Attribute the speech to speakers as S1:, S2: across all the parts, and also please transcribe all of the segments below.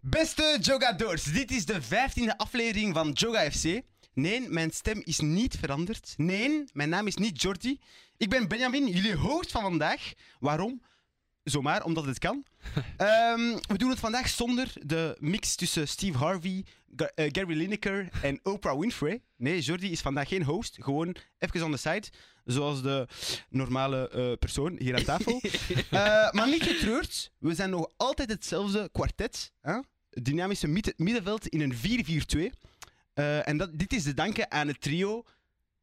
S1: Beste Jogadors, dit is de vijftiende aflevering van Joga FC. Nee, mijn stem is niet veranderd. Nee, mijn naam is niet Jordi. Ik ben Benjamin, jullie host van vandaag. Waarom? Zomaar, omdat het kan. Ehm, we doen het vandaag zonder de mix tussen Steve Harvey, Ga- eh, Gary Lineker en Oprah Winfrey. Nee, Jordi is vandaag geen host. Gewoon even on the side, zoals de normale eh, persoon hier aan tafel. Eh, maar niet getreurd, we zijn nog altijd hetzelfde kwartet. Hè? Dynamische mid- middenveld in een 4-4-2. Eh, en dat, dit is de danken aan het trio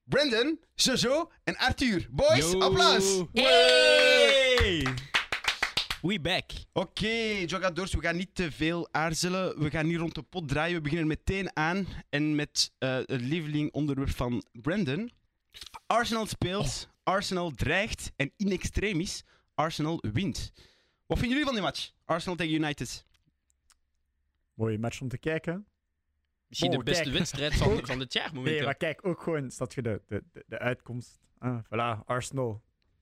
S1: Brandon, Jojo en Arthur. Boys, applaus!
S2: Hey! We back.
S1: Oké, Jogadors, we gaan niet te veel aarzelen. We gaan niet rond de pot draaien. We beginnen meteen aan. En met eh, het lieveling onderwerp van Brandon. Arsenal speelt, Arsenal dreigt en in extremis, Arsenal wint. Wat vinden jullie van die match? Arsenal tegen United.
S3: Mooie match om te kijken.
S2: Misschien de
S3: Oh,
S2: beste
S3: kijk.
S2: wedstrijd van, van dit jaar
S3: Nee, maar
S2: momenteel.
S3: kijk, ook gewoon dat je de, de, de, de uitkomst. Ah, voilà, Arsenal.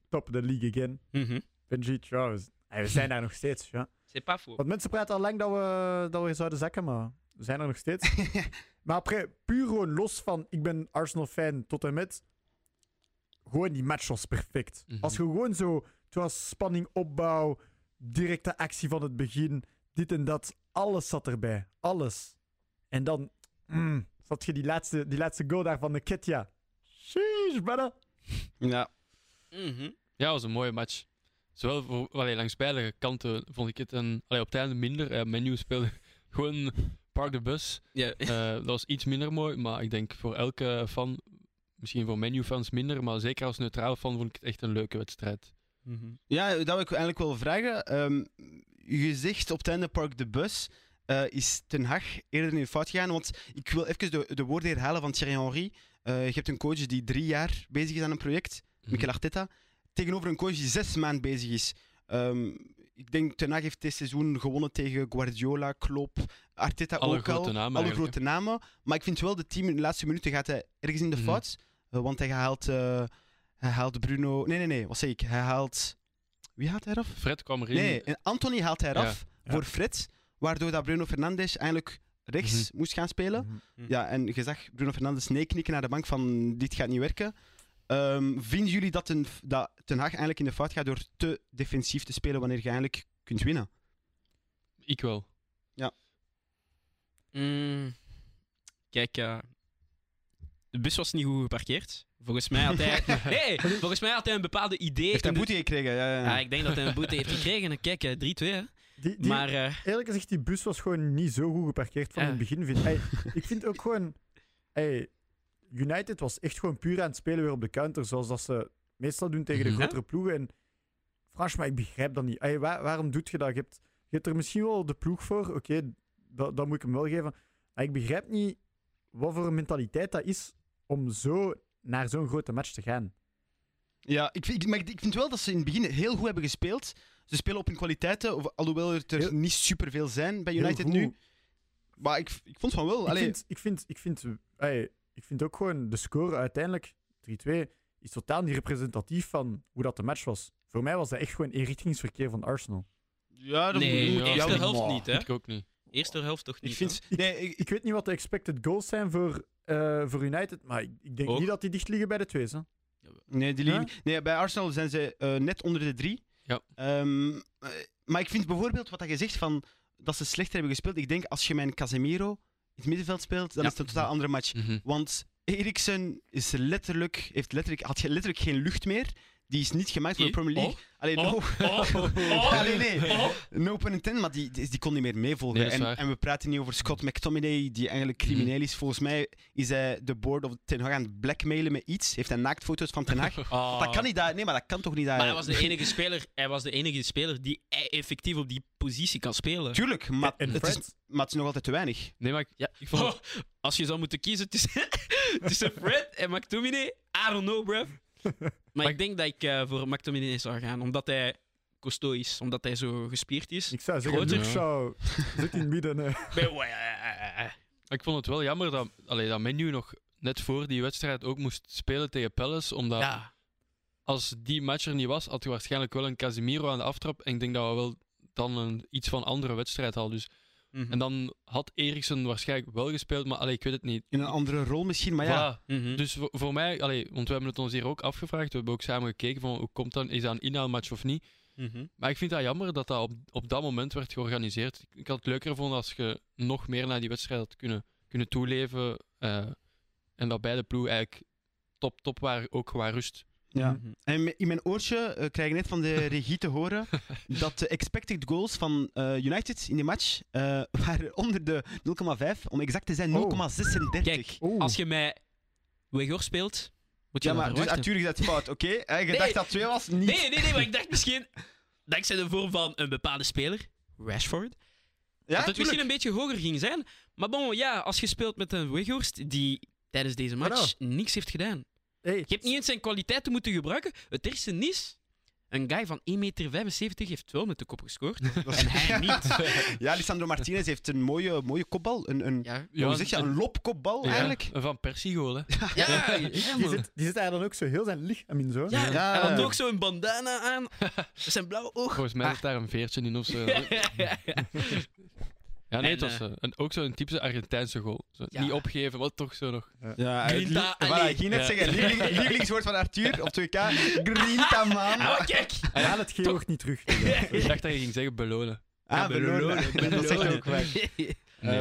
S3: Top of the league again.
S2: Mhm.
S3: Benji, ja, we, z- eh, we zijn daar nog steeds. Ja.
S2: C'est pas faux.
S3: Want mensen praten al lang dat we, dat we zouden zakken, maar we zijn er nog steeds. maar après, puur gewoon los van ik ben Arsenal-fan tot en met. Gewoon die match was perfect.
S2: Mhm.
S3: Als je gewoon zo. Het was spanning opbouw, directe actie van het begin, dit en dat. Alles zat erbij. Alles. En dan mm, zat je die laatste, die laatste goal daar van de Ketja. Sheesh, bijna.
S1: Ja,
S2: Mhm.
S4: Ja, was een mooie match. Zowel voor, allee, langs beide kanten vond ik het een, allee, op het einde minder. Eh, Menu speelde gewoon Park de Bus.
S2: Ja.
S4: Eh, dat was iets minder mooi, maar ik denk voor elke fan, misschien voor Menu-fans minder, maar zeker als neutraal fan vond ik het echt een leuke wedstrijd.
S1: ja dat wil ik eigenlijk wel vragen. Ehm je zegt op het einde Park de Bus eh, is Ten Hag eerder in fout gegaan. Want ik wil even de, de woorden herhalen van Thierry Henry. Eh, je hebt een coach die drie jaar bezig is aan een project.
S4: Mhm.
S1: Mikel Arteta. Tegenover een coach die zes maanden bezig is. Ehm, ik denk, Ten Hag heeft dit seizoen gewonnen tegen Guardiola, Klopp, Arteta
S4: Alle
S1: ook
S4: grote
S1: al.
S4: namen
S1: alle
S4: eigenlijk,
S1: grote namen. Maar ik vind wel, de team in de laatste minuten gaat hij ergens in de
S4: Mhm.
S1: fout. Eh, want hij haalt, eh, hij haalt Bruno... Nee, nee, nee. Wat zeg ik? Hij haalt... Wie haalt hij eraf?
S4: Fred kwam erin.
S1: Nee, en Anthony haalt hij eraf
S3: Ja.
S1: voor Fred. Waardoor dat Bruno Fernandes eigenlijk rechts moest gaan spelen.
S3: Mhm.
S1: Ja, en je zag Bruno Fernandes nee knikken naar de bank van dit gaat niet werken. Ehm, vinden jullie dat, een, dat Ten Haag eigenlijk in de fout gaat door te defensief te spelen wanneer je eigenlijk kunt winnen?
S4: Ik wel.
S2: Mm. Kijk, eh, de bus was niet goed geparkeerd. Volgens mij had hij, nee, volgens mij had hij een bepaalde idee.
S1: Heeft hij
S2: in de-
S1: boete gekregen? Ja, ja, ja.
S2: Ja, ik denk dat hij een boete heeft gekregen. Kijk, eh, 3-2. hè.
S3: Die, die,
S2: Maar
S1: Oh,
S2: eh,
S3: Eerlijk gezegd, die bus was gewoon niet zo goed geparkeerd van
S2: Ja.
S3: het begin. Vind. Ey, ik vind ook gewoon. ey, United was echt gewoon puur aan het spelen weer op de counter. Zoals dat ze meestal doen tegen de
S4: Mhm.
S3: grotere ploegen. En franchement, ik begrijp dat niet. Ey, wa- waarom doet je dat? Je hebt, je hebt er misschien wel de ploeg voor. Oké, dat, dat moet ik hem wel geven. Maar ik begrijp niet wat voor een mentaliteit dat is om zo naar zo'n grote match te gaan.
S1: Ja, ik vind, maar ik ik vind wel dat ze in het begin heel goed hebben gespeeld. Ze spelen op hun kwaliteiten, of- alhoewel er
S3: Heel-
S1: er niet superveel zijn bij
S3: Heel
S1: United
S3: goed.
S1: nu. Maar ik, ik vond van wel.
S3: Ik
S1: Allee,
S3: vind, ik, vind, ik, vind, ey, ik vind ook gewoon de score uiteindelijk, 3-2, is totaal niet representatief van hoe dat de match was. Voor mij was dat echt gewoon inrichtingsverkeer van Arsenal.
S1: ja, dat
S2: nee,
S4: ja,
S2: eerste
S4: ja,
S2: helft
S3: maar-
S2: niet, hè?
S4: Ik ook niet.
S2: Eerste helft toch niet?
S1: Ik vind, nee, ik,
S3: Ik weet niet wat de expected goals zijn voor, eh, voor United, maar ik, ik denk
S2: Hoog.
S3: niet dat die dicht liggen bij de twee's. Hè?
S1: Nee, die
S3: Ja?
S1: liggen- nee, bij Arsenal zijn ze eh, net onder de drie.
S4: Ja.
S1: Ehm, eh, maar ik vind bijvoorbeeld wat dat je zegt van dat ze slechter hebben gespeeld. Ik denk als je mijn Casemiro in het middenveld speelt, dan
S2: Ja.
S1: is het een totaal andere match.
S4: Mhm.
S1: Want Eriksen is letterlijk, heeft letterlijk, had je letterlijk geen lucht meer. Die is niet gemaakt voor de
S2: Eh?
S1: Premier League. Alleen
S2: Oh.
S1: no,
S2: Oh. Oh.
S1: Ja, nee, nee.
S2: Oh.
S1: no pun intended, maar die, die, die kon niet meer meevolgen.
S4: Nee, dat is
S1: en,
S4: waar.
S1: en we praten niet over Scott McTominay, die eigenlijk
S2: Mhm.
S1: crimineel is. Volgens mij is hij de board of Ten Hag aan het blackmailen met iets. Heeft hij naaktfoto's van Ten Hag. oh. Dat kan niet daar. Nee, maar dat kan toch niet daar.
S2: Oh. Maar hij was, de enige speler, hij was de enige speler die e- effectief op die positie kan spelen.
S1: Tuurlijk, maar
S3: en
S1: het, is,
S3: Fred?
S1: maar het is nog altijd te weinig.
S4: Nee, maar ik,
S2: Ja.
S4: ik vond
S2: Oh, als je zou moeten kiezen tussen, tussen Fred en McTominay, I don't know, bruv. Maar ik denk dat ik eh, voor McTominay zou gaan, omdat hij kosto is, omdat hij zo gespierd is.
S3: Ik zou zeggen,
S4: Groter.
S3: Luke Shaw zit in het midden. eh. hè.
S2: Ben- wa- ja.
S4: Ik vond het wel jammer dat, allee, dat Menu nog net voor die wedstrijd ook moest spelen tegen Palace. Omdat
S2: Ja.
S4: als die match er niet was, had je waarschijnlijk wel een Casemiro aan de aftrap. En ik denk dat we wel dan een, iets van andere wedstrijd hadden. Dus
S2: Mhm.
S4: En dan had Eriksen waarschijnlijk wel gespeeld, maar allee, ik weet het niet.
S1: In een andere rol misschien, maar ja.
S4: Voilà.
S2: Mhm.
S4: Dus voor, voor mij, allee, want we hebben het ons hier ook afgevraagd. We hebben ook samen gekeken van hoe komt dat? Is dat een inhaalmatch of niet?
S2: Mhm.
S4: Maar ik vind dat jammer dat dat op, op dat moment werd georganiseerd. Ik- Ik had het leuker gevonden als je nog meer naar die wedstrijd had kunnen, kunnen toeleven. eh, en dat beide ploegen eigenlijk top, top waren, ook qua rust.
S1: ja.
S2: Mhm.
S1: En me- in mijn oortje eh, krijg ik net van de regie te horen dat de expected goals van eh, United in die match eh, waren onder de 0,5. Om exact te zijn 0,36.
S2: Oh. Kijk,
S3: Oeh.
S2: als je met Wegor speelt, moet je
S1: Ja,
S2: dat
S1: maar dus
S2: verwachten.
S1: natuurlijk is dat fout, oké? Hè, Je
S2: Nee.
S1: dacht dat 2 was, niet.
S2: Nee, nee, nee, maar ik dacht misschien, dankzij de vorm van een bepaalde speler, Rashford,
S1: ja,
S2: dat het misschien
S1: tuurlijk.
S2: een beetje hoger ging zijn. Maar bon, ja, als je speelt met een Weghorst die tijdens deze match niks heeft gedaan.
S3: Hey,
S2: Je hebt niet eens zijn kwaliteiten moeten gebruiken. Het eerste is, een guy van 1,75 meter heeft wel met de kop gescoord. en hij niet.
S1: Ja, Lisandro Martinez heeft een mooie, mooie kopbal. Een, een,
S2: Ja,
S1: hoe zeg je,
S4: en-
S1: een lopkopbal
S4: ja,
S1: eigenlijk.
S4: een Van Persie goal, hè.
S2: ja, ja, man.
S3: die, zit, die zit daar dan ook zo heel zijn lichaam in zo.
S2: Ja,
S1: Ja.
S2: Hij had ook zo'n bandana aan. Zijn blauwe oog.
S4: Volgens mij zit daar een veertje in of zo. Ja, nee,
S2: En,
S4: het was eh, een, ook zo'n typische Argentijnse goal. Zo,
S2: Ja.
S4: Niet opgeven, wat toch zo nog.
S1: Ja,
S2: Grinta
S1: het lie-
S2: alleen.
S1: Voilà, ik ging net
S4: Ja.
S1: zeggen, lieveling- lievelingswoord van Arthur op 2K. Grinta man.
S2: Ah, kijk.
S3: Haal het geel ook niet terug.
S4: Ik dacht dat je ging zeggen belonen.
S1: Ah, belonen. Dat zegt ook wel.
S4: Nee,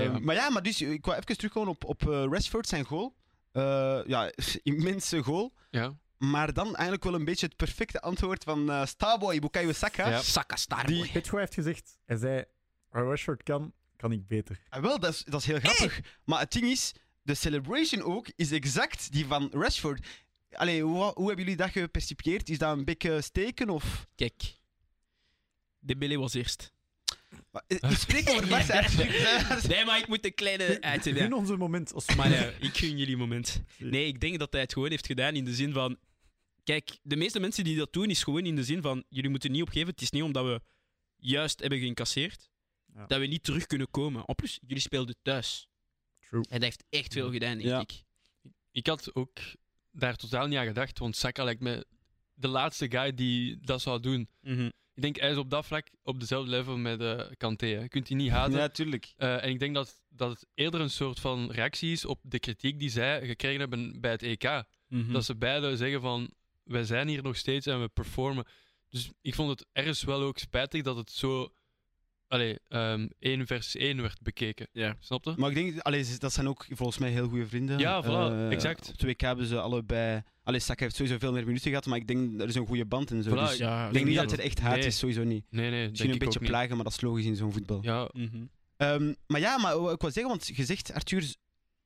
S1: Eh,
S4: maar-
S1: maar ja, maar dus, ik wou even terugkomen op, op eh, Rashford, zijn goal. Eh, ja, immense goal.
S4: ja.
S1: Maar dan eigenlijk wel een beetje het perfecte antwoord van eh Starboy Bukayo Saka.
S4: Ja.
S2: Saka Starboy.
S1: Die,
S3: Pitchway heeft gezegd, hij zei, waar Rashford kan, kan ik beter.
S1: Ah, wel, dat is, dat is heel grappig. Maar het ding is, de celebration ook is exact die van Rashford. Allee, hoe, hoe hebben jullie dat gepercipieerd? Is dat een beetje steken of...
S2: Kijk. Dembele was eerst.
S1: Maar, eh, Ik spreek over Barca. alsjeblieft.
S2: Nee, maar ik moet een kleine uitzending.
S3: In onze moment,
S2: Maar
S3: Osman.
S2: eh, ik gun jullie een moment. Nee, ik denk dat hij het gewoon heeft gedaan in de zin van... Kijk, de meeste mensen die dat doen, is gewoon in de zin van... Jullie moeten niet opgeven. Het is niet omdat we juist hebben geïncasseerd,
S3: Ja.
S2: dat we niet terug kunnen komen. En plus, jullie speelden thuis.
S3: True.
S2: En dat heeft echt veel gedaan, denk
S1: Ja.
S2: ik.
S4: Ik had ook daar totaal niet aan gedacht, want Saka lijkt me de laatste guy die dat zou doen.
S2: Mhm.
S4: Ik denk, hij is op dat vlak op dezelfde level met eh Kanté. Hè. Je kunt die niet haten.
S1: Ja, tuurlijk.
S4: Eh, en ik denk dat, dat het eerder een soort van reactie is op de kritiek die zij gekregen hebben bij het EK.
S2: Mhm.
S4: Dat ze beiden zeggen van, wij zijn hier nog steeds en we performen. Dus ik vond het ergens wel ook spijtig dat het zo, allee, ehm 1 versus 1 werd bekeken.
S2: Ja.
S4: Snap je?
S1: Maar ik denk, allee, ze- dat zijn ook volgens mij heel goede vrienden.
S4: Ja, voilà,
S1: Eh,
S4: exact.
S1: Op 2K hebben ze allebei... Allee, Saka heeft sowieso veel meer minuten gehad, maar ik denk, er is een goede band en zo.
S4: Voilà,
S1: dus
S4: ik
S2: Ja,
S1: ik denk niet
S4: ja.
S1: dat er echt haat
S4: Nee.
S1: is, sowieso niet.
S4: Nee, nee,
S1: Misschien
S4: denk
S1: een
S4: ik
S1: beetje
S4: ook niet.
S1: plagen, maar dat is logisch in zo'n voetbal.
S4: Ja,
S2: Mhm.
S1: Ehm, maar ja, maar wat ik wil zeggen, want je zegt, Arthur,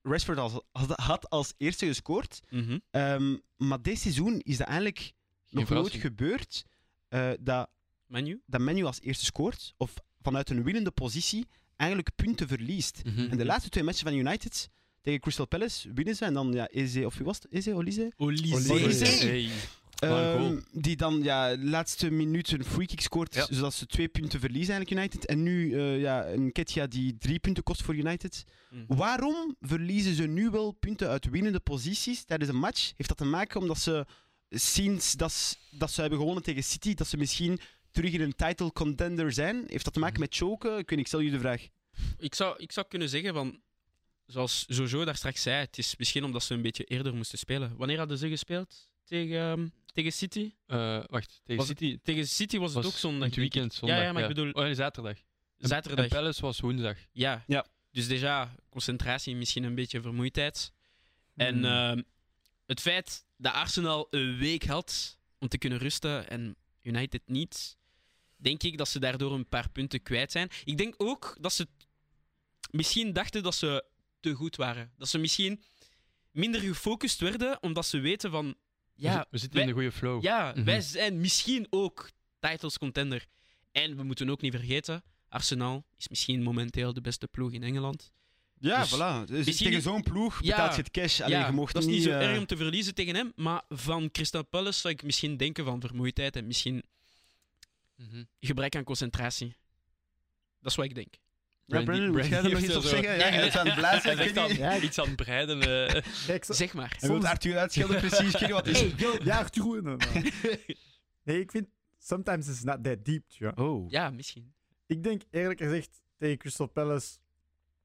S1: Rashford als- had- had als eerste gescoord.
S2: Mhm.
S1: Ehm, maar dit seizoen is dat eigenlijk nog nooit
S4: verrassing.
S1: gebeurd eh, dat,
S2: Manu?
S1: dat Menu als eerste scoort, of vanuit een winnende positie eigenlijk punten verliest.
S4: Mhm.
S1: En de laatste twee matchen van United tegen Crystal Palace winnen ze en dan, ja, Eze, of wie was het? Eze, Olise?
S2: Olise.
S1: Olise. Olise.
S4: Hey. Waar een
S1: Ehm,
S4: goal.
S1: die dan, ja, de laatste minuut een free kick scoort,
S4: Ja.
S1: zodat ze twee punten verliezen eigenlijk United. En nu, eh, ja, een Ketja die drie punten kost voor United.
S2: Mhm.
S1: Waarom verliezen ze nu wel punten uit winnende posities tijdens een match? Heeft dat te maken omdat ze sinds dat, s- dat ze hebben gewonnen tegen City, dat ze misschien terug in een title contender zijn? Heeft dat te maken
S2: Mhm.
S1: met choken? Ik weet niet, ik stel jullie de vraag.
S2: Ik zou, ik zou kunnen zeggen van... Zoals Jojo daar straks zei, het is misschien omdat ze een beetje eerder moesten spelen. Wanneer hadden ze gespeeld? Tegen, ehm, tegen City?
S4: Eh, wacht, tegen
S2: Was het-
S4: City
S2: Tegen City was het
S4: was
S2: ook zondag.
S4: het
S2: denk ik.
S4: weekend zondag.
S2: Ja, ja, maar ik bedoel-
S4: Oh, nee, zaterdag. En-
S2: Zaterdag.
S4: En Palace was woensdag.
S2: Ja.
S1: Ja.
S2: Dus déjà, concentratie, misschien een beetje vermoeidheid.
S4: Hmm.
S2: En ehm, het feit dat Arsenal een week had om te kunnen rusten en United niet, denk ik dat ze daardoor een paar punten kwijt zijn. Ik denk ook dat ze misschien dachten dat ze te goed waren. Dat ze misschien minder gefocust werden, omdat ze weten van...
S4: we,
S2: Ja,
S4: zi- we zitten
S2: wij-
S4: in de goede flow.
S2: ja,
S4: Mhm.
S2: wij zijn misschien ook titles contender. En we moeten ook niet vergeten, Arsenal is misschien momenteel de beste ploeg in Engeland.
S1: Ja,
S2: Dus
S1: voilà. Dus
S2: misschien-
S1: tegen zo'n ploeg
S2: Ja.
S1: betaalt je het cash. Alleen
S2: ja,
S1: je mocht
S2: dat is niet, zo
S1: eh,
S2: erg om te verliezen tegen hem. Maar van Crystal Palace zou ik misschien denken van vermoeidheid en misschien
S4: Mhm.
S2: gebrek aan concentratie. Dat is wat ik denk.
S1: Ja,
S4: Brandy-
S1: Brandon, moet jij er
S4: Brandy
S1: nog
S4: heeft
S1: iets op
S4: zo-
S1: zeggen? Ja, je bent aan het blazen.
S4: Hij
S1: Ik
S4: is echt
S1: weet niet.
S4: aan,
S3: Ja, ik-
S4: iets aan het breiden. eh.
S3: Kijk, zo-
S2: Zeg maar.
S1: Hij wil Arthur uitschelden, precies. Ik weet niet wat het is.
S3: ja, Arthur. nee, maar- Nee, ik vind, sometimes it's not that deep, ja.
S1: Oh.
S2: Ja, misschien.
S3: Ik denk eerlijk gezegd, tegen Crystal Palace.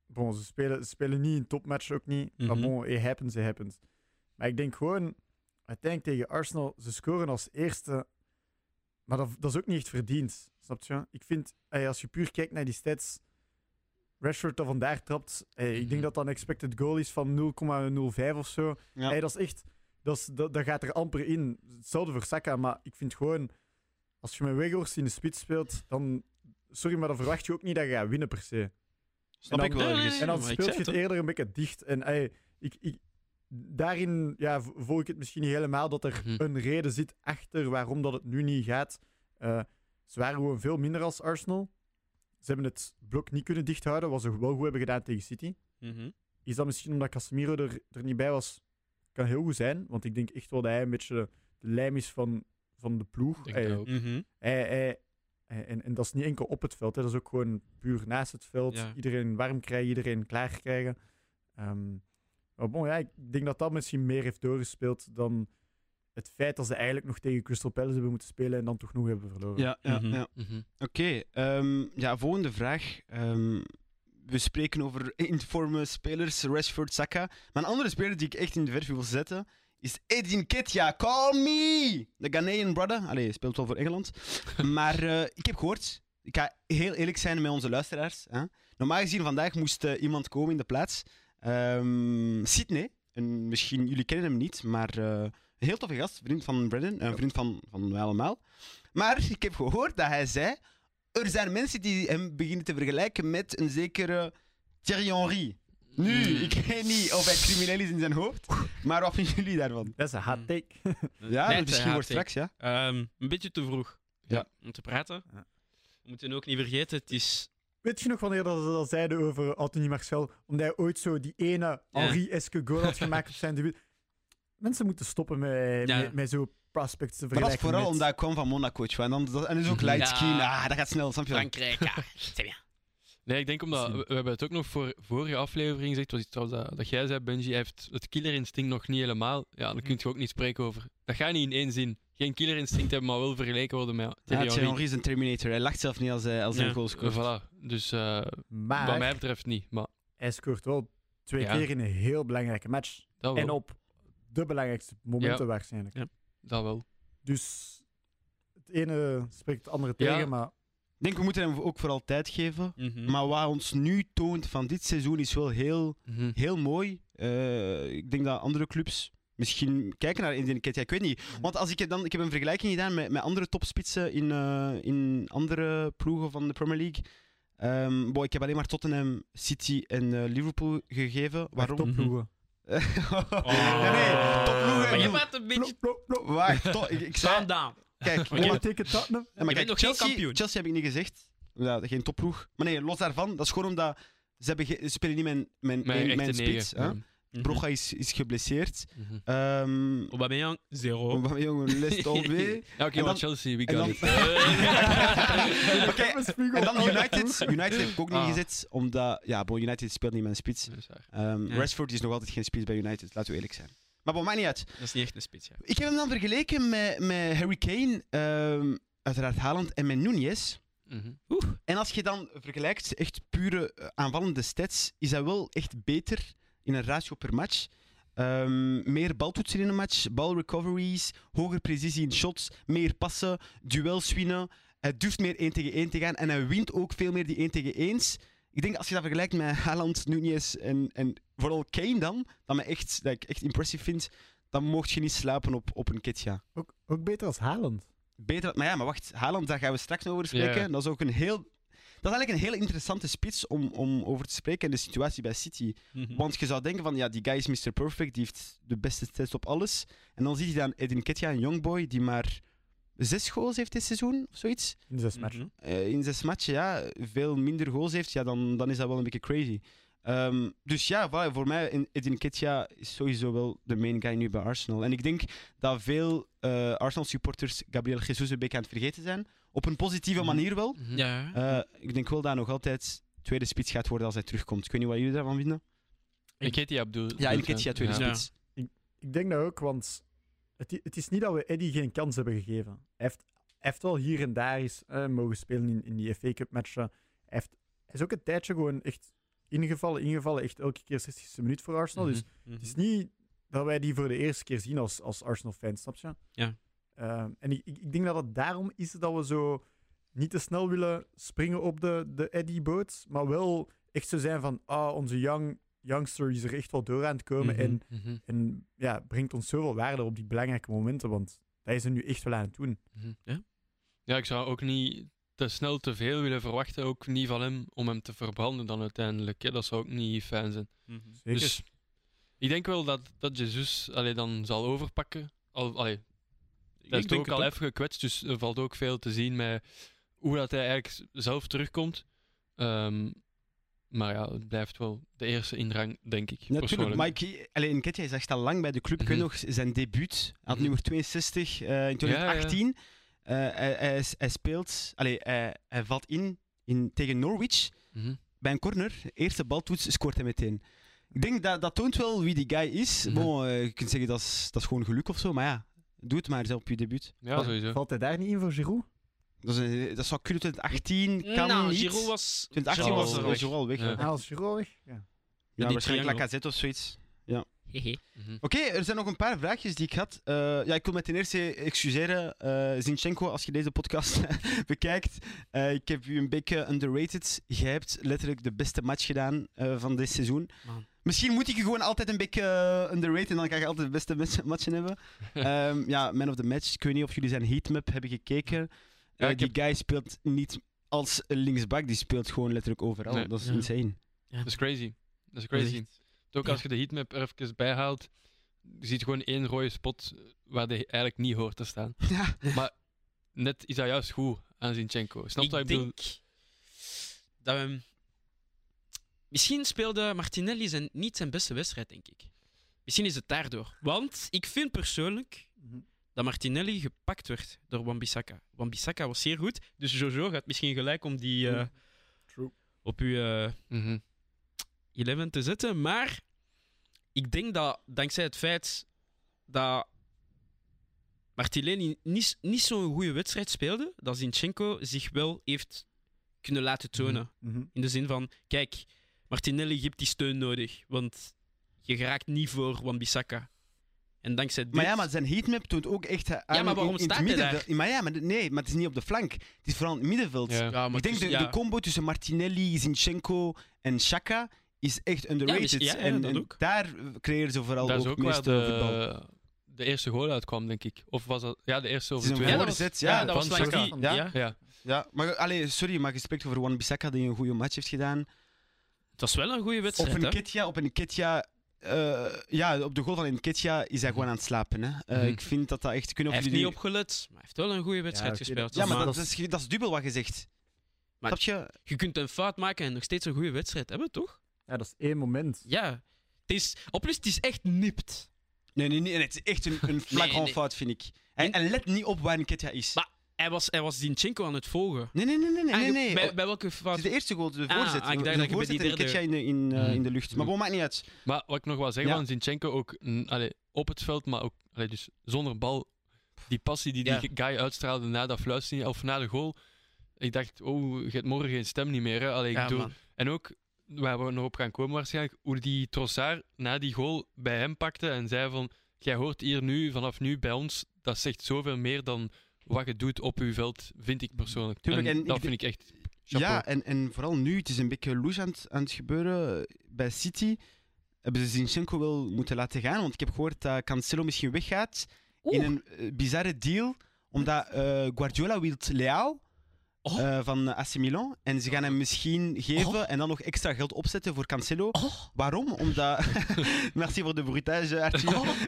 S3: Bon, ze spelen, ze spelen niet een topmatch ook niet. Maar
S2: Mhm.
S3: bon, it happens, it happens. Maar ik denk gewoon, uiteindelijk tegen Arsenal, ze scoren als eerste. Maar dat, dat is ook niet echt verdiend. Snap je? Ik vind, ey, als je puur kijkt naar die stats. Rashford dat vandaar trapt. ey, Ik
S2: Mhm.
S3: denk dat dat een expected goal is van 0,05 of zo.
S1: Ja.
S3: Hey, dat is echt. Dat, is, dat, dat gaat er amper in. Hetzelfde voor Saka, maar ik vind gewoon. Als je met Weghorst in de spits speelt, dan. Sorry, maar dan verwacht je ook niet dat je gaat winnen per se.
S1: Snap
S3: dan-
S1: ik wel
S2: Nee, nee,
S1: ergens.
S3: En dan
S2: maar ik
S3: speelt
S2: zei
S3: je het
S2: het,
S3: eerder een beetje dicht. En ey, ik, ik, daarin ja, v- volg ik het misschien niet helemaal dat er
S4: Mhm.
S3: een reden zit achter waarom dat het nu niet gaat. Eh, ze waren gewoon veel minder als Arsenal. Ze hebben het blok niet kunnen dicht houden, wat ze wel goed hebben gedaan tegen City.
S2: Mhm.
S3: Is dat misschien omdat Casemiro er, er niet bij was? Kan heel goed zijn, want ik denk echt wel dat hij een beetje de lijm is van, van de ploeg.
S4: Denk
S3: Hij-
S4: dat
S1: dus-
S4: ook.
S2: Mhm.
S3: hij- hij- hij- en, en dat is niet enkel op het veld, hè. dat is ook gewoon puur naast het veld.
S2: Ja.
S3: Iedereen warm krijgen, iedereen klaar krijgen. Ehm, maar bon, ja, ik denk dat dat misschien meer heeft doorgespeeld dan het feit dat ze eigenlijk nog tegen Crystal Palace hebben moeten spelen en dan toch nog hebben verloren.
S1: Ja, ja,
S2: Mhm.
S1: ja.
S4: Mhm.
S1: Oké, ehm, ja, volgende vraag. Ehm, we spreken over informe spelers, Rashford, Saka. Maar een andere speler die ik echt in de verf wil zetten is Edin Ketja. Call me! De Ghanaian brother. Allee, hij speelt wel voor Engeland. maar eh, ik heb gehoord, ik ga heel eerlijk zijn met onze luisteraars. Hè? Normaal gezien vandaag moest eh, iemand komen in de plaats. Ehm Sydney. En misschien jullie kennen hem niet, maar eh, een heel toffe gast. Vriend van Brendan, een vriend van, van mij allemaal. Maar ik heb gehoord dat hij zei er zijn mensen die hem beginnen te vergelijken met een zekere Thierry Henry. Nu,
S2: Hmm.
S4: Mm.
S1: ik weet niet of hij crimineel is in zijn hoofd, maar wat vinden jullie daarvan?
S3: Dat is een hot
S2: Mm.
S3: take.
S1: Ja,
S2: Net, eh,
S1: misschien wordt
S2: haat ik.
S1: straks, ja.
S2: Ehm, een beetje te vroeg
S4: Ja.
S2: om te praten.
S3: Ja.
S2: We moeten ook niet vergeten, het is...
S3: Weet je nog wanneer dat ze dat zeiden over Anthony Marcel? Omdat hij ooit zo die ene Henri-eske goal had gemaakt op zijn debuut. Mensen moeten stoppen met,
S2: Ja.
S3: met, met zo'n prospects te
S1: Maar dat is
S3: vergelijken.
S1: vooral
S3: met-
S1: omdat ik kwam van Monaco, tjoh, en, dan, dat, en dat is ook light
S2: Ja.
S1: skin, ah, dat gaat snel, snap je wel.
S2: Frankrijk, ja. c'est bien.
S4: Nee, ik denk omdat we, we hebben het ook nog voor vorige aflevering gezegd. Was iets trouwens dat, dat jij zei, Benji, hij heeft het killerinstinct nog niet helemaal. Ja, dan
S2: Mhm.
S4: kun je ook niet spreken over. Dat ga je niet in één zin. Geen killerinstinct hebben, maar wel vergeleken worden met
S1: Ja,
S4: Thierry
S1: Thierry
S4: Henry.
S1: Henry is een Terminator, hij lacht zelf niet als hij, als hij
S2: Ja.
S1: een goal
S4: Eh,
S1: scoort.
S4: Voilà. Dus eh,
S1: Ah,
S3: Maar
S4: wat mij betreft niet. Maar
S3: hij scoort wel twee
S4: Ja.
S3: keer in een heel belangrijke match.
S4: dat wel.
S3: En op de belangrijkste momenten waarschijnlijk.
S2: Ja.
S4: Dat wel.
S3: Dus het ene spreekt het andere
S4: Ja.
S3: tegen, maar
S1: Ik denk, we moeten hem ook vooral tijd geven.
S2: Mhm.
S1: Maar wat ons nu toont van dit seizoen is wel heel
S4: Mhm.
S1: heel mooi. Eh, ik denk dat andere clubs misschien kijken naar Indian Cat. Ja, ik weet niet. Want als ik, het dan, ik heb een vergelijking gedaan met, met andere topspitsen in, eh, in andere ploegen van de Premier League. Ehm, boy, ik heb alleen maar Tottenham, City en eh, Liverpool gegeven. Waarom?
S3: topploegen.
S1: Nee, nee, topploegen.
S2: Oh. Maar je
S1: bedoel-
S2: bent een
S3: Plop,
S2: beetje...
S3: plop, plop.
S1: Wacht, to- ik, ik zei...
S2: Calm down.
S1: Kijk,
S2: Maar je
S1: Mon-
S3: Wat betekent dat nou?
S1: ja, maar
S2: bent
S1: kijk,
S2: nog geen
S1: Chelsea,
S2: kampioen.
S1: Chelsea heb ik niet gezegd. Ja, geen topploeg. Maar nee, los daarvan, dat is gewoon omdat ze, hebben ge- ze spelen niet mijn, mijn,
S4: Mijn
S1: mijn,
S4: echte
S1: mijn spits.
S4: negen.
S1: hè.
S2: Mm.
S4: Ja.
S1: Broga is, is geblesseerd.
S4: Mhm.
S1: Ehm,
S2: Mhm. Aubameyang, zero.
S1: Jongen, les tomber.
S4: Ja, oké,
S1: En
S4: maar
S1: dan-
S4: Chelsea, we
S1: en
S4: got
S1: dan-
S4: it.
S1: Oké,
S3: Ik heb een spiegel.
S1: En dan United. United heb ik ook niet
S4: Ah.
S1: gezet, omdat... Ja, bon, United speelt niet met een spits.
S4: Dat is waar.
S1: Ehm,
S2: Ja.
S1: Rashford is nog altijd geen spits bij United, laten we eerlijk zijn. Maar bon, maakt niet uit.
S2: Dat is niet echt een spits, ja.
S1: Ik heb hem dan vergeleken met, met Harry Kane, ehm, uiteraard Haaland en met Nunez.
S4: Mhm.
S1: En als je dan vergelijkt, echt pure eh, aanvallende stats, is hij wel echt beter in een ratio per match. Ehm, meer baltoetsen in een match, balrecoveries, hoger precisie in shots, meer passen, duels winnen. Hij durft meer 1 tegen 1 te gaan en hij wint ook veel meer die 1 tegen 1's. Ik denk als je dat vergelijkt met Haaland, Nunez en, en vooral Kane dan, dat, me echt, dat ik echt impressive vind, dan mocht je niet slapen op, op een Ketja.
S3: Ook, ook beter als Haaland.
S1: Beter, maar ja, maar wacht, Haaland, daar gaan we straks over spreken.
S4: Ja.
S1: Dat is ook een heel. Dat is eigenlijk een heel interessante spits om, om over te spreken en de situatie bij City.
S2: Mhm. Hm.
S1: Want je zou denken van, ja, die guy is Mr. Perfect, die heeft de beste stats op alles. En dan zie je dan Edin Ketja, een jongboy, die maar zes goals heeft dit seizoen, of zoiets.
S3: In zes matchen.
S2: Mhm.
S1: Eh, in zes matchen, ja, veel minder goals heeft, ja, dan, dan is dat wel een beetje crazy. Ehm, dus ja, voilà, voor mij, in- Edin Ketja is sowieso wel de main guy nu bij Arsenal. En ik denk dat veel eh, Arsenal-supporters Gabriel Jesus een beetje aan het vergeten zijn. Op een positieve
S4: Mhm.
S1: manier wel.
S4: Mhm.
S2: Ja.
S1: Eh, ik denk wel dat hij nog altijd tweede spits gaat worden als hij terugkomt. Ik weet niet wat jullie daarvan vinden.
S4: En Ketty Abdul. Dus, eh,
S1: Ja, in Ketja tweede
S2: Ja.
S1: spits.
S3: Ik denk dat ook, want het, i- het is niet dat we Eddie geen kans hebben gegeven. Hij heeft, hij heeft wel hier en daar eens eh, mogen spelen in, in die FA Cup matchen. Hij heeft Hij is ook een tijdje gewoon echt ingevallen, ingevallen. Echt elke keer 60 e minuut voor Arsenal. Dus
S2: Mhm.
S3: het is niet dat wij die voor de eerste keer zien als, als Arsenal-fan, snap je?
S2: Ja.
S3: Ehm, en ik, ik ik denk dat het daarom is dat we zo niet te snel willen springen op de, de Eddie-boot, maar wel echt zo zijn van, ah, onze young, youngster is er echt wel door aan het komen
S2: Mhm.
S3: en,
S4: Mhm.
S3: en ja, brengt ons zoveel waarde op die belangrijke momenten, want dat is er nu echt wel aan het doen.
S4: Mhm.
S2: Ja.
S4: Ja, ik zou ook niet te snel te veel willen verwachten, ook niet van hem, om hem te verbranden dan uiteindelijk. Hè. Dat zou ook niet fijn zijn.
S2: Mhm.
S3: Zeker.
S4: Dus ik denk wel dat, dat Jezus allee, dan zal overpakken. Al, allee, hij
S2: denk
S4: is toch ook
S2: het
S4: al
S2: ook.
S4: even gekwetst, dus er valt ook veel te zien met hoe dat hij eigenlijk zelf terugkomt. Ehm, maar ja, het blijft wel de eerste indrang, denk ik.
S1: Natuurlijk,
S4: persoonlijk.
S1: Mike, alleen Nketiah is echt al lang bij de club. Ik weet
S4: Mhm.
S1: nog zijn debuut, hij had
S4: Mhm.
S1: nummer 62 eh, in 2018. Eh, hij, hij, hij speelt, allee, hij, hij valt in, in tegen Norwich
S4: Mhm.
S1: bij een corner. Eerste baltoets scoort hij meteen. Ik denk dat dat toont wel wie die guy is.
S4: Mhm.
S1: Bon, eh, je kunt zeggen dat is, dat is gewoon geluk of zo, maar ja, doe het maar zelf op je debuut.
S4: Ja, sowieso.
S3: Valt hij daar niet in voor Giroud?
S1: Dat, is een- dat zou kunnen 2018, kan
S2: nou,
S1: niet.
S2: Giroud was...
S1: 2018
S4: Giroud
S1: was
S4: was
S1: er
S4: weg.
S1: was er al weg.
S4: Ja.
S1: Ja,
S3: Ah, als Giroud weg? Ja.
S2: die
S1: waarschijnlijk
S2: triangle.
S1: Lacazette of zoiets.
S2: Hehe.
S4: Mhm.
S1: Oké, er zijn nog een paar vraagjes die ik had. Eh, ja, ik wil me ten eerste excuseren, eh Zinchenko, als je deze podcast bekijkt. Eh, ik heb u een beetje underrated. Jij hebt letterlijk de beste match gedaan eh, van dit seizoen.
S2: Man.
S1: Misschien moet ik je gewoon altijd een beetje eh, underrated en dan kan je altijd de beste mes- matchen hebben. Ehm, ja, man of the match. Ik weet niet of jullie zijn heatmap hebben gekeken. Eh,
S4: ik
S1: die guy speelt niet als linksback, die speelt gewoon letterlijk overal.
S4: Nee.
S1: Dat is
S2: Ja.
S1: insane.
S4: Dat is crazy. Dat is crazy.
S2: Dus
S4: Ook
S2: Ja.
S4: als je de heatmap er even bij haalt, je ziet gewoon één rode spot waar die eigenlijk niet hoort te staan.
S1: Ja.
S4: Maar net is dat juist goed aan Zinchenko. Snap
S2: Ik
S4: je wat ik
S2: denk
S4: bedoel?
S2: dat we hem- Misschien speelde Martinelli zijn, niet zijn beste wedstrijd, denk ik. Misschien is het daardoor. Want ik vind persoonlijk
S3: Mhm.
S2: dat Martinelli gepakt werd door Wan-Bissaka. Wan-Bissaka was zeer goed, dus Jojo gaat misschien gelijk om die eh,
S3: Mhm. True.
S2: op uw eh,
S4: Mhm.
S2: 11 te zetten. Maar ik denk dat dankzij het feit dat Martinelli niet, niet zo'n goede wedstrijd speelde, dat Zinchenko zich wel heeft kunnen laten tonen.
S3: Mhm.
S2: In de zin van, kijk, Martinelli heeft die steun nodig, want je geraakt niet voor Wan-Bissaka. En dankzij dit...
S1: Maar ja, maar zijn heatmap toont ook echt aan
S2: maar waarom
S1: in, in
S2: staat
S1: het
S2: hij
S1: middenveld. Maar ja, maar de- nee, maar het is niet op de flank. Het is vooral in het middenveld.
S4: Ja.
S2: Ja, maar
S1: ik denk
S2: tussen-
S1: de,
S2: ja.
S1: de combo tussen Martinelli, Zinchenko en Shaka is echt underrated.
S2: misschien- ja, ja,
S1: en,
S2: dat
S1: en
S2: ook.
S1: daar creëren ze vooral
S4: Dat is
S1: ook,
S4: ook
S1: het
S4: waar
S1: meeste
S2: eh,
S1: voetbal.
S4: de, de eerste goal uitkwam, denk ik. Of was dat... Ja, de eerste
S1: Het
S4: of
S1: is
S4: de
S1: een
S4: tweede.
S2: Ja, dat was-
S1: voorzet.
S2: Ja,
S1: Ja,
S2: dat was
S4: van
S2: langs
S4: Saka.
S2: die-
S1: Ja?
S2: ja.
S4: Ja.
S1: ja. Maar allee, sorry, maar gesprek over Wan Bissaka die een goede match heeft gedaan.
S2: Het was wel een goede
S1: Op
S2: wedstrijd,
S1: een
S2: hè?
S1: Ketja, op een Ketja. eh, ja, op de goal van Nketiah is hij gewoon aan het slapen. Hè. Eh,
S4: Mhm.
S1: Ik vind dat dat echt kunnen.
S2: Hij
S1: of
S2: heeft
S1: jullie-
S2: niet opgelet, maar hij heeft wel een goede wedstrijd
S3: oké,
S2: gespeeld.
S1: Ja, maar
S2: maar
S1: dat is, dat is dubbel wat je zegt.
S2: Maar-
S1: Snap je?
S2: Je kunt een fout maken en nog steeds een goede wedstrijd hebben, toch?
S3: Ja, dat is één moment.
S2: Ja. Het is... Op plus, het is echt nipt.
S1: Nee, nee, nee. en Het is echt een, een flagrant
S2: Nee, nee.
S1: fout, vind ik. En, en let niet op waar Nketiah is.
S2: Maar- Hij was, hij was Zinchenko aan het volgen.
S1: Nee, nee, nee, nee, nee.
S2: Ah,
S1: nee,
S2: je-
S1: nee.
S2: Bij,
S1: Oh,
S2: bij welke
S1: het
S2: fout?
S1: is de eerste goal, de
S2: Ah,
S1: voorzet.
S2: ah, ik dacht
S1: de
S2: dat je bij die
S1: voorzet en
S2: derde-
S1: Nketiah in, de- in, eh,
S4: Mhm.
S1: in de lucht. Maar
S4: Mhm.
S1: bon, maakt niet uit.
S4: Maar wat ik nog wil zeggen
S1: Ja.
S4: van Zinchenko, ook mm, allee, op het veld, maar ook allee, dus zonder bal. Die passie die die
S2: Ja.
S4: guy uitstraalde na dat fluitsignaal of na de goal. Ik dacht, oh, je hebt morgen geen stem niet meer. Hè. Allee, ik
S2: Ja,
S4: bedoel,
S2: man.
S4: En ook, waar we nog op gaan komen waarschijnlijk, hoe die Trossard na die goal bij hem pakte en zei van, jij hoort hier nu, vanaf nu bij ons, dat zegt zoveel meer dan wat je doet op uw veld, vind ik persoonlijk.
S1: Tuurlijk,
S4: En
S1: en
S4: dat
S1: ik
S4: vind ik echt chapeau.
S1: Ja, en, en vooral nu, het is een beetje louche aan het, aan het gebeuren bij City. Hebben ze Zinchenko wel moeten laten gaan? Want ik heb gehoord dat Cancelo misschien weggaat in een eh, bizarre deal. Omdat eh, Guardiola wil Leao
S2: Oh.
S1: eh, van AC Milan. En ze gaan hem misschien geven en dan nog extra geld opzetten voor Cancelo.
S2: Oh.
S1: Waarom? Omdat. Merci voor de brutage, Arthur.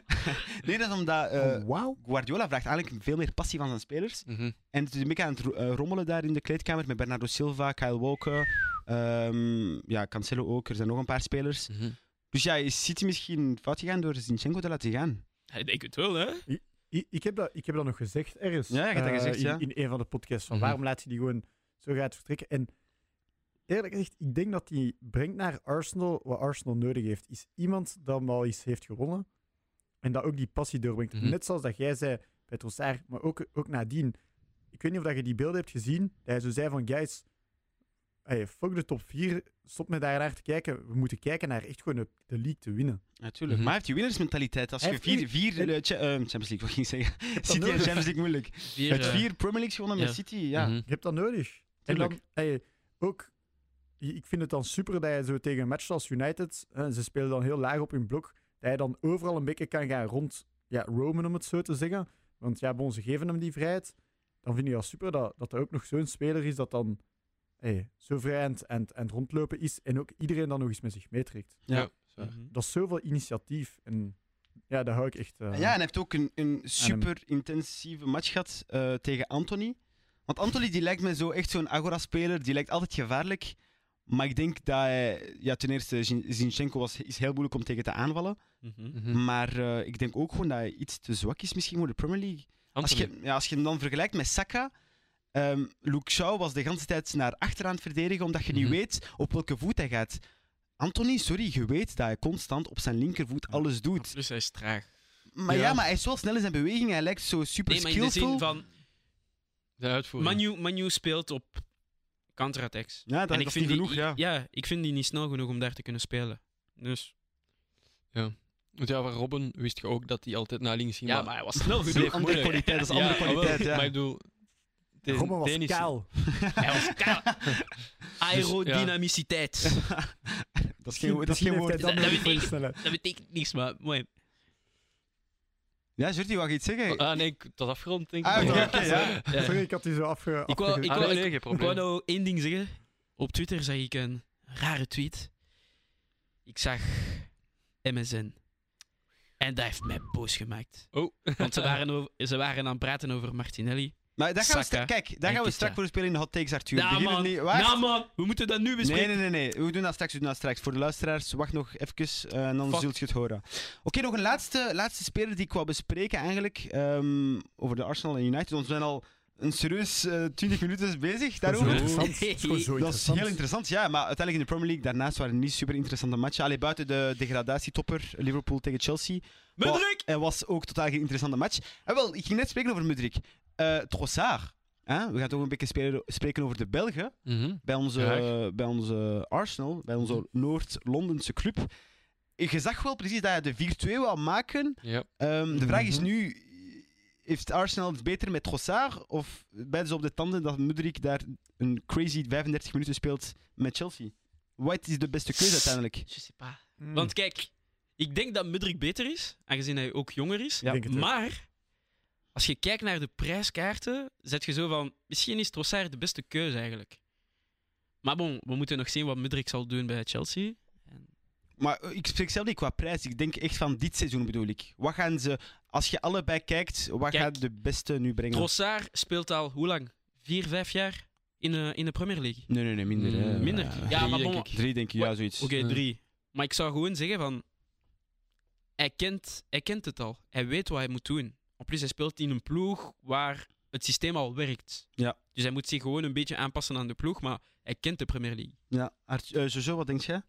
S1: Nee, dat is omdat eh,
S3: Oh, Wauw.
S1: Guardiola vraagt eigenlijk veel meer passie van zijn spelers.
S4: Mhm.
S1: En het is een beetje aan het ro- eh, rommelen daar in de kleedkamer met Bernardo Silva, Kyle Walker, ehm, ja, Cancelo ook. Er zijn nog een paar spelers.
S4: Mhm.
S1: Dus ja, is City misschien fout gegaan door Zinchenko te laten gaan?
S2: Hij denkt het wel, hè?
S3: I- Ik heb, dat, ik heb dat nog gezegd ergens.
S1: Ja, je hebt dat
S3: eh,
S1: gezegd,
S3: in,
S1: ja.
S3: in een van de podcasts. Van
S4: Mhm.
S3: Waarom laat je die gewoon zo gaat vertrekken? En eerlijk gezegd, ik denk dat die brengt naar Arsenal wat Arsenal nodig heeft. Is iemand dat al iets heeft gewonnen en dat ook die passie doorbrengt.
S4: Mhm.
S3: Net zoals dat jij zei bij Trossard, maar ook, ook nadien. Ik weet niet of dat je die beelden hebt gezien. Dat hij zo zei van, guys, eh, hey, fuck de top 4, stop met daar naar te kijken. We moeten kijken naar echt gewoon de, de league te winnen.
S1: Natuurlijk.
S4: Mhm.
S1: Maar hij heeft die winnersmentaliteit. Als
S3: Hij
S1: je vier,
S3: heeft
S1: vier eh, cha- eh, Champions League, wat ging ik zeggen? City en
S3: nodig.
S1: Champions League moeilijk.
S2: Vier,
S1: Hij heeft
S2: eh,
S1: vier Premier Leagues gewonnen
S2: ja.
S1: met City, ja.
S4: Mhm.
S3: Je hebt dat nodig. En
S1: Tuurlijk.
S3: dan, hey, ook, i- ik vind het dan super dat je zo tegen een match als United, hè, ze spelen dan heel laag op hun blok, dat je dan overal een beetje kan gaan rond ja, roamen, om het zo te zeggen. Want ja, bon, ze geven hem die vrijheid. Dan vind ik dat super dat, dat er ook nog zo'n speler is dat dan hey, zo vrij aan het- aan het aan het rondlopen is en ook iedereen dan nog eens met zich meetrekt.
S1: Ja.
S4: Ja, zo.
S2: mhm.
S3: Dat is zoveel initiatief en ja, daar hou ik echt... eh,
S1: Ja, en hij heeft ook een, een super intensieve match gehad eh, tegen Anthony. Want Anthony die lijkt me zo echt zo'n Agora-speler, die lijkt altijd gevaarlijk. Maar ik denk dat hij, ja, ten eerste, Zin- Zinchenko was, is heel moeilijk om tegen te aanvallen.
S2: Mhm.
S4: Mhm.
S1: Maar eh, ik denk ook gewoon dat hij iets te zwak is misschien voor de Premier League. Als
S4: Anthony.
S1: je, ja, als je hem dan vergelijkt met Saka, ehm Luke Shaw was de hele tijd naar achteraan verdedigen, omdat je
S4: Mhm.
S1: niet weet op welke voet hij gaat. Anthony, sorry, je weet dat hij constant op zijn linkervoet alles doet.
S2: Plus hij is traag.
S1: Maar ja.
S4: Ja.
S1: maar hij is wel snel in zijn beweging. Hij lijkt zo super
S2: Nee, maar in de
S1: skillful.
S2: zin van...
S4: De uitvoering.
S2: Manu, Manu speelt op counterattacks.
S1: Ja, dat,
S2: en
S1: dat
S2: ik
S1: is
S2: vind
S1: niet
S2: die,
S1: genoeg, ja.
S2: ik vind die niet snel genoeg om daar te kunnen spelen. Dus...
S4: Want ja, van Robben wist je ook dat hij altijd naar links ging.
S2: Ja, maar hij was snel
S1: Dat is
S2: genoeg.
S1: andere kwaliteit, dat is andere
S4: jawel,
S1: kwaliteit, ja.
S4: Maar ik bedoel... de-
S3: Robben was
S4: Dennis-
S3: kaal.
S2: Hij was kaal.
S1: Dus,
S2: Aerodynamiciteit.
S1: Dat is geen, wo- dat is geen
S3: Misschien heeft
S1: woord.
S3: hij
S2: Dat
S3: dat
S2: weet
S3: nodig voor
S2: ik.
S3: de snelheid.
S2: Dat betekent niks, maar mooi.
S1: Ja, Jordi, wou je iets
S2: Oh,
S1: zeggen?
S2: eh,
S4: Ah nee, ik- dat is afgerond denk ik.
S1: Ah,
S3: oké,
S4: Ja.
S1: oké, ja.
S2: Ja.
S3: Sorry, ik had die zo afge...
S2: Ik wou-
S3: afgege-
S2: ik
S4: Ah,
S2: wou-
S4: nee, nee, geen
S2: Ik wou
S4: probleem.
S2: nou één ding zeggen. Op Twitter zag ik een rare tweet. Ik zag MSN. En dat heeft mij boos gemaakt.
S4: Oh.
S2: Want ze waren, over- ze waren aan het praten over Martinelli.
S1: Maar daar gaan we
S2: Saka.
S1: stra- kijk, daar gaan we
S2: Kitja.
S1: straks voor spelen in de hot takes, Arthur.
S2: Ja,
S1: Beginnen
S2: man.
S1: niet- wacht.
S2: Nou man, we moeten dat nu
S1: Nee,
S2: bespreken.
S1: nee, nee, nee. We doen dat straks, we doen dat straks. Voor de luisteraars, wacht nog even eh, en dan
S4: Fuck.
S1: zult je het horen. Oké, nog een laatste, laatste speler die ik wou bespreken eigenlijk. ehm, over de Arsenal en United. Want we zijn al een serieus eh, 20 minuten bezig
S3: Dat is
S1: daarover.
S3: wel interessant. Het is gewoon zo
S1: Dat is heel
S3: interessant.
S1: interessant, ja. Maar uiteindelijk in de Premier League, daarnaast waren het niet super interessante matchen. Allee, buiten de degradatietopper Liverpool tegen Chelsea.
S2: Mudrik!
S1: En was ook totaal geen interessante match. En wel, ik ging net spreken over Mudrik. Eh Trossard. hè? We gaan toch een beetje spelen- spreken over de Belgen.
S4: Mhm.
S1: Bij onze,
S4: Graag.
S1: bij onze Arsenal, bij onze Noord-Londense club. Je zag wel precies dat hij de 4-2 wou maken.
S4: Ja.
S1: Ehm, de vraag is
S3: Mhm.
S1: nu... Heeft Arsenal het beter met Trossard? Of beiden ze op de tanden dat Mudrik daar een crazy 35 minuten speelt met Chelsea? Wat is de beste keuze uiteindelijk?
S2: Je sais pas.
S3: Mm.
S2: Want kijk, ik denk dat Mudrik beter is, aangezien hij ook jonger is.
S3: Ik denk het ook.
S2: Maar als je kijkt naar de prijskaarten, zet je zo van: misschien is Trossard de beste keuze eigenlijk. Maar bon, we moeten nog zien wat Mudrik zal doen bij Chelsea.
S1: Maar eh, ik spreek zelf niet qua prijs. Ik denk echt van dit seizoen bedoel ik. Wat gaan ze... Als je allebei kijkt, wat
S2: Kijk,
S1: gaat de beste nu brengen?
S2: Trossard speelt al hoe lang? Vier, vijf jaar in de, in de Premier League.
S1: Nee, nee, nee. Minder.
S4: Mm,
S1: hè.
S2: Minder.
S1: Eh,
S2: Ja,
S4: drie,
S2: maar
S4: denk
S2: bon,
S4: ik.
S2: oké,
S1: Drie denk ik, ja, zoiets.
S4: Ja.
S2: drie. Maar ik zou gewoon zeggen van: hij kent, hij kent het al. Hij weet wat hij moet doen. En plus, hij speelt in een ploeg waar het systeem al werkt.
S1: Ja.
S2: Dus hij moet zich gewoon een beetje aanpassen aan de ploeg, maar hij kent de Premier League.
S1: Ja, Art, eh, Jojo, wat denk jij?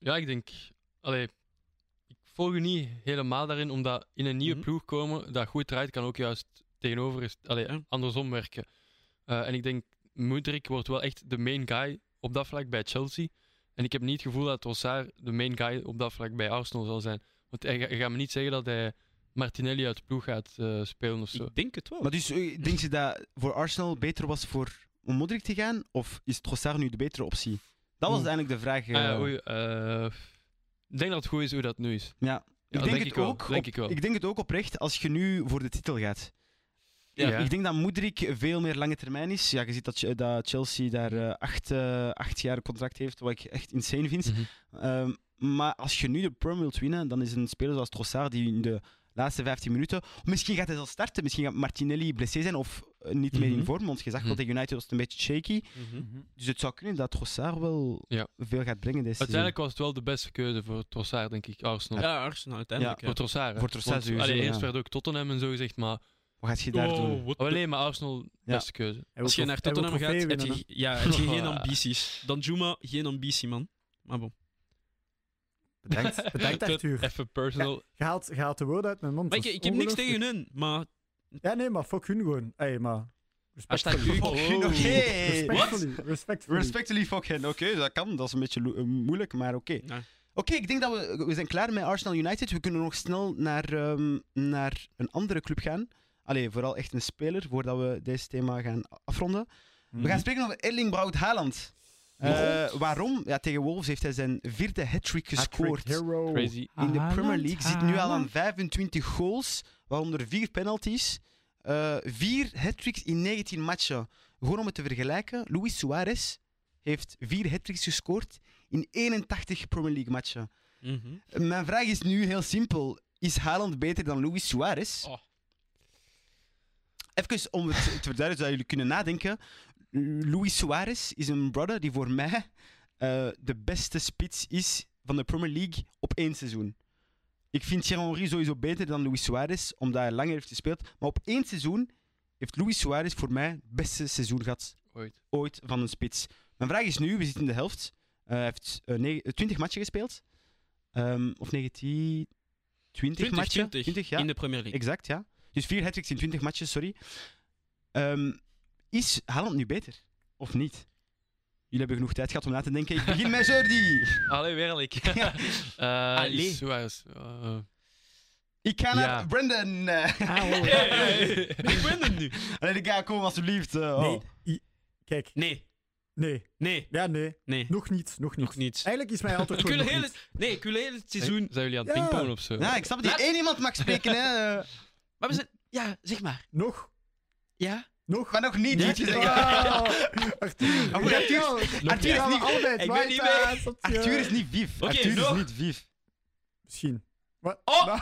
S4: Ja, ik denk. Allee, ik volg je niet helemaal daarin, omdat in een nieuwe
S2: Mhm.
S4: ploeg komen dat goed draait, kan ook juist tegenover is, allee,
S2: Ja.
S4: andersom werken. Eh, en ik denk, Mudrik wordt wel echt de main guy op dat vlak bij Chelsea. En ik heb niet het gevoel dat Trossard de main guy op dat vlak bij Arsenal zal zijn. Want hij, ga- hij gaat me niet zeggen dat hij Martinelli uit de ploeg gaat eh, spelen of zo.
S2: Ik denk het wel.
S1: Maar dus, eh, denk je dat voor Arsenal beter was voor om Modric te gaan? Of is Trossard nu de betere optie? Dat was
S4: Oeh.
S1: eigenlijk de vraag. eh.
S4: Ah ja, oei, eh, ik denk dat het goed is hoe dat nu is.
S1: Ja.
S4: Ja,
S1: ik denk,
S4: denk
S1: het
S4: ik wel,
S1: ook.
S4: denk
S1: op-
S4: ik wel.
S1: denk het ook oprecht als je nu voor de titel gaat.
S4: Ja.
S1: Ik denk dat Moedrik veel meer lange termijn is. Ja, je ziet dat, Ch- dat Chelsea daar eh, acht, eh, acht jaar contract heeft, wat ik echt insane vind.
S4: Mhm.
S1: Ehm, maar als je nu de Prem wilt winnen, dan is een speler zoals Trossard die in de laatste 15 minuten. Misschien gaat hij zelf starten, misschien gaat Martinelli blessé zijn of eh, niet meer
S4: Mhm.
S1: in vorm. Want je zag wel
S4: Mhm.
S1: tegen United was het een beetje shaky.
S3: Mm.
S2: Mhm.
S1: Dus het zou kunnen dat Trossard wel
S4: Ja.
S1: veel gaat brengen deze
S4: Uiteindelijk was het wel de beste keuze voor Trossard, denk ik, Arsenal.
S2: Ja, Arsenal uiteindelijk.
S4: Voor Trossard. hè.
S1: Voor Trossard
S4: Want,
S1: sowieso,
S4: allee,
S1: ja.
S4: eerst werd ook Tottenham en zo gezegd, maar
S1: Wat gaat je daar
S4: Oh.
S1: doen?
S4: alleen maar Arsenal
S1: Ja.
S4: beste keuze.
S3: Hij wil
S2: Als je
S3: trof-
S2: naar
S3: hij wil
S2: Tottenham gaat,
S3: trofee
S2: heb
S3: winnen,
S2: je, ja, heb je geen ambities. Dan Juma, geen ambitie, man. Maar bon.
S3: hè. Bedankt, bedankt Arthur.
S4: Even personal.
S3: Je haalt, je haalt de woorden uit mijn mond.
S2: Maar ik,
S3: dat is
S2: ik heb niks tegen
S3: ongelooflijk.
S2: hun, maar
S3: Ja, nee, maar fuck hun gewoon. Ey, maar
S2: Hashtag
S4: Oh.
S2: Luc.
S1: Fucking, oké.
S3: Respectfully. Respectfully.
S1: Respectfully fucking. Oké, dat kan. Dat is een beetje lo- eh, moeilijk, maar oké.
S2: Ja.
S1: Oké, ik denk dat we, we zijn klaar met Arsenal United. We kunnen nog snel naar, ehm, naar een andere club gaan. Allee, vooral echt een speler, voordat we deze thema gaan afronden.
S3: Mm.
S1: We
S4: Mhm.
S1: gaan spreken over Erling Braut Haaland. Eh, waarom? Ja, tegen Wolves heeft hij zijn vierde hat-trick
S3: Hat-trick
S1: gescoord.
S3: Hero.
S4: Crazy.
S1: in de Premier
S2: Haaland,
S1: League zit nu al aan 25 goals, waaronder 4 penalties, eh 4 hat-tricks in 19 matchen. Gewoon om het te vergelijken, Luis Suarez heeft 4 hat-tricks gescoord in 81 Premier League matchen.
S2: Mhm.
S1: Mijn vraag is nu heel simpel. Is Haaland beter dan Luis Suarez?
S2: Oh.
S1: Even om het te verduidelijken, zodat jullie kunnen nadenken. Luis Suarez is een brother die voor mij eh, de beste spits is van de Premier League op één seizoen. Ik vind Thierry Henry sowieso beter dan Luis Suarez, omdat hij langer heeft gespeeld. Maar op één seizoen heeft Luis Suarez voor mij het beste seizoen gehad
S4: Ooit.
S1: ooit van een spits. Mijn vraag is nu, we zitten in de helft. Eh, hij heeft eh, nege- eh, 20 matchen gespeeld. Ehm, of 19... 20,
S2: 20,
S1: matchen?
S2: 20,
S1: ja.
S2: In de Premier League.
S1: Exact, ja. Dus vier hat in 20 matchen, sorry. Ehm, is Haaland nu beter? Of niet? Jullie hebben genoeg tijd gehad om na te denken. Ik begin met Jordi.
S4: Allee, werkelijk.
S1: Ja.
S4: Eh,
S1: Allee.
S4: is Suarez. eh,
S1: Ik ga naar
S4: Ja.
S1: Brendan. Eh,
S3: Ah, oh.
S2: Hey, hey, hey. Ik ben er nu.
S1: Allee, ik ga komen alsjeblieft. eh, oh.
S3: Nee, i- kijk.
S2: Nee,
S3: Nee.
S2: nee,
S3: Ja, nee.
S2: nee.
S3: Nog niet. Nog niet.
S2: Nog niet.
S3: Eigenlijk is mij altijd
S2: Ik wil
S3: gewoon
S2: heel
S3: nog
S2: het, nee, ik wil heel het seizoen.
S4: Zijn jullie aan
S3: Ja.
S4: het pingpongen of zo?
S1: Ja, ik snap dat hier
S2: Laat-
S1: één iemand mag spreken, hè. eh,
S2: Maar we zijn. Ja, zeg maar.
S3: niet. Nog.
S2: Ja?
S3: Nog.
S1: Maar nog niet,
S2: Nee.
S1: moet je zeggen.
S3: Ah, Arthur.
S1: Maar Arthur- Arthur is
S3: Ja,
S1: niet-
S3: maar altijd.
S2: Ik ben
S3: maar
S2: niet
S3: het, eh,
S2: mee.
S3: zat, eh,
S1: Arthur is niet vief.
S2: Oké,
S1: Arthur
S2: nog.
S1: is niet vief.
S3: Misschien. Wat?
S2: Oh!
S3: Nou,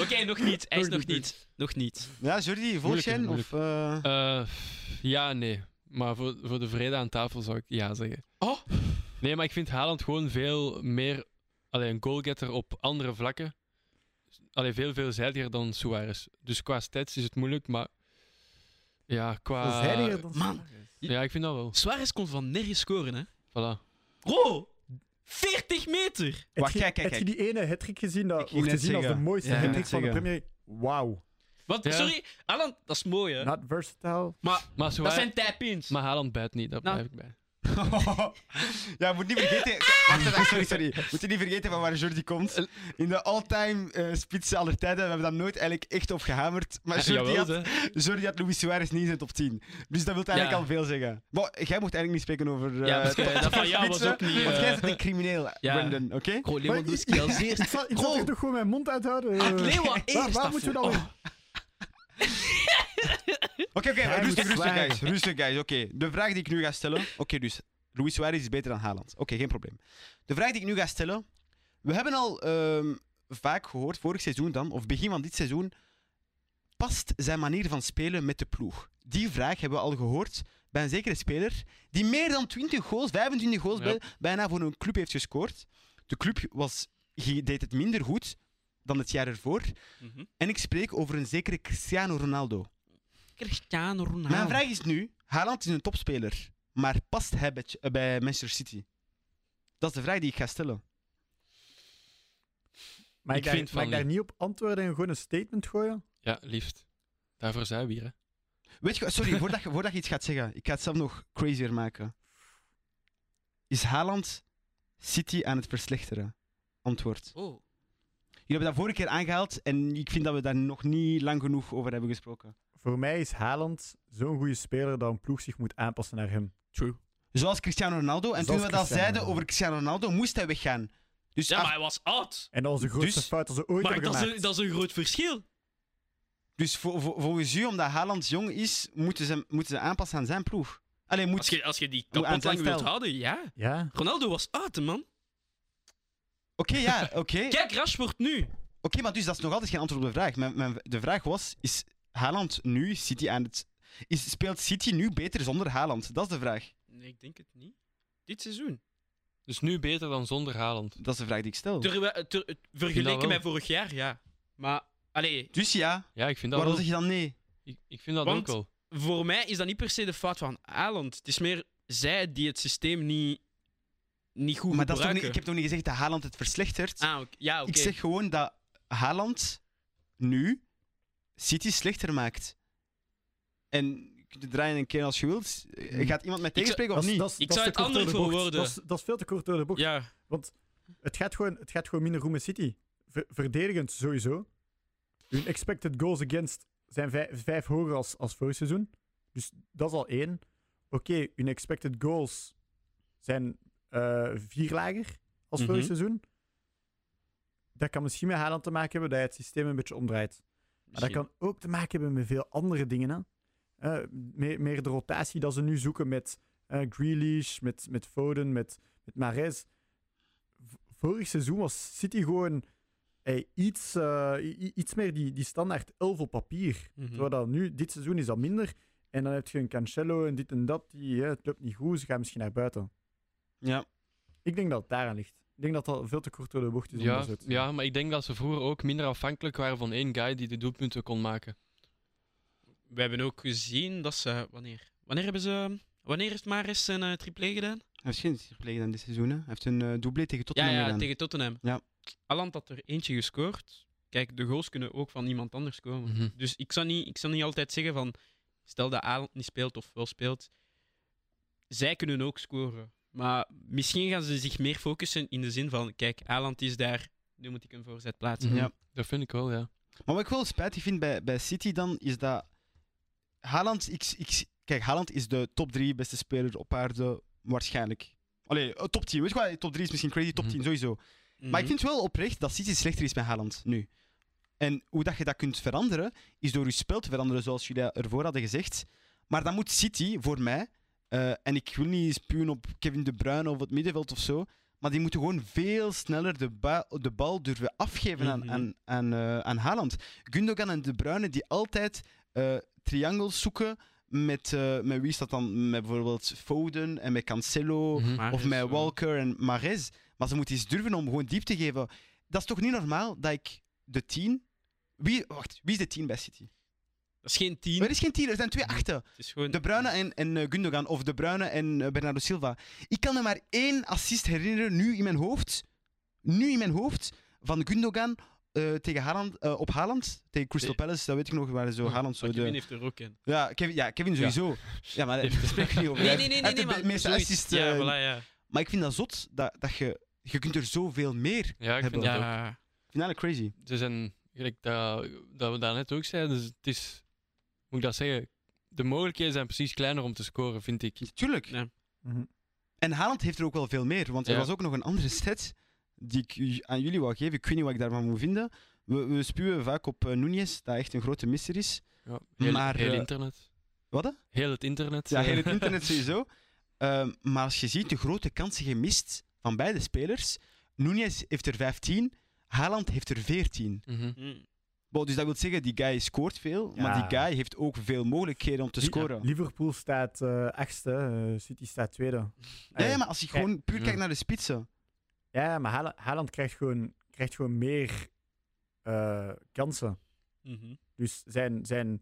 S2: Oké, nog niet. Hij is
S3: Nog
S2: nog
S3: niet,
S2: niet. Nog niet.
S1: Ja, Jordi, volg
S4: Moeilijk is
S1: jij? Of,
S4: moeilijk.
S1: eh,
S4: Eh, ja, nee. Maar voor, voor de vrede aan tafel zou ik ja zeggen.
S2: Oh.
S4: Nee, maar ik vind Haaland gewoon veel meer allee, een goalgetter op andere vlakken. Allee, veel veelzijdiger dan Suarez. Dus qua stats is het moeilijk, maar... Ja, qua...
S3: veelzijdiger dan
S2: man.
S3: Suarez.
S4: Ja, ik vind dat wel.
S2: Suarez kon van nergens scoren, hè?
S4: Voilà.
S2: Bro! 40 meter!
S3: Heb
S1: Wacht,
S3: je-
S1: kijk, kijk,
S3: Heb je die ene hat-trick gezien?
S1: Ik
S3: Dat
S1: ging
S3: wordt
S1: net
S3: gezien als de
S1: zeggen.
S3: mooiste
S1: Ja, ik ging
S3: hat-trick van de
S1: net
S3: Premier League. Wauw.
S2: Want,
S4: Ja.
S2: sorry, Alan, dat is mooi, hè?
S3: Not versatile.
S2: Nou, Maar
S4: Maar,
S2: dat
S4: Suarez,
S2: zijn tap-ins.
S4: maar Haaland bijt niet, daar
S2: Nou.
S4: blijf ik bij.
S1: ja, moet niet vergeten.
S2: Ah!
S1: Wacht, wacht, sorry, sorry. Moet je niet vergeten van waar Jordi komt. In de all-time eh spitsen aller tijden. We hebben daar nooit eigenlijk echt op gehamerd. Maar
S4: Ja,
S1: Jordi
S4: jawel,
S1: had,
S4: hè.
S1: Jordi had Luis Suarez niet in zijn top 10. Dus dat wil eigenlijk
S2: Ja.
S1: al veel zeggen. Maar jij mocht eigenlijk niet spreken over. eh,
S2: Ja, maar, eh, dat van jou was
S1: spitsen,
S2: ook niet,
S1: Want
S2: eh.
S1: jij bent een crimineel,
S2: Ja.
S1: Brendan, oké?
S2: Bro, Lewandowski
S3: Maar-
S2: als
S3: Ik
S2: eerst.
S3: zal, ik zal
S2: Bro.
S3: hier toch gewoon mijn mond uithouden. eh.
S2: Had Ah, Leeuwen eerst.
S3: waar, waar moeten we nou
S2: daarvoor.
S3: dan
S2: Oh.
S3: weer?
S1: Oké, oké,
S3: Hij
S1: rustig,
S3: moet
S1: rustig,
S3: zwijgen.
S1: guys. Rustig, guys. Oké, de vraag die ik nu ga stellen. Oké, dus Luis Suarez is beter dan Haaland. Oké, geen probleem. De vraag die ik nu ga stellen. We hebben al ehm, vaak gehoord, vorig seizoen dan, of begin van dit seizoen. Past zijn manier van spelen met de ploeg? Die vraag hebben we al gehoord bij een zekere speler die meer dan 20 goals, 25 goals
S4: Ja.
S1: bij- bijna voor een club heeft gescoord. De club was, ge- deed het minder goed dan het jaar ervoor.
S2: Mhm.
S1: En ik spreek over een zekere Cristiano Ronaldo.
S2: Cristiano Ronaldo.
S3: Nou.
S1: Mijn vraag is nu: Haaland is een topspeler, maar past hij bij, Ch- eh, bij Manchester City? Dat is de vraag die ik ga stellen.
S3: Mag ik,
S4: Ik
S3: daar,
S4: vind
S3: mag ik
S4: van
S3: daar niet op antwoorden en gewoon een statement gooien?
S4: Ja, liefst. Daarvoor zijn we hier, hè.
S1: Weet je, sorry, voordat, je- voordat je iets gaat zeggen, ik ga het zelf nog crazier maken. Is Haaland City aan het verslechteren? Antwoord.
S2: Oh.
S1: Jullie hebben dat vorige keer aangehaald en ik vind dat we daar nog niet lang genoeg over hebben gesproken.
S3: Voor mij is Haaland zo'n goede speler dat een ploeg zich moet aanpassen naar hem.
S2: True.
S1: Zoals Cristiano Ronaldo. En
S3: Zoals
S1: toen we dat
S3: Cristiano
S1: zeiden
S3: Ronaldo.
S1: over Cristiano Ronaldo, moest hij weggaan. Dus
S2: Ja,
S3: Ah.
S1: af-
S2: maar hij was oud.
S3: En dat is de grootste
S1: Dus-
S3: fout dat ze ooit
S2: Maar
S3: hebben
S2: dat is,
S3: gemaakt.
S2: een, dat is een groot verschil.
S1: Dus vo- vo- volgens u, omdat Haaland jong is, moeten ze, moeten ze aanpassen aan zijn ploeg. Alleen moet
S2: Als je, als je die
S1: Hoe aan
S2: kapot lang
S1: zijn
S2: wilt
S1: stijl.
S2: houden, ja.
S3: Ja.
S2: Ronaldo was oud, man.
S1: Oké, ja, oké. Oké,
S2: Kijk, Rashford nu.
S1: maar dus dat is nog altijd geen antwoord op de vraag. Mijn, mijn, de vraag was, is Haaland nu City aan het... Is, speelt City nu beter zonder Haaland? Dat is de vraag.
S2: Nee, ik denk het niet. Dit seizoen.
S4: Dus nu beter dan zonder Haaland.
S1: Dat is de vraag die ik stel.
S2: Terwijl- ter-
S4: dat
S2: vergeleken
S4: wel.
S2: met vorig jaar, ja. Maar, allee,
S1: Dus ja,
S4: Ja, ik vind dat
S1: waarom
S4: wel.
S1: zeg je dan nee?
S4: Ik, ik vind dat
S2: Want-
S4: ook wel.
S2: voor mij is dat niet per se de fout van Haaland. Het is meer zij die het systeem niet, niet goed
S1: Maar dat is toch
S2: gebruiken.
S1: niet, ik heb toch niet gezegd dat Haaland het verslechtert?
S2: Ah, oké. ja, oké.
S1: Ik zeg gewoon dat Haaland nu City slechter maakt. En je kunt het draaien een keer als je wilt. Eh,
S3: Mm.
S1: Gaat iemand mij tegenspreken
S3: Dat
S1: of
S3: is-
S1: niet?
S3: dat is-
S2: Ik
S3: dat is
S2: zou het
S3: te kort door
S2: anders
S3: de
S2: willen
S3: bocht.
S2: worden.
S3: Dat is, dat is veel te kort door de bocht.
S2: Ja,
S3: Het, gaat gewoon, het gaat gewoon minder goed met City. Ver- verdedigend sowieso. Hun expected goals against zijn vijf, vijf hoger als, als vorig seizoen. Dus dat is al één. Oké, hun expected goals zijn eh, vier lager als vorig
S2: Mhm.
S3: seizoen. Dat kan misschien met Haaland te maken hebben dat hij het systeem een beetje omdraait. Maar dat kan ook te maken hebben met veel andere dingen. Hè? Eh, meer, meer de rotatie dat ze nu zoeken met eh Grealish, met, met Foden, met, met Mahrez. V- Vorig seizoen was City gewoon hey, iets, eh, i- i- iets meer die, die standaard 11 op
S4: Mhm.
S3: papier.
S2: Mhm.
S3: Terwijl dat nu, dit seizoen is dat minder. En dan heb je een Cancelo en dit en dat. Die, eh, het loopt niet goed, ze gaan misschien naar buiten.
S1: Ja.
S3: Ik denk dat het daaraan ligt. Ik denk dat dat veel te kort door de bocht is. om
S4: Ja,
S3: dat zo te
S4: ja, maar ik denk dat ze vroeger ook minder afhankelijk waren van één guy die de doelpunten kon maken.
S2: We hebben ook gezien dat ze. Wanneer? Wanneer hebben ze. Wanneer heeft Maris zijn eh triplé gedaan?
S1: Hij heeft geen gepleegd aan dit seizoen. Hè. Hij heeft een eh doublé tegen Tottenham
S2: ja, ja
S1: gedaan.
S2: tegen Tottenham.
S1: Ja.
S2: Aland had er eentje gescoord. Kijk, de goals kunnen ook van iemand anders komen.
S4: Mhm.
S2: Dus ik zou, niet, ik zou niet altijd zeggen van. Stel dat Aland niet speelt of wel speelt. Zij kunnen ook scoren. Maar misschien gaan ze zich meer focussen in de zin van: kijk, Aland is daar. Nu moet ik een voorzet plaatsen.
S4: Mhm.
S1: Ja.
S4: Dat vind ik wel, ja.
S1: Maar wat ik wel spijtig vind bij, bij City dan, is dat Haaland... Ik, ik, kijk, Haaland is de top 3 beste speler op aarde, waarschijnlijk. Allee, eh, top 10. Weet je wat? Top 3 is misschien crazy, top
S4: Mhm.
S1: 10 sowieso. Maar
S2: Mhm.
S1: ik vind wel oprecht dat City slechter is met Haaland nu. En hoe dat je dat kunt veranderen, is door je spel te veranderen, zoals jullie ervoor hadden gezegd. Maar dan moet City, voor mij, eh, en ik wil niet spuwen op Kevin De Bruyne of het middenveld of zo, maar die moeten gewoon veel sneller de, ba- de bal durven afgeven aan,
S2: Mhm.
S1: aan, aan, eh, aan Haaland. Gundogan en De Bruyne die altijd eh triangles zoeken met, eh, met wie is dat dan? Met bijvoorbeeld Foden en met Cancelo.
S4: Mhm.
S2: Mahrez,
S1: Of met
S2: eh,
S1: Walker en Mares. Maar ze moeten eens durven om gewoon diep te geven. Dat is toch niet normaal dat ik de 10. Wie, wacht, wie is de 10 bij City?
S2: Dat is geen tien.
S1: Er is geen 10, er zijn twee achten.
S2: Het is gewoon...
S1: De Bruyne en, en eh, Gundogan of De Bruyne en eh, Bernardo Silva. Ik kan me maar één assist herinneren nu in mijn hoofd. Nu in mijn hoofd van Gundogan eh, tegen Haaland, eh, op Haaland tegen Crystal Palace. Dat weet ik nog, waar zo Haaland zo
S2: Eh. Oh, Maar Kevin
S1: de...
S2: heeft er ook in.
S1: Ja, Kevin, ja, Kevin sowieso. Ja, maar daar spreek ik niet over.
S2: Nee, nee, nee,
S1: Hij
S2: nee,
S1: heeft
S2: nee
S1: de
S2: maar
S1: meeste
S2: zoiets.
S1: assists,
S2: Ja,
S1: eh,
S2: voilà, ja.
S1: Maar ik vind dat zot dat, dat je, je kunt er zoveel meer.
S4: Ja, ik vind
S1: Hebben.
S4: dat ook.
S2: Ja.
S1: Ik vind dat crazy.
S4: Ze zijn, gelijk dat, dat we daarnet ook zeiden, dus het is, hoe moet ik dat zeggen, de mogelijkheden zijn precies kleiner om te scoren, vind ik.
S1: Tuurlijk.
S2: Ja.
S3: doen. Mhm.
S1: En Haaland heeft er ook wel veel meer. Want er
S4: Ja.
S1: was ook nog een andere stat die ik u- aan jullie wou geven. Ik weet niet wat ik daarvan moet vinden. We, we spuwen vaak op eh, Nunez, dat echt een grote mister is.
S4: Ja, heel,
S1: Maar,
S4: heel
S1: eh,
S4: internet.
S1: Wat? hè?
S4: Heel het internet.
S1: Ja,
S4: eh,
S1: heel het internet sowieso. Ehm, maar als je ziet de grote kansen gemist van beide spelers. Nunez heeft er 15, Haaland heeft er 14.
S4: mhm.
S2: Mm.
S1: Wow, dus dat wil zeggen, die guy scoort veel, maar die
S3: Ja.
S1: guy heeft ook veel mogelijkheden om te
S3: Li-
S1: scoren.
S3: Liverpool staat eh, achtste, eh, City staat tweede.
S1: Ja,
S3: Eh,
S1: ja, maar als je gewoon puur
S4: Ja.
S1: kijkt naar de spitsen.
S3: ja, maar Haal- Haaland krijgt gewoon, krijgt gewoon meer eh, kansen.
S2: Mhm.
S3: Dus zijn, zijn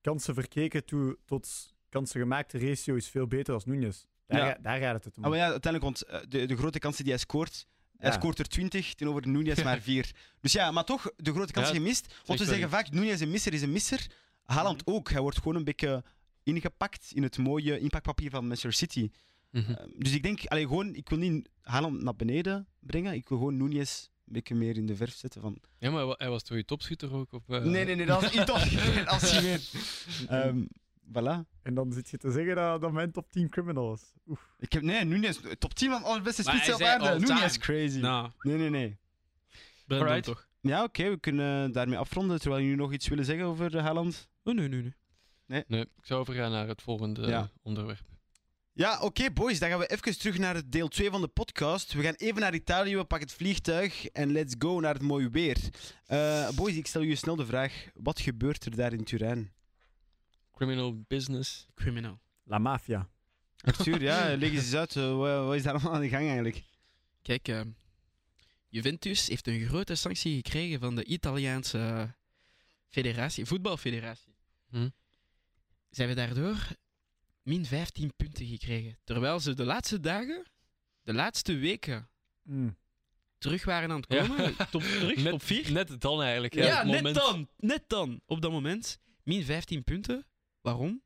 S3: kansen verkeken toe, tot kansen gemaakte ratio is veel beter als Nunes. Daar,
S1: Ja.
S3: ga- daar gaat het
S2: Mm.
S3: om.
S1: Ah, maar ja, uiteindelijk, want eh, de, de grote kansen die hij scoort, Hij
S3: Ja.
S1: scoort er 20, tegenover Nunez maar 4. Dus ja, maar toch, de grote kans
S4: Ja,
S1: gemist. Want we
S4: wel
S1: zeggen vaak, Nunez een misser is een misser. Haaland
S2: Mm.
S1: ook. Hij wordt gewoon een beetje ingepakt in het mooie inpakpapier van Manchester City.
S4: mhm.
S1: Eh, dus ik denk, allee, gewoon, ik wil niet Haaland naar beneden brengen. Ik wil gewoon Nunez een beetje meer in de verf zetten. Van...
S4: Ja, maar wa- hij was toch je topschutter ook? Op, eh,
S1: Nee, nee, nee, dat is niet toch. Dat is niet meer. Ehm, voilà.
S3: En dan zit je te zeggen dat, dat mijn top 10 criminal is. Oef.
S1: Ik heb, nee, Nunez, top 10 van alle beste
S2: Maar
S1: spitsen op
S2: hij zei
S1: aarde.
S2: all
S1: Nunez,
S2: time.
S1: crazy.
S2: Nou,
S1: Nee, nee, nee.
S2: Brandon
S4: Alright.
S2: toch?
S1: Ja, oké, we kunnen daarmee afronden. Terwijl jullie nog iets willen zeggen over eh, Haaland.
S2: Oh, nee, nee, nee.
S4: Nee, ik zou overgaan naar het volgende
S1: Ja.
S4: eh, onderwerp.
S1: Ja, oké, boys. Dan gaan we even terug naar het deel 2 van de podcast. We gaan even naar Italië, we pakken het vliegtuig en let's go naar het mooie weer. Eh, boys, ik stel jullie snel de vraag: wat gebeurt er daar in Turijn?
S4: Criminal business.
S2: Criminal.
S3: La Mafia.
S1: Arthur, ja, leg eens uit. eh, wa- wat is daar allemaal aan de gang eigenlijk?
S2: Kijk, ehm, Juventus heeft een grote sanctie gekregen van de Italiaanse eh, federatie, voetbalfederatie.
S4: Hm.
S2: Ze hebben daardoor min 15 punten gekregen. Terwijl ze de laatste dagen, de laatste weken,
S1: Hmm.
S3: Mm.
S2: terug waren aan het
S4: Ja.
S2: komen. Top, terug,
S4: net,
S2: top 4.
S4: Net dan eigenlijk. hè,
S2: Ja,
S4: op het
S2: net
S4: moment.
S2: dan. Net dan. Op dat moment. Min 15 punten. Waarom?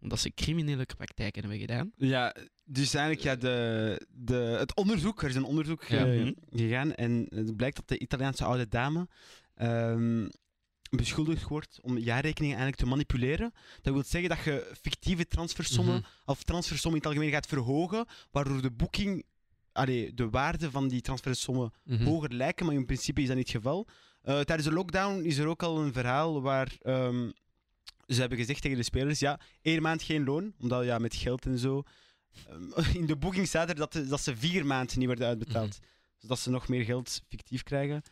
S2: Omdat ze criminele praktijken hebben gedaan.
S1: Ja, dus eigenlijk ja, de, de, het onderzoek, er is een onderzoek
S4: Ja.
S1: eh, gegaan en het blijkt dat de Italiaanse oude dame ehm, beschuldigd wordt om jaarrekeningen eigenlijk te manipuleren. Dat wil zeggen dat je fictieve transfersommen
S4: Mhm.
S1: of transfersommen in het algemeen gaat verhogen, waardoor de boeking, allee, de waarde van die transfersommen
S4: Mhm.
S1: hoger lijken, maar in principe is dat niet het geval. Eh, tijdens de lockdown is er ook al een verhaal waar ehm, ze hebben gezegd tegen de spelers: ja, één maand geen loon, omdat ja, met geld en zo. Ehm, in de boeking staat er dat, dat ze vier maanden niet werden uitbetaald, zodat ze nog meer geld fictief krijgen.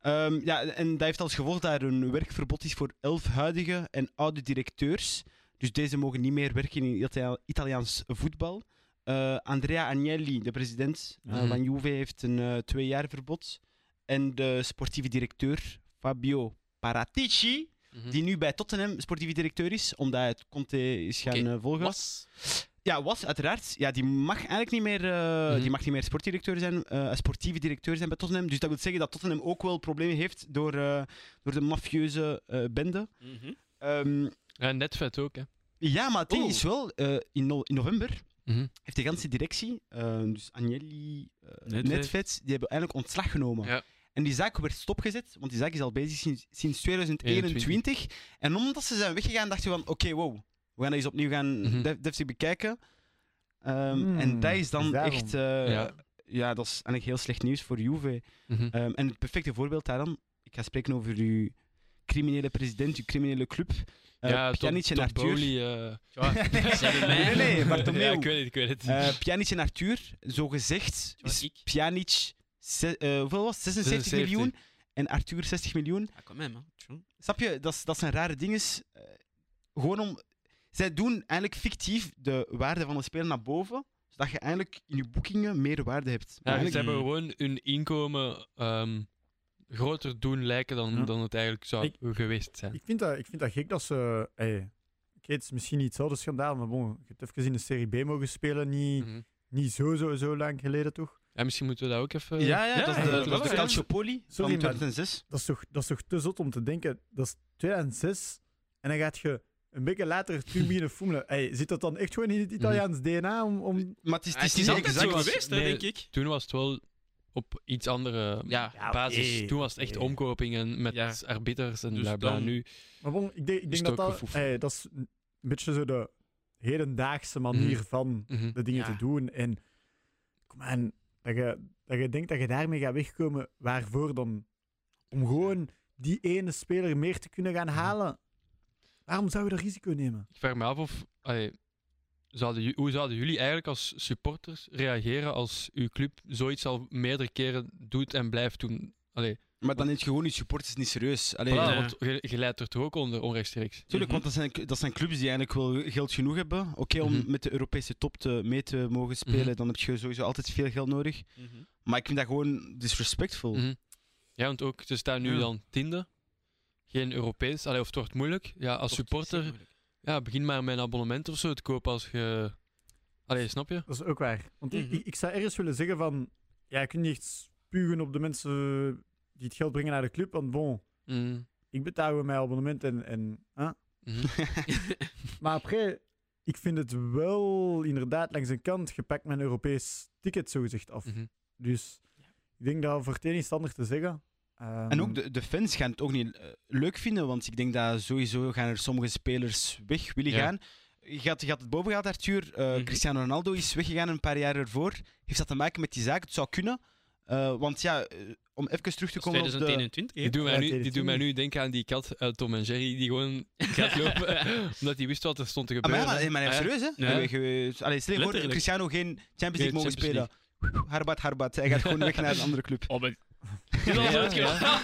S1: Ehm, ja, en dat heeft als gevolg dat er een werkverbod is voor elf huidige en oude directeurs. Dus deze mogen niet meer werken in Italia- Italiaans voetbal. Eh, Andrea Agnelli, de president eh,
S4: Mhm.
S1: van Juve, heeft een eh, twee jaar verbod. En de sportieve directeur Fabio Paratici,
S4: Mhm.
S1: die nu bij Tottenham sportieve directeur is, omdat hij het Conte is gaan
S4: Oké,
S1: eh, volgen.
S4: Was.
S1: Ja, was uiteraard. Ja, die mag eigenlijk niet meer, eh,
S4: Mhm.
S1: die mag niet meer sportdirecteur zijn, eh, sportieve directeur zijn bij Tottenham. Dus dat wil zeggen dat Tottenham ook wel problemen heeft door, eh, door de mafieuze eh, bende.
S4: Mhm.
S1: Ehm,
S4: Ja, netvet ook, hè.
S1: ja, maar
S4: Oh.
S1: het ding
S2: Oeh.
S1: is wel, eh, in, no- in november
S4: Mhm.
S1: heeft de ganse directie, eh, dus Agnelli, eh
S2: Netvet.
S1: Netfets, die hebben eigenlijk ontslag genomen.
S4: Ja.
S1: En die zaak werd stopgezet, want die zaak is al bezig sinds, sinds 2021. En omdat ze zijn weggegaan, dachten we van, oké, wow, we gaan dat eens opnieuw gaan
S4: Mhm.
S1: def- deftig bekijken. Ehm,
S3: Hmm,
S1: en dat is dan
S3: dus daarom.
S1: echt, eh, ja.
S4: Ja.
S1: dat is eigenlijk heel slecht nieuws voor Juve.
S4: Mhm.
S1: Ehm, en het perfecte voorbeeld daarvan, ik ga spreken over uw criminele president, uw criminele club. Eh,
S4: ja, Tom,
S1: Pjanic en
S4: Tom
S1: Arthur.
S4: Bowley, eh,
S2: Zeg mij.
S1: Nee, nee, Bartomeu.
S4: Ja, ik weet het, ik weet het.
S1: Eh, Pjanic en Arthur, zo gezegd,
S2: Ja,
S1: is
S2: ik.
S1: Pjanic ze- eh, hoeveel was het? 76
S4: 76.
S1: miljoen en Arthur 60 miljoen.
S2: Ja, kom mee, man. Tjoe.
S1: Snap je? Dat, is- dat zijn rare dingen. gewoon om... Zij doen eigenlijk fictief de waarde van de speler naar boven, zodat je eigenlijk in je boekingen meer waarde hebt. Maar
S4: Ja, ze
S1: eigenlijk-
S4: hebben
S2: Mm.
S4: gewoon hun inkomen ehm, groter doen lijken dan,
S3: Ja.
S4: dan het eigenlijk zou
S3: Ik-
S4: geweest zijn.
S3: Ik vind, dat, ik vind dat gek dat ze. ey, Oké, het is misschien niet hetzelfde schandaal, maar bon, je hebt even in de Serie B mogen spelen. Niet,
S1: Hmm.
S4: Mhm.
S3: niet zo, zo, zo lang geleden toch?
S4: En misschien moeten we dat ook even...
S1: ja, ja,
S4: Ja,
S1: dat is de,
S4: ja,
S1: dat is
S4: wel,
S1: de
S4: ja.
S1: Calciopoli van
S3: Sorry, maar-
S1: 2006.
S3: Dat is toch, dat is toch te zot om te denken. Dat is 2006 en dan gaat je een beetje later terug beginnen foemelen. Ey, zit dat dan echt gewoon
S4: Mhm.
S3: in het Italiaans DNA? Om, om...
S1: Maar het is,
S2: Ah, Het
S1: niet
S2: is altijd
S1: exact
S2: zo
S1: wat-
S2: geweest, hè,
S4: nee.
S2: denk ik.
S4: Toen was het wel op iets andere
S2: Ja,
S3: Ja,
S4: basis.
S3: oké,
S4: Toen was het echt
S3: oké.
S4: omkoping en met
S2: Ja.
S4: arbiters en
S2: Dus
S4: bla bla.
S2: dan-
S4: Nu,
S3: Maar bon, ik denk, ik
S4: Is
S3: denk
S4: het
S3: dat
S4: ook
S3: dat,
S4: gevoefd?
S3: ey, dat is een beetje zo de hedendaagse manier
S4: Mhm.
S3: van
S4: mhm.
S3: de dingen
S2: Ja.
S3: te doen. En kom aan, dat je, dat je denkt dat je daarmee gaat wegkomen, waarvoor dan? Om gewoon die ene speler meer te kunnen
S4: Mhm.
S3: gaan halen. Waarom zou je dat risico nemen?
S4: ik vraag me af of... allee, zouden, ju- hoe zouden jullie eigenlijk als supporters reageren als uw club zoiets al meerdere keren doet en blijft doen? Allee,
S1: Maar dan is je gewoon je supporters niet serieus. Allee,
S4: voilà,
S2: ja.
S4: want je, je leidt er toch ook onder, onrechtstreeks.
S1: Tuurlijk,
S2: Mhm.
S1: want dat zijn, dat zijn clubs die eigenlijk wel geld genoeg hebben. Oké, om
S4: Mhm.
S1: met de Europese top te, mee te mogen spelen,
S4: Mhm.
S1: dan heb je sowieso altijd veel geld nodig.
S2: Mhm.
S1: Maar ik vind dat gewoon disrespectful.
S4: Mhm. Ja, want ook, ze staan nu
S2: Ja.
S4: dan tiende. Geen Europees. Allee, of het wordt moeilijk. Ja, als supporter, ja, begin maar met een abonnement of zo te kopen als je... Allee, snap je?
S3: Dat is ook waar. Want ik-
S2: Mhm.
S3: ik, ik zou ergens willen zeggen van... Ja, je kunt niet echt spugen op de mensen die het geld brengen naar de club. Want bon,
S4: Mm.
S3: ik betaal gewoon mijn abonnement en... en hè?
S4: Mhm.
S3: Maar après, ik vind het wel inderdaad langs een kant... Je pakt mijn Europees ticket zogezegd af.
S4: Mhm.
S3: Dus ik denk dat voor het een is het ander te zeggen. Ehm,
S1: En ook de, de fans gaan het ook niet eh, leuk vinden, want ik denk dat sowieso gaan er sommige spelers weg willen
S4: Ja.
S1: gaan. Je gaat, je gaat het boven gehad, Arthur. Eh,
S2: Mhm.
S1: Cristiano Ronaldo is weggegaan een paar jaar ervoor. Heeft dat te maken met die zaak? Het zou kunnen. Eh, want ja, eh, om even terug te komen op de...
S2: 2021.
S4: Die doen mij
S3: Ja,
S4: nu, die
S3: 22.
S4: doen mij nu denken aan die kat uit Tom en Jerry die gewoon gaat lopen omdat hij wist wat er stond te
S1: Ah, maar,
S4: gebeuren.
S1: ja, maar,
S4: hè.
S1: hey, maar even
S4: Ah, ja.
S1: serieus, hè?
S2: Ja.
S1: Je- je- Allee, stel je voor dat
S2: Letterlijk.
S1: Cristiano geen Champions League mogen
S4: Champions
S1: spelen. Harbat, harbat. Hij gaat gewoon weg naar een andere club.
S2: Oh, maar... Dit
S4: Ja,
S2: was ooit
S4: ja.
S2: gedaan.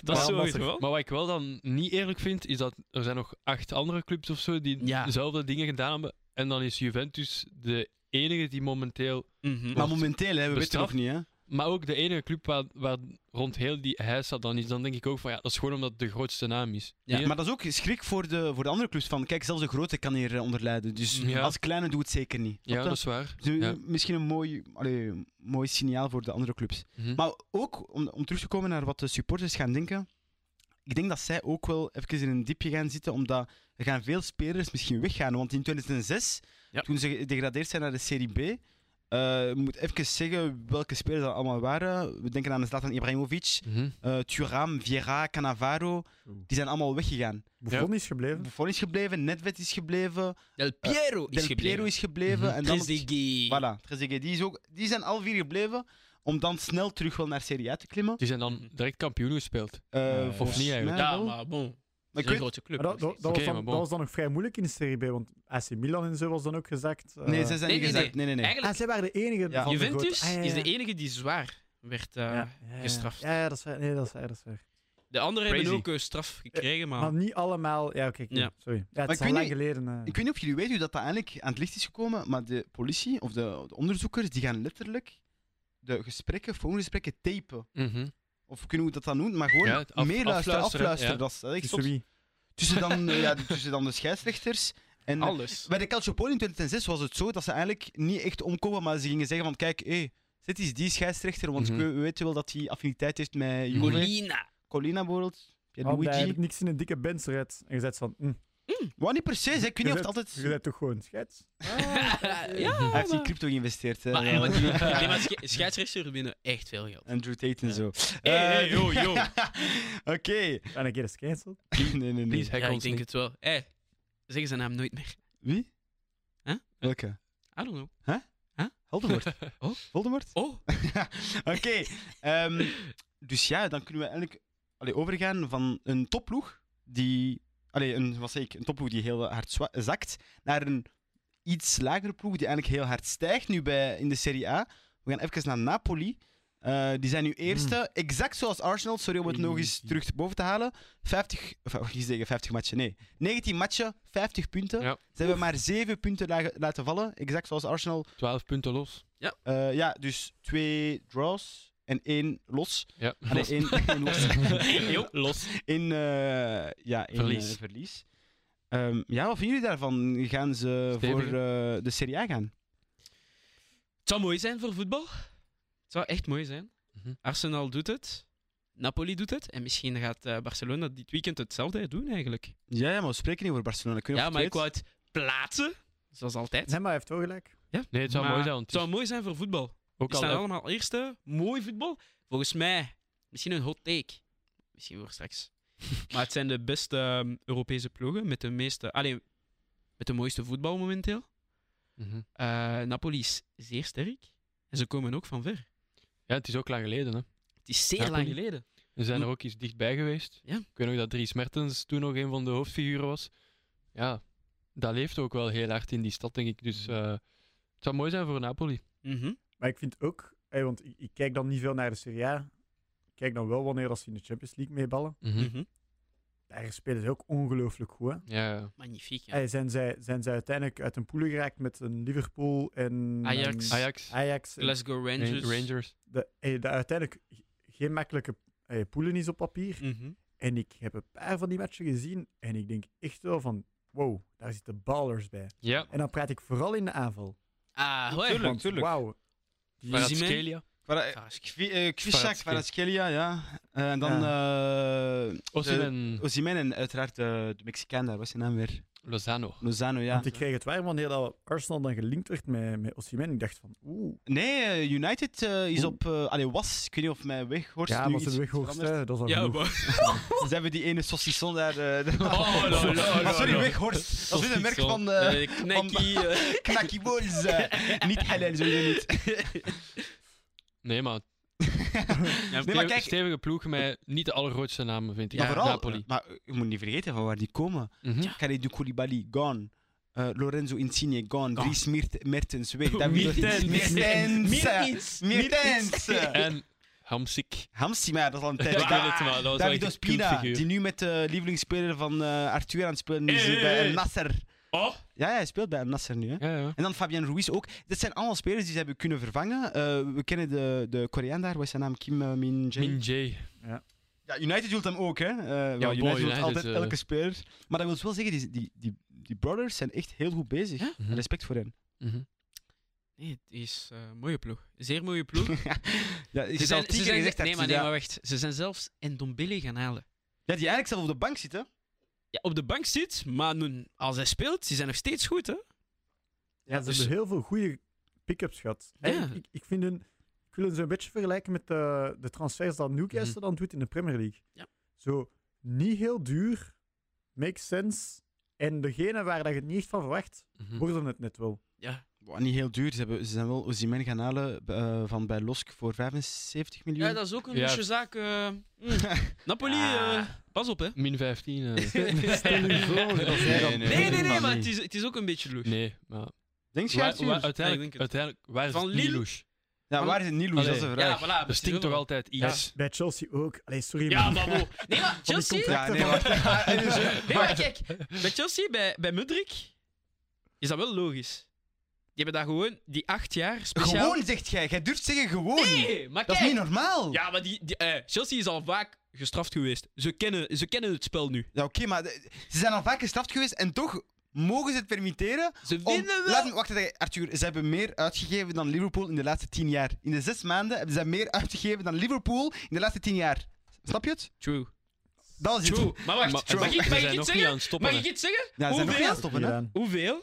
S2: Dat is
S3: Maar-
S2: zo
S3: maar-
S2: ooit wel.
S4: Maar wat ik wel dan niet eerlijk vind, is dat er zijn nog acht andere clubs of zo die
S2: Ja.
S4: dezelfde dingen gedaan hebben. En dan is Juventus de enige die momenteel
S1: Maar
S2: Maar-
S1: momenteel, hè, we weten
S4: Bestraft?
S1: nog niet. Hè?
S4: Maar ook de enige club waar, waar rond heel die heisa dan is, dan denk ik ook van ja, dat is gewoon omdat het de grootste naam is.
S2: Ja,
S4: Hier-
S1: Maar dat is ook schrik voor de, voor de andere clubs. Van, kijk, zelfs de grote kan hier eh, onder lijden. Dus
S4: Ja.
S1: als kleine doet het zeker niet.
S4: ja
S1: Snap je?
S4: dat is waar.
S1: Dus, eh,
S4: Ja.
S1: Misschien een mooi, allee, mooi signaal voor de andere clubs.
S4: Mhm.
S1: Maar ook, om, om terug te komen naar wat de supporters gaan denken. Ik denk dat zij ook wel even in een diepje gaan zitten. Omdat er gaan veel spelers misschien weggaan. Want in 2006,
S2: Ja.
S1: toen ze gedegradeerd zijn naar de Serie B, eh, ik moet even zeggen welke spelers dat allemaal waren. We denken aan Zlatan Ibrahimovic,
S4: Mhm.
S1: eh Thuram, Vieira, Cannavaro.
S3: Oeh.
S1: Die zijn allemaal weggegaan.
S3: Buffon is gebleven.
S1: Buffon is gebleven, Nedved is gebleven,
S2: Del Piero is
S1: Del Piero
S2: gebleven.
S1: is gebleven.
S4: Mhm.
S1: En dan op-
S2: Trezeguet.
S1: Voilà, Trezeguet, die, is ook, die zijn al vier gebleven om dan snel terug wel naar Serie A te klimmen.
S4: Die zijn dan direct kampioen gespeeld.
S1: Eh,
S3: Eh,
S1: volgens
S4: of niet
S1: mij
S4: eigenlijk.
S2: Ja,
S1: wel.
S2: maar bon.
S1: Maar
S2: Dat
S1: ik
S2: is een
S1: weet-
S2: grote club.
S3: Maar dat, dat,
S2: nog
S3: dat
S2: steeds.
S3: was
S4: Oké, maar
S3: dan,
S4: bon.
S3: dat was dan nog vrij moeilijk in de Serie B, want AC Milan en zo was dan ook gezakt. eh.
S1: nee, ze zijn
S2: Nee,
S1: niet
S2: nee,
S1: gezakt. Nee, nee, nee.
S3: Ah,
S2: Eigenlijk,
S3: zij waren de enige
S1: Ja.
S3: van de
S2: Juventus
S3: grote- Ah, ja,
S2: is de
S3: ja.
S2: enige die zwaar werd eh,
S3: Ja, ja, ja.
S2: gestraft.
S3: Ja, ja, dat is waar. Nee, dat is waar. Dat is waar.
S2: De anderen hebben
S1: Crazy.
S2: ook eh, straf gekregen, maar...
S3: Maar niet allemaal. Ja, oké. oké,
S2: Ja.
S3: Sorry. Ja, het is
S1: ik
S3: al
S1: weet
S3: lang
S1: niet-
S3: geleden. eh.
S1: Ik weet niet of jullie weten hoe dat uiteindelijk aan het licht is gekomen, maar de politie of de, de onderzoekers die gaan letterlijk de gesprekken, foongesprekken tapen.
S4: Mhm.
S1: Of kunnen hoe dat dan noemt, maar gewoon
S4: Ja, het af-
S1: meeluisteren,
S4: afluisteren,
S1: afluisteren.
S4: ja.
S1: Dat is, dat is echt
S3: Tussen
S1: zot.
S3: wie?
S1: Tussen dan, eh, ja, tussen dan de scheidsrechters. En
S2: Alles.
S1: bij de Calciopoli in 2006 was het zo dat ze eigenlijk niet echt omkomen, maar ze gingen zeggen van kijk, hé, dit is die scheidsrechter, want
S4: Mhm.
S1: we we weten wel dat hij affiniteit heeft met Juve.
S2: Molina.
S1: Colina bijvoorbeeld,
S3: Want hij
S1: Pierluigi.
S3: heeft niks in een dikke Benz red. En je zegt van... hm,
S1: Wat niet per se, hè. ik weet niet
S3: je
S1: of het
S3: bent-
S1: altijd...
S3: Je bent toch gewoon schets?
S2: ja,
S1: Hij heeft in
S2: maar-
S1: crypto geïnvesteerd. hè.
S2: Maar, eh, maar, die,
S1: Ja.
S2: nee, maar sche- scheidsrechters winnen echt veel geld.
S1: Andrew Tate en zo.
S2: Hey, hey,
S1: Eh,
S2: yo, yo.
S1: Oké.
S3: En een keer is cancelled.
S1: Nee, nee, nee.
S4: Please, hack
S2: Ja, ik
S4: ons
S2: denk
S4: niet.
S2: het wel. Hé, zeggen zijn naam nooit meer.
S1: Wie?
S2: Huh?
S1: Welke?
S2: I don't know.
S1: Voldemort.
S2: Oh.
S1: Voldemort?
S2: Oh,
S1: Oké. ehm, dus ja, dan kunnen we eigenlijk allee, overgaan van een topploeg die... Allee, een, wat zeg ik? Een topploeg die heel hard zwa- zakt naar een iets lagere ploeg die eigenlijk heel hard stijgt nu bij, in de Serie A. We gaan even naar Napoli. Eh, die zijn nu eerste, exact zoals Arsenal. Sorry om het nog eens terug te boven te halen. 50, of wat wil ik zeggen, 50 matchen, nee. 19 matchen, 50 punten.
S4: Ja.
S1: Ze hebben maar 7 punten lagen- laten vallen, exact zoals Arsenal.
S4: 12 punten los.
S1: Eh, ja, dus 2 draws en 1 los.
S4: Ja.
S1: Allee, één, één los.
S2: yo.
S4: los.
S1: Eén, eh, ja, één,
S4: Verlies.
S1: eh, verlies. Ehm, ja, wat vinden jullie daarvan? Gaan ze
S4: Stevig,
S1: voor eh, de Serie A gaan?
S2: Het zou mooi zijn voor voetbal. Het zou echt mooi zijn.
S4: Mhm.
S2: Arsenal doet het. Napoli doet het. En misschien gaat eh, Barcelona dit weekend hetzelfde doen eigenlijk.
S1: Ja, ja, maar we spreken niet over Barcelona. Kunnen we
S2: Ja, maar ik
S1: over
S2: wou
S1: het
S2: het plaatsen. Zoals altijd.
S3: Nee, maar hij heeft wel gelijk.
S4: Nee, het zou
S2: Maar
S4: mooi zijn. want
S2: Het
S4: het is
S2: zou mooi zijn voor voetbal.
S4: ook
S2: We
S4: al
S2: staan allemaal eerste. Mooi voetbal. Volgens mij, misschien een hot take. Misschien voor straks. maar het zijn de beste ehm, Europese ploegen met de meeste... Allee, met de mooiste voetbal momenteel.
S4: Mhm.
S2: Eh, Napoli is zeer sterk. En ze komen ook van ver.
S4: Ja, het is ook lang geleden. Hè.
S2: Het is zeer
S4: Napoli.
S2: lang geleden.
S4: We zijn er ook iets dichtbij geweest.
S2: Ja.
S4: Ik weet nog dat Dries Mertens toen nog een van de hoofdfiguren was. Ja, dat leeft ook wel heel hard in die stad, denk ik. Dus eh, het zou mooi zijn voor Napoli.
S2: Mhm.
S3: Maar ik vind ook... eh, want ik, ik kijk dan niet veel naar de Serie A. Ik kijk dan wel wanneer als ze in de Champions League meeballen.
S2: Mhm.
S3: Daar spelen ze ook ongelooflijk goed, hè.
S4: Ja,
S2: Magnifiek, ja.
S3: Hey, zijn, zij, zijn zij uiteindelijk uit een poelen geraakt met een Liverpool en
S2: Ajax.
S3: en
S4: Ajax,
S3: Ajax en
S2: Glasgow Rangers.
S4: Rangers.
S3: de, hey, de uiteindelijk geen makkelijke hey, poelen is op papier.
S2: Mhm.
S3: En ik heb een paar van die matchen gezien en ik denk echt wel van, wow, daar zitten ballers bij.
S4: Ja,
S3: En dan praat ik vooral in de aanval.
S2: Ah, hoi.
S1: Tuurlijk,
S3: Want,
S1: Oh tuurlijk.
S3: Wauw. Die-
S2: Maar-
S4: Kvaratskhelia.
S1: Kwara- eh,
S2: Kvaratskhelia.
S1: Kvi- eh, Kvisak,
S4: Kvaratskhelia.
S1: Kvaratskhelia, ja. Eh, En dan eh
S4: Osimhen,
S1: Osimhen en uiteraard eh, de, de Mexicaan daar, was zijn naam weer?
S4: Lozano.
S1: Lozano, ja.
S3: Want ik kreeg het warm wanneer dat Arsenal dan gelinkt werd met, met Osimhen. Ik dacht van, oeh.
S1: Nee, eh, United eh, is
S3: Oeh.
S1: op... eh allee, was, ik weet niet of mijn weghorst
S3: Ja,
S1: nu
S3: maar ze
S1: iets
S3: de weg hoogst,
S1: veranderd.
S3: hè, dat is al
S2: Ja,
S3: genoeg.
S2: maar...
S1: Ze hebben die ene saucisson daar... eh, daar-
S2: Oh, la, la, la,
S1: Maar sorry,
S2: la.
S1: weghorst. Dat is een merk van eh
S2: Eh, Nike, eh.
S1: Knacky Balls. eh. niet Helen, sowieso niet.
S4: Nee, maar,
S1: Nee, maar kijk...
S4: stevige ploeg met niet de allergrootste namen, vind ik.
S2: Ja,
S1: maar vooral,
S4: Napoli.
S1: maar eh, je moet niet vergeten van waar die komen.
S4: Mhm.
S1: Khalidou Koulibaly, gone. Eh, Lorenzo Insigne, gone.
S2: Gone.
S1: Dries Miert- Mertens, weg.
S2: Meer tens.
S1: Mertens.
S2: Meer
S1: eh,
S2: iets.
S1: Mertens. eh.
S4: En Hamsik.
S1: Hamsi, maar ja, dat is al een
S4: Ik
S1: tijdje
S4: weet
S1: geleden.
S4: het, maar dat was wel echt
S1: David
S4: een
S1: Ospina,
S4: cultfiguur.
S1: die nu met de lievelingsspeler van eh, Arthur aan het spelen is
S2: Hey,
S1: eh,
S2: hey,
S1: bij
S2: hey.
S1: El Nasser.
S2: Oh.
S1: Ja, ja, hij speelt bij El Nasser nu. Hè.
S4: Ja, ja.
S1: En dan Fabian Ruiz ook. Dit zijn allemaal spelers die ze hebben kunnen vervangen. Eh, we kennen de, de Koreaan daar, wat is zijn naam? Kim eh, Min Jae.
S4: Min Jae.
S1: Ja, United wil hem ook, hè? Eh, wel,
S4: boy,
S1: United wil
S4: United,
S1: altijd
S2: dus,
S4: eh.
S1: elke speler. Maar dat wil dus wel zeggen, die, die, die, die brothers zijn echt heel goed bezig.
S2: Ja?
S4: Mhm.
S1: Respect voor hen.
S4: Mhm.
S2: Nee, het is eh, een mooie ploeg. Zeer mooie ploeg. Ze
S1: ja, ik
S2: zijn-
S1: zal tien
S2: ze
S1: keer
S2: zijn-
S1: gezegd
S2: nee,
S1: hebben,
S2: maar, nee,
S1: ja.
S2: maar wacht. Ze zijn zelfs Ndombele gaan halen.
S1: Ja, die eigenlijk zelf op de bank zitten.
S2: ja, op de bank zit, maar nu, als hij speelt, ze zijn nog steeds goed, hè?
S3: Ja, ze
S2: dus-
S3: hebben heel veel goede pick-ups gehad. En
S2: Ja.
S3: Ik, ik, ik vind hun, ik wil hun zo'n beetje vergelijken met eh, de, de transfers dat Newcastle dan doet in de Premier League.
S2: Ja.
S3: Zo, niet heel duur, makes sense. En degene waar dat je het niet echt van verwacht,
S4: Mhm.
S3: worden het net wel.
S2: Ja,
S1: Wat niet heel duur. Ze, hebben, ze zijn wel Osimhen gaan halen eh, van bij Losk voor 75 miljoen.
S2: ja dat is ook een
S4: Ja.
S2: lusje zaak. eh, mm. Napoli,
S1: Ah.
S2: eh, pas op, hè?
S4: Min 15. eh.
S3: Stel u voor dat jij dat
S1: Nee, nee,
S2: Nee, nee, nee,
S1: nee,
S2: maar
S1: niet.
S2: het is, het is ook een beetje loeg.
S4: nee, maar.
S1: Denk je,
S4: Waar-
S1: Arthur?
S4: waar-
S2: Ja, ik denk
S4: uiteindelijk,
S2: het.
S4: uiteindelijk, waar is
S2: Van
S4: het
S2: Lille?
S4: Nilouche?
S1: Ja, waar is het Niloes? Dat is de
S4: Allee.
S1: vraag.
S2: Ja, voilà.
S4: Er stinkt toch altijd iets?
S3: Bij Chelsea ook. Allee, sorry.
S2: Ja,
S3: maar-
S2: babo. Nee, maar
S3: die
S2: Chelsea...
S3: contract-
S1: Ja, nee, wacht. En dus, eh,
S2: Nee, maar kijk, bij Chelsea, bij, bij Mudrik, is dat wel logisch. Die hebben daar gewoon die acht jaar speciaal...
S1: Gewoon, zegt jij. Jij durft zeggen gewoon.
S2: Nee, maar
S1: Dat
S2: kijk.
S1: is niet normaal.
S2: Ja, maar die, die, eh, Chelsea is al vaak gestraft geweest. Ze kennen, ze kennen het spel nu.
S1: Ja, oké, maar de- ze zijn al vaak gestraft geweest en toch mogen ze het permitteren.
S2: Ze
S1: Om,
S2: winnen wel.
S1: Laat me- wacht even, Arthur. Ze hebben meer uitgegeven dan Liverpool in de laatste tien jaar. In de zes maanden hebben ze meer uitgegeven dan Liverpool in de laatste tien jaar. Snap je het?
S2: True.
S1: Dat is het.
S2: True. Maar wacht,
S4: Maar-
S1: true.
S2: mag ik,
S4: Ze
S2: mag ik
S4: zijn
S2: iets
S4: nog niet aan
S2: zeggen?
S4: het stoppen.
S2: Mag ik
S4: hè.
S2: iets zeggen?
S1: Ja, ze zijn nog
S2: Hoeveel?
S1: niet aan het stoppen, hè?
S3: Gedaan.
S2: Hoeveel?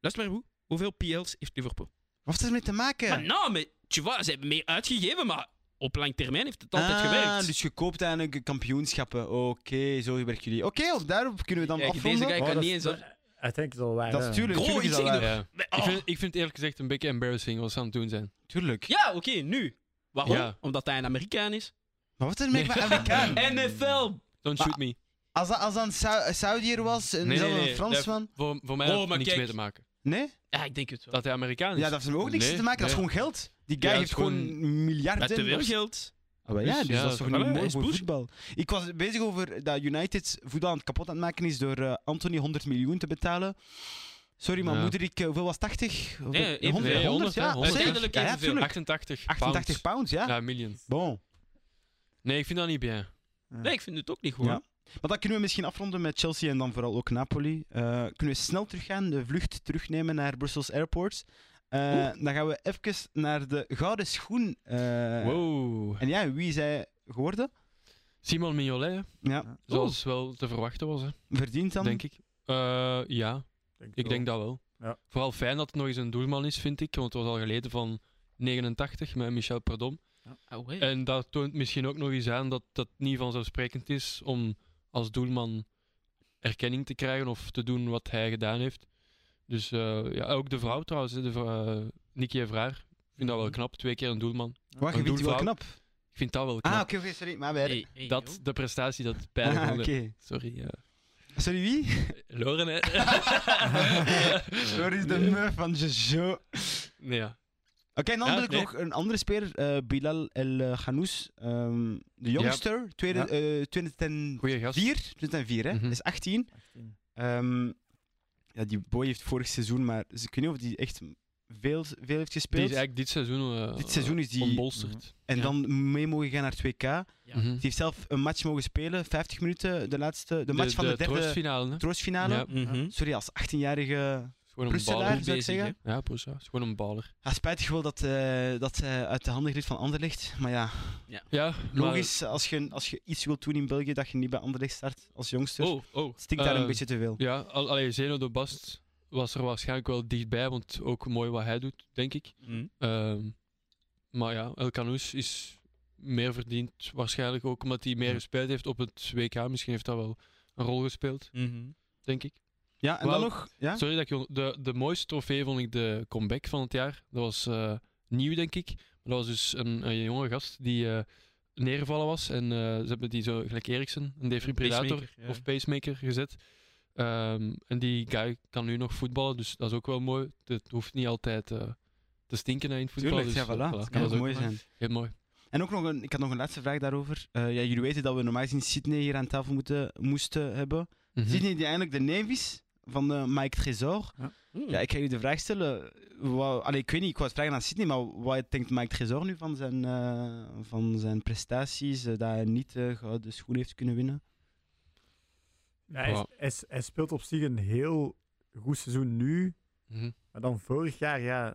S2: Luister maar hoe. Hoeveel PL's heeft Liverpool?
S1: Wat heeft dat ermee te maken?
S2: Maar nou, maar, tu vois, ze hebben meer uitgegeven, maar op lang termijn heeft het altijd
S1: Ah,
S2: gewerkt.
S1: Dus je koopt eigenlijk kampioenschappen. Oké, zo werken jullie. Oké, of daarop kunnen we dan
S2: Kijk,
S1: afronden. Oh,
S2: deze guy- Ik kan
S3: Oh, dat
S2: niet
S3: is-
S2: eens-
S3: dat- Uiteindelijk is het al waar.
S1: Dat is
S3: hè.
S1: tuurlijk.
S2: Goh,
S1: tuurlijk is
S2: ik
S1: dat
S2: zeg
S1: waar.
S4: Ja.
S2: Oh.
S4: Ik, vind, ik vind het eerlijk gezegd een beetje embarrassing wat ze aan het doen zijn.
S1: Tuurlijk.
S2: Ja, oké, nu. Waarom?
S4: Ja.
S2: Omdat hij een Amerikaan is.
S1: Maar wat is er mee met Amerikaan?
S2: NFL!
S4: Don't shoot me.
S1: Als dat, als dat een Sau- Saudiër was, en
S4: Nee,
S1: zelfs
S4: nee,
S1: een
S4: nee,
S1: Fransman.
S4: Voor, voor mij
S2: Oh,
S4: heeft het
S2: maar
S4: niks
S2: kijk.
S4: mee te maken.
S1: Nee?
S2: Ja, ik denk het wel.
S4: Dat hij Amerikaan is.
S1: Ja, dat heeft er ook niks
S4: Nee,
S1: te maken. Dat is
S4: nee.
S1: gewoon geld. Die guy
S4: Ja, het
S1: heeft
S4: is
S1: gewoon miljarden.
S2: Met te veel geld.
S1: Ah, wel ja,
S4: Dus
S1: dus
S4: ja,
S1: dat is toch
S4: voilà,
S1: een
S2: hij
S1: mooi
S2: is
S1: voor
S2: push.
S1: voetbal. Ik was bezig over dat United voetbal aan het kapot aan het maken is door eh, Anthony 100 miljoen te betalen. Sorry, maar
S4: Ja.
S1: moeder, ik, eh, hoeveel was 80? Hoeveel- eh,
S2: Nee, even-
S4: nee, 100,
S1: ja.
S4: hè,
S1: zeker.
S4: 100.
S2: Uiteindelijk
S1: Ja, ja,
S2: evenveel.
S1: tuurlijk.
S4: 88
S1: 88
S4: pounds.
S1: pounds, ja.
S4: Ja, miljoen.
S1: Bon.
S4: Nee, ik vind dat niet bien.
S2: Nee, ik vind het ook niet goed.
S1: Ja. Maar dat kunnen we misschien afronden met Chelsea en dan vooral ook Napoli. Eh, kunnen we snel teruggaan, de vlucht terugnemen naar Brussels Airport. Eh, dan gaan we even naar de gouden schoen. eh,
S4: Wow.
S1: En ja, wie is hij geworden?
S4: Simon Mignolet, hè.
S1: Ja,
S3: Ja,
S4: zoals wel te verwachten was, hè,
S1: verdient dan.
S4: denk ik. Eh, ja, ik
S3: wel.
S4: denk dat wel.
S3: Ja.
S4: Vooral fijn dat het nog eens een doelman is, vind ik. Want het was al geleden van 89 met Michel Perdom.
S2: Ah, ouais.
S4: En dat toont misschien ook nog eens aan dat dat niet vanzelfsprekend is om als doelman erkenning te krijgen of te doen wat hij gedaan heeft. Dus eh, ja, ook de vrouw trouwens, hè, de vrouw, eh, Nicky Evraar. Ik
S1: Mhm.
S4: vind dat wel knap, twee keer een doelman.
S1: Waar je
S4: Een
S1: vindt die wel
S4: doelvrouw.
S1: knap.
S4: Ik vind dat wel knap.
S1: Ah, oké, oké, sorry. Maar wij...
S2: Hey, hey, joh.
S4: Dat, de prestatie dat het bij de
S1: Ah,
S4: goal-
S1: oké. Eh,
S4: Sorry, eh
S1: Sorry, wie?
S4: Loren, hè.
S1: Sorry, is de muf van Jojo. Oké,
S4: Nee, ja.
S1: en dan
S4: Ja,
S1: wil ik
S4: nee.
S1: nog een andere speler, eh, Bilal El Ghanous. ehm, de jongster, tweede,
S3: Ja.
S1: eh, 2004.
S4: Goeie gast.
S1: 2004, hè?
S4: Mhm.
S1: Dat is 18.
S3: 18.
S1: Ehm, ja, die boy heeft vorig seizoen, maar dus ik weet niet of hij echt veel, veel heeft
S4: Die is
S1: gespeeld.
S4: eigenlijk dit seizoen... eh,
S1: Dit seizoen is die. Mhm.
S4: Ontbolsterd.
S1: En
S2: Ja.
S1: dan mee mogen gaan naar 2K.
S2: Ja.
S4: Mhm.
S1: Die heeft zelf een match mogen spelen, 50 minuten, de laatste, de, match van de, derde
S4: troostfinale, hè.
S1: troostfinale.
S4: Ja.
S2: Mhm.
S1: Sorry, als 18-jarige
S4: Is Gewoon een
S1: Brusselaar
S4: baller.
S1: zou ik
S2: bezig,
S1: zeggen.
S4: Ja, Brusselaar. Is gewoon een baller.
S1: Ja, spijtig wel dat, eh, dat hij uit de handen ligt van Anderlecht. Maar ja,
S4: Ja,
S1: logisch, als je, als je iets wilt doen in België, dat je niet bij Anderlecht start als jongster.
S4: Maar, oh, oh.
S1: Het stinkt daar een
S4: eh,
S1: beetje te veel.
S4: Ja, al, allee, Zeno de Bast was er waarschijnlijk wel dichtbij, want ook mooi wat hij doet, denk ik.
S2: Mhm.
S4: Ehm, maar ja, El Canoes is meer verdiend waarschijnlijk ook omdat hij meer gespeeld heeft op het WK. Misschien heeft dat wel een rol gespeeld,
S2: Mhm.
S4: denk ik.
S1: Ja, en dan
S4: wel-
S1: nog... Ja?
S4: Sorry dat ik on- de, de mooiste trofee vond ik de comeback van het jaar. Dat was eh, nieuw, denk ik. Maar dat was dus een, een jonge gast die eh neergevallen was. En eh, ze hebben die zo, gelijk Eriksen, een defibrillator
S2: Pacemaker, ja.
S4: of pacemaker gezet. Ehm, en die guy kan nu nog voetballen, dus dat is ook wel mooi. Het hoeft niet altijd eh, te stinken hè, in het voetbal.
S1: Tuurlijk, ja,
S4: dus, eh,
S1: voilà.
S4: voilà,
S1: Dat
S4: kan
S1: kan
S4: dat ook.
S1: mooi zijn.
S4: Heel mooi.
S1: En ook nog een, ik had nog een laatste vraag daarover. Eh, ja, jullie weten dat we normaal gezien Sydney hier aan tafel moeten, moesten hebben.
S4: Mhm.
S1: Sydney die eigenlijk de neef is van eh, Mike Trésor.
S2: Mhm.
S1: Ja, ik ga jullie de vraag stellen. Wat, allee, ik weet niet, ik wou het vragen aan Sydney, maar wat denkt Mike Trésor nu van zijn, eh, van zijn prestaties? eh, dat hij niet eh, gouden schoen heeft kunnen winnen?
S3: Ja, hij,
S4: Ja.
S3: hij s- hij speelt op zich een heel goed seizoen nu.
S4: Mhm.
S3: Maar dan vorig jaar ja,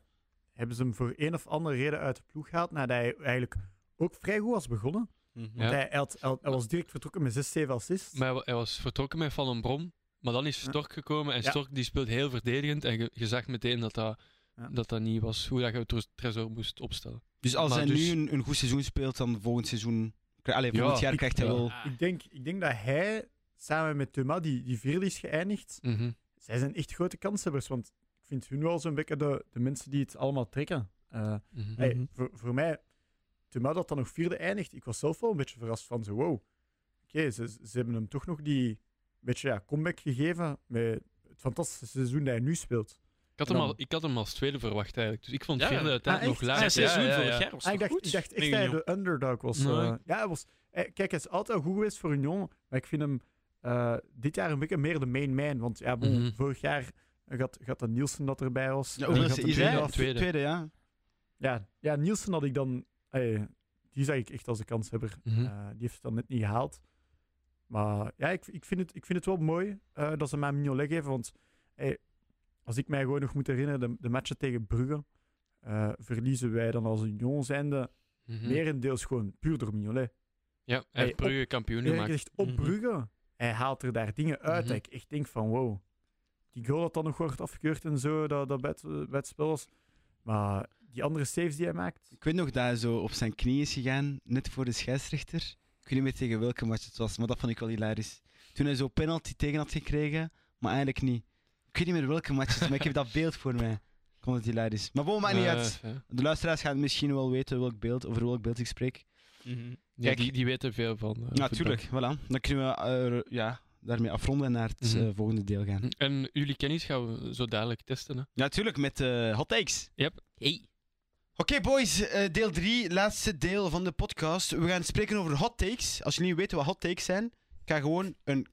S3: hebben ze hem voor een of andere reden uit de ploeg gehaald. Nadat hij eigenlijk ook vrij goed was begonnen. Want
S4: Ja.
S3: hij, hij had- hij had- hij was direct vertrokken met 6, 7 assists.
S4: Maar hij wa- hij was vertrokken met Van den Brom. Maar dan is
S3: Ja.
S4: Stork gekomen en
S3: Ja.
S4: Stork die speelt heel verdedigend. En je, je zag meteen dat dat,
S3: Ja.
S4: dat dat niet was hoe dat je het Trezor moest opstellen.
S1: Dus als
S4: Maar
S1: hij
S4: dus-
S1: nu een, een goed seizoen speelt, dan volgend seizoen... Allee,
S4: Ja,
S1: volgend jaar
S3: ik-
S1: krijgt hij
S4: ja.
S1: wel...
S2: Ah,
S3: Ik, denk, ik denk dat hij samen met Thomas, die, die vierde is geëindigd,
S4: Mhm.
S3: zij zijn echt grote kanshebbers. Want ik vind hun wel zo'n beetje de, de mensen die het allemaal trekken. Eh,
S4: Mhm.
S3: Hey, voor, voor mij, Thomas dat dan nog vierde eindigt, ik was zelf wel een beetje verrast van zo, wow. Oké, ze, ze hebben hem toch nog die beetje ja, comeback gegeven met het fantastische seizoen dat hij nu speelt.
S4: Ik, had hem
S3: dan-
S4: al, ik had hem als tweede verwacht eigenlijk. Dus ik vond
S2: Ja.
S4: vierde
S3: Ah,
S4: uiteindelijk
S3: echt?
S4: nog
S2: Zijn
S4: laag.
S2: seizoen
S4: ja, ja,
S2: vorig
S4: ja.
S2: jaar was
S3: Ah, ik,
S2: toch
S3: dacht,
S2: goed?
S3: ik dacht echt
S2: Nee,
S3: dat hij
S2: Union.
S3: de underdog was.
S4: Nee.
S3: eh. ja, hij was eh, kijk, hij is altijd goed geweest voor Union, maar ik vind hem eh, dit jaar een beetje meer de main man. Want ja, bon,
S4: Mhm.
S3: vorig jaar gaat, gaat dat Nielsen dat erbij was.
S1: Ja,
S3: Die
S1: hoeveel
S4: gaat
S3: gaat
S1: is
S3: de
S1: is
S4: tweede
S1: hij?
S4: af. Tweede.
S1: ja.
S3: Ja, ja, Nielsen had ik dan. eh, die zag ik echt als een kanshebber.
S4: Mhm.
S3: Eh, die heeft het dan net niet gehaald. Maar ja, ik, ik, vind, het, ik vind het wel mooi eh, dat ze mij Mignolet geven. Want eh, als ik mij gewoon nog moet herinneren, de, de matchen tegen Brugge eh, verliezen wij dan als een jong zijnde
S4: Mhm.
S3: merendeels gewoon puur door Mignolet.
S4: Ja,
S3: Hey,
S4: hij
S3: oh,
S4: heeft
S3: op-
S4: Brugge kampioen
S3: Hij
S4: gemaakt.
S3: echt op
S4: Mhm.
S3: Brugge. Hij haalt er daar dingen uit.
S4: Mhm.
S3: dat ik echt denk van wow. Die goal dat dan nog wordt afgekeurd en zo, dat, dat bij, het, bij het spel was. Maar die andere saves die hij maakt.
S1: Ik weet nog dat hij zo op zijn knie is gegaan, net voor de scheidsrechter. Ik weet niet meer tegen welke match het was, maar dat vond ik wel hilarisch. Toen hij zo penalty tegen had gekregen, maar eigenlijk niet. Ik weet niet meer welke match het was, maar ik heb dat beeld voor mij. Ik vond het hilarisch. Maar bon, maakt niet
S4: Eh,
S1: uit.
S4: ja.
S1: De luisteraars gaan misschien wel weten welk beeld, over welk beeld ik spreek.
S2: Mhm.
S4: Ja,
S1: Kijk.
S4: die, die weten veel van. eh, voetbal.
S1: Natuurlijk, voilà. Dan kunnen we eh, ja, daarmee afronden en naar het
S4: Mhm.
S1: eh, volgende deel gaan.
S4: En jullie kennis gaan we zo dadelijk testen. Hè?
S1: Natuurlijk, met eh, hot takes.
S2: Hey.
S1: Oké, boys, eh, deel 3, laatste deel van de podcast. We gaan spreken over hot takes. Als jullie niet weten wat hot takes zijn, ik ga gewoon een,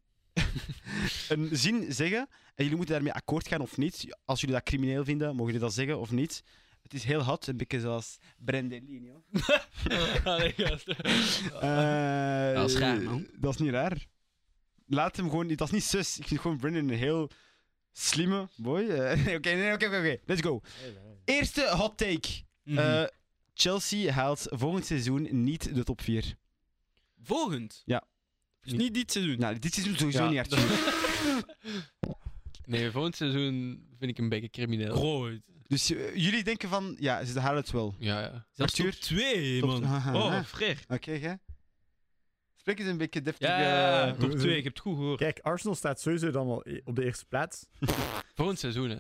S1: een zin zeggen. En jullie moeten daarmee akkoord gaan of niet. Als jullie dat crimineel vinden, mogen jullie dat zeggen of niet. Het is heel hot, een beetje zoals Brendelino.
S4: Allee, gast.
S1: Eh,
S2: Dat is raar, man.
S1: Dat is niet raar. Laat hem gewoon niet, dat is niet zus. Ik vind gewoon Brendan een heel slimme boy. Eh, Oké, nee, oké, oké, oké. Let's go. Eerste hot take.
S2: Mhm.
S1: Eh, Chelsea haalt volgend seizoen niet de top 4.
S2: Volgend?
S1: Ja.
S2: Dus niet dit seizoen.
S1: Nou, dit seizoen sowieso
S4: Ja.
S1: niet Arthur.
S4: nee, volgend seizoen vind ik een beetje crimineel.
S2: Rood.
S1: Dus eh, jullie denken van, ja, ze halen het wel. Oké,
S4: Ja, ja.
S2: Zelfs
S1: Arthur?
S2: top 2,
S1: Top-
S2: man.
S1: Haha.
S2: Oh, frère.
S1: hè? Spreek eens een beetje deftig.
S2: Ja, ja, ja,
S1: eh,
S2: top 2, ik heb het goed gehoord.
S3: Kijk, Arsenal staat sowieso dan al i- op de eerste plaats.
S4: Volgend seizoen, hè?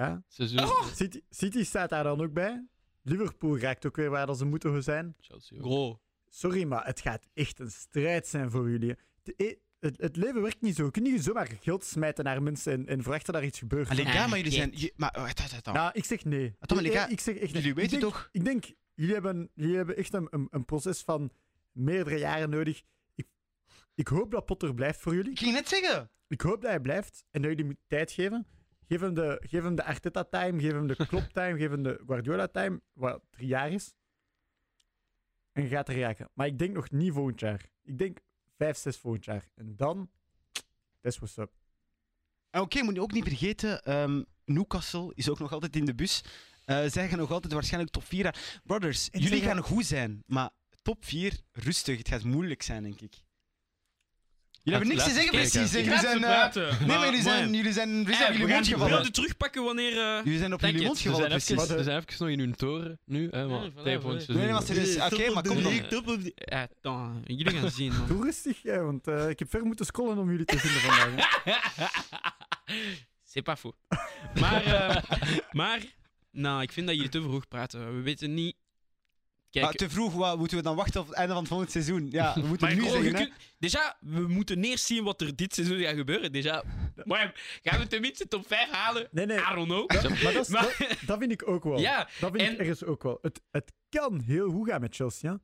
S3: Ja.
S4: Seizoen.
S1: Oh!
S3: City, City staat daar dan ook bij. Liverpool raakt ook weer waar dat ze moeten zijn.
S4: Chelsea. ook.
S2: Gro.
S3: Sorry, maar het gaat echt een strijd zijn voor jullie. De e- het, het leven werkt niet zo. Je kunt niet zomaar geld smijten naar mensen en, en verwachten dat er iets gebeurt.
S1: Allee, ja,
S2: Ah,
S1: maar jullie zijn...
S2: kijk.
S1: je- maar, oh, wacht, wacht, wacht.
S3: Nou, ik zeg nee.
S1: Tom, en ik
S3: Nee,
S1: ga-
S3: ik zeg echt nee.
S1: jullie
S3: ik
S1: weten
S3: denk,
S1: toch...
S3: Ik denk, jullie hebben, jullie hebben echt een, een, een proces van meerdere jaren nodig. Ik, ik hoop dat Potter blijft voor jullie.
S1: Ik ging net zeggen.
S3: Ik hoop dat hij blijft en dat jullie moet tijd geven. Geef hem de, geef hem de Arteta-time, geef hem de Klopp-time, geef hem de Guardiola-time, wat drie jaar is. En je gaat er raken. Maar ik denk nog niet volgend jaar. Ik denk vijf, zes volgend jaar. En dan, that's what's up.
S1: En Ah, Oké, moet je ook niet vergeten, ehm, Newcastle is ook nog altijd in de bus. Eh, zij gaan nog altijd waarschijnlijk top 4 aan. Brothers,
S3: En
S1: jullie
S3: zij gaan-
S1: gaan goed zijn, maar top 4, rustig. Het gaat moeilijk zijn, denk ik. Jullie hebben
S4: Laat-
S1: niks te
S4: laat
S1: zeggen,
S4: eens
S1: precies.
S4: kijken.
S1: Jullie zijn... eh, Nee, maar jullie zijn... Jullie zijn... Jullie zijn op
S2: Eh, we
S1: jullie
S2: gaan
S1: mond
S2: die
S1: gevallen.
S2: beelden terugpakken wanneer... eh,
S1: Jullie zijn op
S2: Dank
S1: jullie
S2: je.
S1: mond
S4: Ze
S1: gevallen,
S4: zijn,
S1: precies.
S4: even,
S3: Wat, eh?
S4: ze zijn even nog in hun toren nu, hè, maar
S2: Ja, voilà,
S4: tegen volgend
S2: voilà.
S1: Nee,
S4: seizoen.
S1: nee, maar serieus. Oké, maar kom dan.
S4: league,
S2: Ja, dan. Eh, Jullie gaan zien, man.
S3: Doe rustig, hè, want eh, ik heb ver moeten scrollen om jullie te vinden vandaag. hè.
S2: C'est pas faux. Maar, eh, maar, nou, ik vind dat jullie te vroeg praten. We weten niet. Kijk,
S1: Maar te vroeg, wat, moeten we dan wachten op het einde van het volgend seizoen? Ja, we moeten
S2: maar
S1: het nu
S2: Gro,
S1: zeggen,
S2: je
S1: hè.
S2: kunt- Déjà, we moeten eerst zien wat er dit seizoen gaat gebeuren. Déjà, maar gaan we tenminste top 5 halen?
S3: Nee, nee.
S2: I don't know.
S3: Dat, maar dat, is-
S2: Maar-
S3: dat, dat vind ik ook wel.
S2: Ja,
S3: dat vind ik
S2: en-
S3: ergens ook wel. Het, het kan heel goed gaan met Chelsea. hè.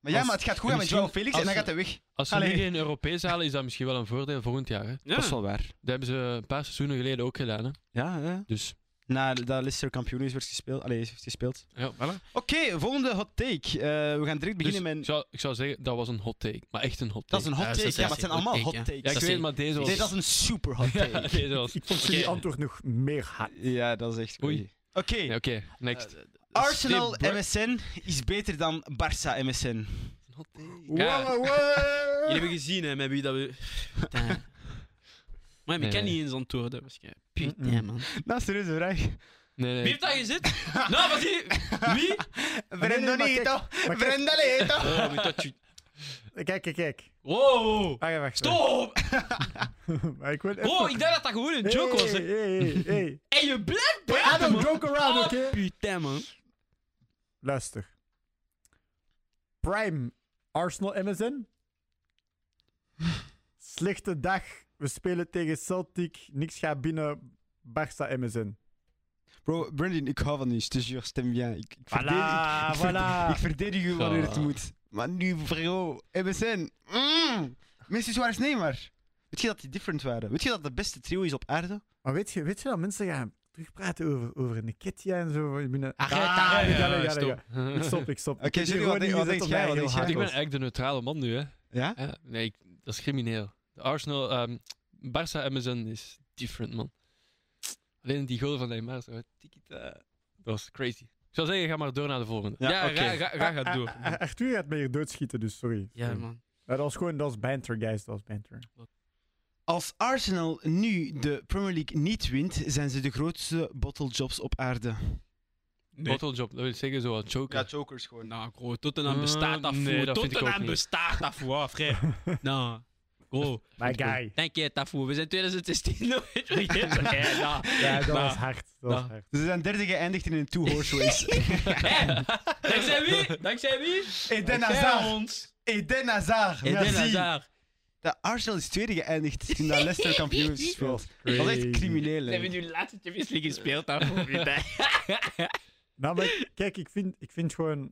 S1: Maar ja,
S3: Als-
S1: maar het gaat goed aan met
S4: misschien-
S1: Joao Felix en dan
S4: als-
S1: gaat hij weg.
S4: Als ze
S1: Allee.
S4: nu geen Europees halen, is dat misschien wel een voordeel volgend jaar. Hè.
S2: ja.
S1: waar.
S4: Dat hebben ze een paar seizoenen geleden ook gedaan. Hè.
S1: Ja, ja.
S4: Dus
S1: Nadat Leicester kampioen is, werd gespeeld. Allee, is gespeeld.
S4: ja, voilà.
S1: Oké, volgende hot take. Eh, we gaan direct
S4: Dus
S1: beginnen
S4: ik,
S1: met...
S4: zou, ik zou zeggen, dat was een hot take. Maar echt een hot
S1: Dat
S4: take.
S1: is een hot take.
S2: Ja, dat is
S1: Ja, maar het
S2: echt
S1: zijn
S2: een hot
S1: allemaal
S2: take,
S1: hot
S2: ja.
S1: takes.
S4: Ja, ik
S2: dat
S4: weet,
S2: is
S4: het,
S2: een-
S4: maar deze was...
S1: Dit was een super hot
S4: Ja,
S1: take.
S4: deze was...
S3: Ik vond jullie
S2: Oké.
S3: antwoord nog meer hard.
S1: Ja, dat is echt...
S4: Oei.
S1: crazy. Oké,
S4: Ja, Oké, next.
S2: Eh,
S1: Arsenal
S4: Steve Bruce-
S1: MSN is beter dan Barça MSN.
S2: not
S1: Nee.
S2: Ja.
S3: Wow, wow.
S2: Jullie hebben gezien hè, met wie dat we. Putain. Maar ik kan
S4: Nee.
S2: niet eens antwoorden waarschijnlijk.
S3: Mm-mm.
S2: Putain, man.
S1: Dat is serieus een vraag.
S4: Nee, nee.
S2: Wie heeft daar gezet? nou, wat die? Wie?
S3: nee, maar kijk,
S1: Brendonito!
S3: maar kijk.
S1: Brendonito!
S4: Oh, met dat je-
S3: Kijk, kijk, kijk.
S2: Wow!
S3: Ah, ja, wacht.
S2: Stop!
S3: wacht. Maar ik wil even-
S2: Oh, ik dacht dat dat gewoon een joke was.
S3: Hey,
S2: Hè.
S3: hey, hey, hey.
S2: En je blijft
S3: I
S2: praten,
S3: don't
S2: man.
S3: joke around,
S2: Oh,
S3: oké?
S2: Putain, man.
S3: Luister. Prime, Arsenal MSN. Slechte dag. We spelen tegen Celtic. Niks gaat binnen. Barça MSN.
S1: Bro, Brandon, ik hou van u. Dus je stem bien. Ik, ik
S3: Voilà,
S1: verdedig- ik verde-
S3: voilà.
S1: Ik verdedig u wanneer het
S4: Voilà.
S1: moet. Maar nu, vrouw, MSN. Mm. Messi Suarez Neymar. Weet je dat die different waren? Weet je dat de beste trio is op aarde?
S3: Maar weet je, weet je dat mensen gaan terugpraten over, over Niketia en zo? Binnen...
S2: Ach, ja,
S3: Ah,
S2: daar,
S3: ik
S2: ja,
S3: ga- ik
S2: ja,
S3: ga-
S2: stop.
S3: ik ga- Ik stop, ik stop.
S1: Oké,
S3: Ik
S1: Jerry,
S3: gewoon
S1: wat denk-
S3: niet
S1: wat
S3: gezet
S1: denk
S3: op
S1: jij?
S3: mij,
S1: Wat
S3: heel
S1: denk
S3: hard
S4: Ik ben
S3: was.
S4: eigenlijk de neutrale man nu, hè.
S1: Ja?
S4: Ja, nee, ik- dat is crimineel. De Arsenal, ehm Barça MSN is different, man. Alleen die goal van Neymar, zo, tiki-ta. dat was crazy. Ik zou zeggen, ga maar door naar de volgende.
S2: Ja,
S1: oké.
S2: ga, ga, ga, ga
S3: Ah,
S2: door.
S3: ah, ah, Arthur gaat me hier doodschieten, dus sorry.
S2: Ja,
S3: Sorry.
S2: man.
S3: Maar dat was gewoon, dat was banter, guys. Dat was banter.
S1: Als Arsenal nu de Premier League niet wint, zijn ze de grootste bottlejobs op aarde.
S2: Nee.
S4: Bottle job, dat wil zeggen zo wat joker.
S1: chokers gewoon.
S2: Nou, bro, Tottenham bestaat
S4: Eh,
S2: daarvoor.
S4: nee, dat vind ik ook
S2: Tottenham
S4: niet.
S2: bestaat daarvoor, vrij. Nou, bro,
S3: My guy.
S2: denk je daarvoor? We zijn 2016 nooit vergeten. Hé, nou.
S3: Ja, dat
S2: Nou,
S3: was hard. Dat was
S2: nou.
S3: hard.
S1: Ze zijn derde geëindigd in een two horse race.
S2: Hé, dankzij wie? Dankzij wie?
S1: Eden
S2: Dankzij
S1: Hazard.
S2: ons.
S1: Eden Hazard.
S2: Eden
S1: Merci.
S2: Hazard.
S1: De Arsenal is tweede geëindigd toen dat Leicester kampioen is
S3: Dat
S1: gespeeld.
S3: was
S1: Dat was echt
S3: crazy.
S1: crimineel.
S2: Ze hebben
S1: hè.
S2: nu de laatste Champions League gespeeld daarvoor.
S3: Nou, maar ik- kijk, ik vind, ik vind gewoon...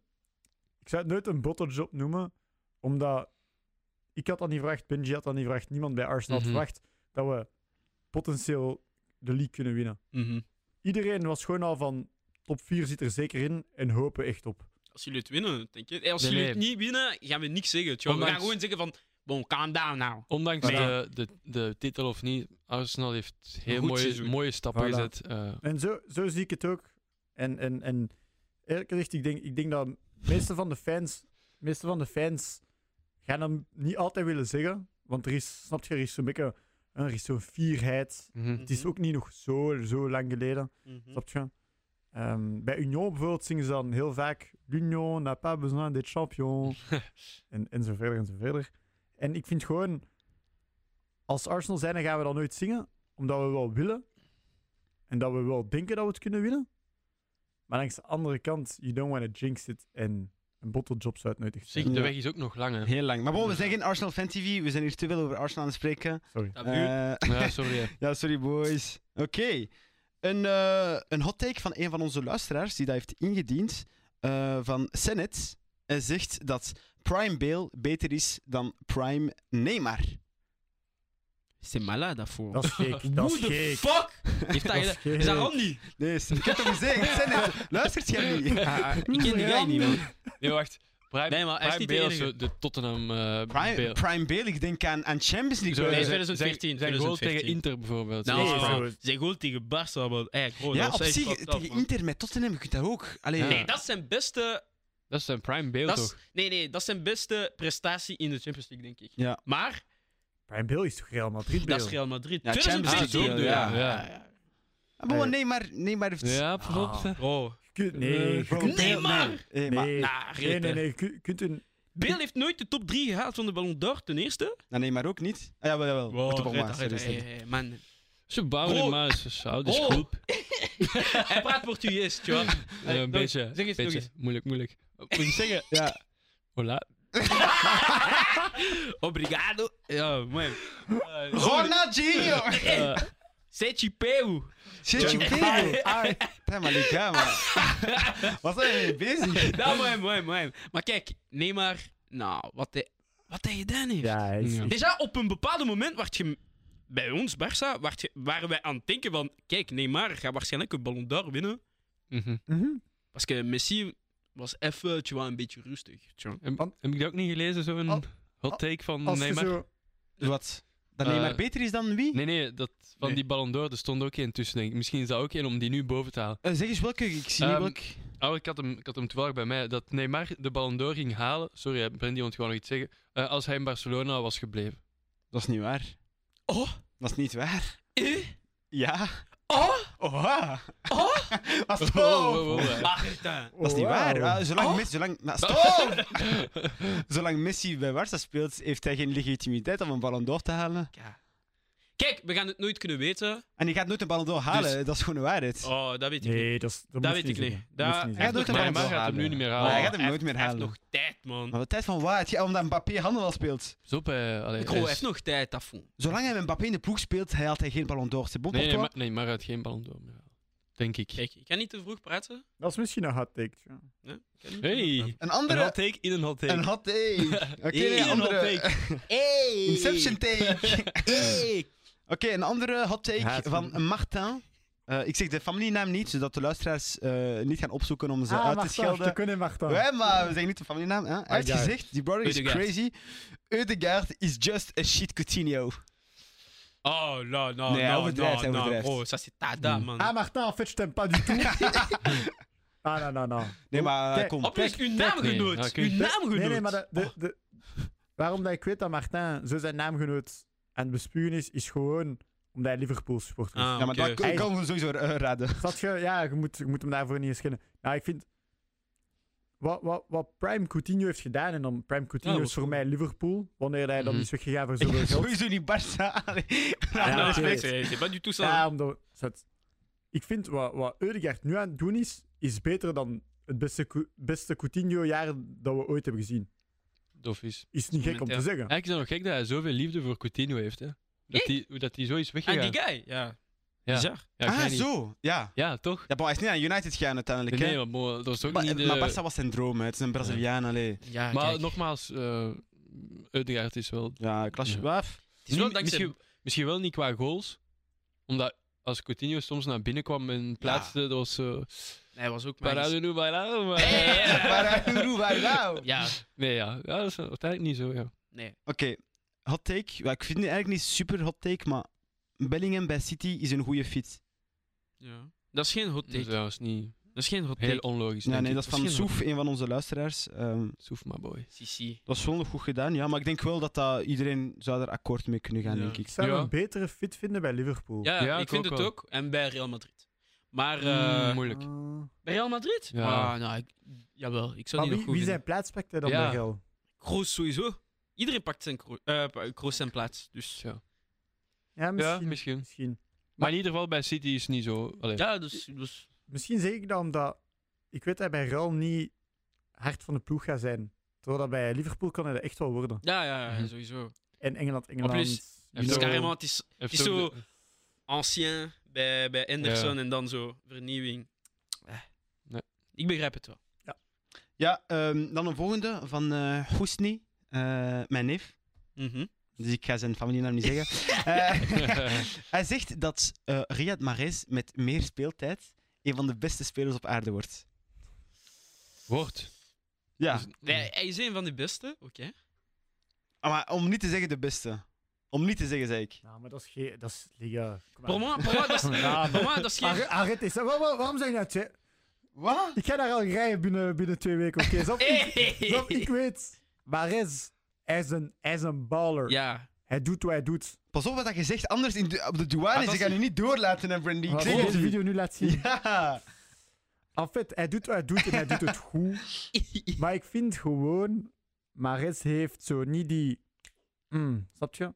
S3: Ik zou het nooit een botterjob noemen, omdat... Ik had dat niet verwacht, Benji had dat niet verwacht, niemand bij Arsenal had
S4: Mhm.
S3: verwacht dat we potentieel de league kunnen winnen.
S2: Mhm.
S3: Iedereen was gewoon al van top 4 zit er zeker in en hopen echt op.
S2: Als jullie het winnen, denk je. Eh, Als
S4: Nee,
S2: jullie
S4: nee.
S2: het niet winnen, gaan we niks zeggen. tjoh. We
S4: Ondanks-
S2: gaan gewoon zeggen van, bon, calm down now.
S4: Ondanks
S3: Voilà.
S4: de, de, de titel of niet, Arsenal heeft heel
S2: goed
S4: mooie,
S2: seizoen.
S4: mooie stappen
S3: Voilà.
S4: gezet. eh,
S3: En zo, zo zie ik het ook. En, en, en eerlijk gezegd, ik denk, ik denk dat de meeste van de fans, meeste van de fans gaan hem niet altijd willen zeggen. Want er is, snap je, er is zo'n beetje er is zo'n fierheid.
S4: mhm.
S3: Het is ook niet nog zo, zo lang geleden,
S2: Hm. Mhm.
S3: snap je? Ehm, bij Union bijvoorbeeld zingen ze dan heel vaak L'Union n'a pas besoin d'être champion. en, en zo verder en zo verder. En ik vind gewoon, als Arsenal zijn, dan gaan we dat nooit zingen. Omdat we wel willen. En dat we wel denken dat we het kunnen winnen. Maar langs de andere kant, you don't want to jinx it. En een botteljob zou het nooit echt
S4: Zie,
S3: zijn.
S4: de
S1: Ja.
S4: weg is ook nog lang, hè.
S1: Heel lang. Maar bon, we zijn geen Arsenal Fan TV. We zijn hier te veel over Arsenal aan het spreken.
S3: Sorry.
S2: Dat buurt.
S1: Eh,
S4: Ja, sorry. hè.
S1: ja, sorry boys. Oké. Een, eh, een hot take van een van onze luisteraars die dat heeft ingediend. eh, van Senet. Hij zegt dat Prime Bale beter is dan Prime Neymar. Oh.
S2: C'est malade daarvoor.
S3: Dat is gek. Dat
S2: Who
S3: is
S2: the
S3: gek.
S2: fuck? Heeft
S3: Dat
S2: dat
S3: is
S2: gedaan? Is dat Randy?
S1: Nee, ik heb het al gezegd. Senet, luistert jij niet?
S2: Ik ken die guy niet, man.
S4: Nee, wacht. Prime,
S2: Nee, maar hij is niet
S4: Prime
S2: de
S4: Bale is
S2: enige.
S4: zo de Tottenham eh
S1: Prime,
S4: Bale.
S1: Prime Bale, ik denk aan, aan Champions League.
S4: Zo,
S2: Nee,
S1: eh,
S4: zijn-
S2: 2014,
S4: Zijn goal
S2: 2014.
S4: tegen Inter bijvoorbeeld.
S2: Nou,
S4: Zo is Prime.
S2: ze zijn goal tegen Barca, man. Hey, bro,
S1: ja,
S2: dat
S1: op
S2: was echt
S1: zich,
S2: fucked up,
S1: tegen
S2: man.
S1: Inter met Tottenham, je kunt dat ook. Allee, Ah,
S4: Ja.
S2: Nee, dat is zijn beste...
S4: Dat is zijn Prime Bale
S2: Dat
S4: toch?
S2: is, nee, nee, dat is zijn beste prestatie in de Champions League, denk ik.
S1: Ja.
S2: Maar,
S3: Prime Bill is toch Real Madrid
S2: dat is
S3: Bale?
S2: Real Madrid.
S1: Ja, Champions
S2: 2014.
S1: League,
S4: Ah,
S1: ja.
S4: ja. ja.
S1: Ah, bon, nee, maar, nee, maar heeft...
S4: Ja, oh. bijvoorbeeld. hè.
S2: Bro, Ah,
S3: Kut- Nee, je
S4: Bro,
S3: kunt-
S2: nee, maar...
S1: Eh, maar-
S3: Nee,
S2: Nah,
S3: nee,
S2: reet,
S3: nee.
S2: hè.
S3: nee. Je kunt- je kunt een
S2: Bale heeft nooit de top 3 gehaald van de Ballon d'Or, ten eerste.
S1: Ah, nee, maar ook niet. Ah, jawel, jawel. Moet op
S2: reet,
S1: Oma's,
S2: reet,
S1: sorry, sorry.
S2: hey, hey, man.
S4: Ze bouwen
S2: Bro.
S4: hem maar eens eens oud,
S2: Oh.
S4: Dus groep.
S2: Hij praat Portugees, tja.
S4: Eh, een
S2: nog-
S4: beetje.
S2: zeg eens,
S4: beetje.
S2: nog eens.
S4: Moeilijk, moeilijk. Oh, Moet ik zeggen?
S1: Ja.
S4: Hola.
S2: Obrigado. Ja, Eh, man.
S1: Ronaldinho!
S4: Eh,
S2: Sete Peu.
S1: Shit, je kerel. Tja, Ah, maar Liga, man. Wat zijn we mee bezig?
S2: Nou, mooi, mooi, mooi. Maar kijk, neem maar... Nou, wat hij, wat hij gedaan heeft.
S3: Ja, hij is
S4: Ja.
S3: echt-
S2: Déjà, op een bepaald moment werd je... Bij ons, Barça, werd je- waren wij aan het denken van... Kijk, Neymar gaat waarschijnlijk een Ballon d'Or winnen.
S4: mhm.
S3: Mhm.
S2: Parce que Messi was even, tu vois, een beetje rustig. tu vois.
S4: heb,
S3: Want-
S4: heb ik dat ook niet gelezen, zo'n
S3: Al- al-
S4: hot take van
S3: Als je
S4: Neymar?
S3: zo...
S1: Wat? Dat Neymar
S4: Eh,
S1: beter is dan wie?
S4: Nee, nee, dat van
S2: Nee.
S4: die Ballon d'Or, er stond ook één tussen, denk ik. Misschien is dat ook één om die nu boven te halen.
S1: Eh, zeg eens welke, ik zie niet
S4: Ehm,
S1: welk.
S4: Oh, ik had hem, ik had hem toevallig bij mij. Dat Neymar de Ballon d'Or ging halen. Sorry, hè, Brendy want gewoon nog iets zeggen. eh, als hij in Barcelona was gebleven.
S1: Dat is niet waar.
S2: Oh,
S1: Dat is niet waar.
S2: eh,
S1: Ja.
S2: oh,
S1: Oha.
S2: oh.
S1: Stop.
S4: Wow, wow, wow, hè.
S2: Martin.
S1: Dat is niet waar.
S3: Wauw.
S1: Ah, zolang,
S2: Oh.
S1: Messi, zolang, nou,
S4: Oh.
S1: stop! zolang Messi bij Barca speelt, heeft hij geen legitimiteit om een Ballon d'Or te halen.
S2: Ja. Kijk, we gaan het nooit kunnen weten.
S1: En je gaat nooit een Ballon d'or halen,
S4: Dus-
S1: dat is gewoon een waarheid.
S2: Oh, dat weet ik niet.
S3: Nee, dat, is, dat,
S2: Dat
S3: moet
S2: weet ik
S3: niet.
S2: niet.
S3: zeggen.
S2: Dat-
S3: Moet niet
S1: Hij
S3: zeggen.
S1: doet een
S4: Neymar
S1: Ballon d'Or
S4: gaat hem nu
S1: halen.
S4: niet meer
S1: Maar
S4: halen.
S1: hij gaat hem
S2: heeft-
S1: nooit meer
S2: Oh, Hij heeft
S1: halen.
S2: nog tijd, man.
S1: Maar wat tijd van waarheid, ja, omdat Mbappé handel al speelt.
S4: Zo bij. eh, allee, dus-
S2: Ik
S4: hij
S2: hoor, hij
S4: is-
S2: heeft nog tijd, afvoer.
S1: Zolang hij met Mbappé in de ploeg speelt, hij haalt hij geen Ballon d'Or. C'est bon
S4: Nee,
S1: pour toi?
S4: Neymar, Neymar gaat geen Ballon d'Or meer halen. Denk ik.
S2: Kijk, ik kan niet te vroeg praten.
S3: Dat is misschien een hot take. ja.
S2: Ik kan niet te vroeg
S4: Hey,
S2: praten.
S1: Een
S4: een
S1: andere...
S4: hot take in een hot take.
S1: Een hot take. Oké,
S4: In een
S1: een
S4: hot
S1: andere...
S2: Hey!
S1: Inception take.
S2: Hey!
S1: Oké, een andere hot take
S3: Haat
S1: van
S3: hem.
S1: Martin. Eh, ik zeg de familienaam niet, zodat de luisteraars eh, niet gaan opzoeken om ze
S3: Ah,
S1: uit te
S3: Martin, Te
S1: schelden.
S3: kunnen, Martin.
S1: Ja, maar we zeggen niet de familienaam. Hè? Hij heeft
S3: Ødegaard.
S1: gezegd, die brother is
S2: Ødegaard.
S1: crazy. Ødegaard is just a shit Coutinho.
S2: Oh, non, non,
S1: Nee, hij
S2: non,
S1: overdrijft, hij
S2: non, non,
S1: overdrijft.
S2: bro, ça c'est tada,
S4: Hmm.
S2: man.
S3: Ah, Martin, en fait, je t'aime pas du tout. ah, non, non, non.
S1: Nee, maar
S3: Kijk,
S1: kom.
S2: En plus, uw naamgenoot,
S4: nee, oké.
S2: uw naamgenoot.
S3: Nee, nee, maar de, de, de- waarom dat ik weet dat Martin zo zijn naamgenoot aan het bespuwen is, is gewoon omdat hij Liverpool supporter is.
S2: Ah,
S1: Ja, maar
S2: oké.
S1: dat kan- kan we sowieso eh, raden.
S3: Zat je, ja, je moet, je moet hem daarvoor niet eens kennen. Nou, ik vind... Wat, wat, wat Prime Coutinho heeft gedaan, en dan Prime Coutinho
S4: Ja, dat
S3: is voor mij Liverpool, wanneer hij dan
S4: Mhm.
S3: is weggegaan voor
S1: Ik
S3: zoveel
S1: ben
S3: geld.
S1: sowieso niet Barça. Allee.
S3: Ja,
S2: non,
S3: dat is
S2: mais
S3: weet.
S2: c'est c'est pas du tout ça.
S3: Ja, omdat... zet. Ik vind wat, wat Ødegaard nu aan het doen is, is beter dan het beste, Cou- beste Coutinho-jaar dat we ooit hebben gezien.
S4: Dof is.
S3: Is niet gek om te
S2: Momenteel.
S3: zeggen.
S4: Eigenlijk is het nog gek dat hij zoveel liefde voor Coutinho heeft. Hè? Dat
S2: Ik?
S4: hij hoe dat hij zo is
S2: Ah,
S4: weggegaan.
S2: die guy, ja.
S4: Ja.
S2: Bizar.
S4: Ja, ik
S1: ah,
S4: weet niet.
S1: zo. Ja.
S4: Ja, toch?
S1: Ja, maar hij is niet aan United gegaan
S4: Nee,
S1: uiteindelijk. hè.
S4: nee, maar mo- dat was ook
S1: Ba-
S4: niet eh, de...
S1: Maar Ah, Barça was zijn droom. hè. Het is een Braziliaan. Allee.
S2: Ja,
S4: Maar
S2: kijk.
S4: nogmaals, eh Ødegaard is wel...
S1: Ja, klasje.
S4: Ja.
S1: Waaf.
S2: Het is wel
S4: niet-
S2: dankzij-
S4: misschien, misschien wel niet qua goals. Omdat als Coutinho soms naar binnen kwam en plaatste, dat was... eh
S2: Nee, hij was ook maar... eens-
S4: Parado nu, parado, maar-
S2: Hey!
S1: Waar- hoe- waar- nou? waar- Oké,
S2: Ja,
S4: Nee, ja. ja, dat is uiteindelijk niet zo, ja.
S2: nee.
S1: hot take. Ja, ik vind het eigenlijk niet super hot take, maar Bellingham bij City is een goede fit.
S2: Ja. Dat is geen hot take.
S4: Dus ja, dat is niet
S2: Dat is geen hot
S4: heel
S2: take.
S4: onlogisch.
S1: Ja,
S4: denk
S1: nee,
S4: ik.
S1: dat is van
S4: Misschien
S1: Soef, een van onze luisteraars. Ehm,
S4: wel. Soef, maar boy.
S2: Si, si.
S1: dat is wel nog goed gedaan, ja. Maar ik denk wel dat, dat iedereen zou er akkoord mee kunnen gaan,
S2: Ja.
S1: denk ik.
S3: Ik zou
S4: Ja.
S3: hem een betere fit vinden bij Liverpool.
S2: Ja,
S4: Ja,
S2: ik
S4: ik
S2: vind
S4: ook
S2: het
S4: wel. Mm,
S2: ook. En bij Real Madrid. Maar eh
S3: Ah.
S4: Moeilijk.
S2: bij Real Madrid?
S4: Ja.
S2: Ah, nou, ik, jawel. Ik zou die nog
S3: Maar wie,
S2: goed
S3: wie
S2: vinden.
S3: zijn plaats pakte dan
S4: Ja.
S3: bij Real?
S2: Kroos sowieso. Iedereen pakt zijn Kroos, eh, pa- Kroos zijn plaats. Dus
S4: Tja.
S3: Ja, misschien.
S4: Ja, misschien.
S3: misschien.
S4: Maar in ieder geval, bij City is het niet zo... Allee.
S2: ja, dus, dus
S3: Misschien zeg ik dat omdat ik weet dat hij bij Real niet hard van de ploeg gaat zijn. Terwijl dat bij Liverpool kan hij dat echt wel worden.
S2: ja, ja, ja,
S4: Mhm.
S2: sowieso.
S3: En Engeland, Engeland.
S2: plus,
S3: you
S2: Het is
S4: Zo.
S3: know.
S2: Dus carrément, het is
S4: Heeft
S2: is
S4: ook
S2: zo-
S4: de-
S2: ancien bij, bij Anderson en dan zo vernieuwing. Eh.
S4: Nee.
S2: Ik begrijp het wel.
S1: Ja, ehm, dan een volgende van eh Husni, eh, mijn neef.
S2: Mhm.
S1: Dus ik ga zijn familienaam niet zeggen. Eh, hij zegt dat eh, Riyad Mahrez met meer speeltijd een van de beste spelers op aarde wordt.
S4: Wordt.
S1: Ja,
S4: Dus-
S2: Hij, hij is een van de beste, oké.
S1: ah, maar om niet te zeggen de beste. Om niet te zeggen, zei ik.
S3: Nou, maar dat is geen. Dat is Liga. Kom
S2: Voor
S3: aan.
S2: moi, voor moi, dat is,
S3: Ja,
S2: voor moi, dat is geen...
S3: Arre- Arrête eens. Wa- wa- waarom zeg je dat? hè?
S1: Wat?
S3: Ik ga naar Algerije binnen, binnen twee weken. Oké, Zap, ik, Zap, ik weet. Mahrez, hij is een, hij is een baller.
S2: Ja.
S3: Hij doet wat hij doet.
S1: Pas op wat dat je zegt, anders in de, op de douane.
S2: dat
S1: ze
S2: is-
S1: gaan je niet doorlaten, hè, Brandy. Ik
S3: Wat
S1: zeg
S3: ik
S1: het
S3: deze
S1: u.
S3: video nu laat zien.
S1: Ja.
S3: En fait, hij doet wat hij doet en hij doet het goed. Maar ik vind gewoon, Maris heeft zo niet die. Mm, snap je?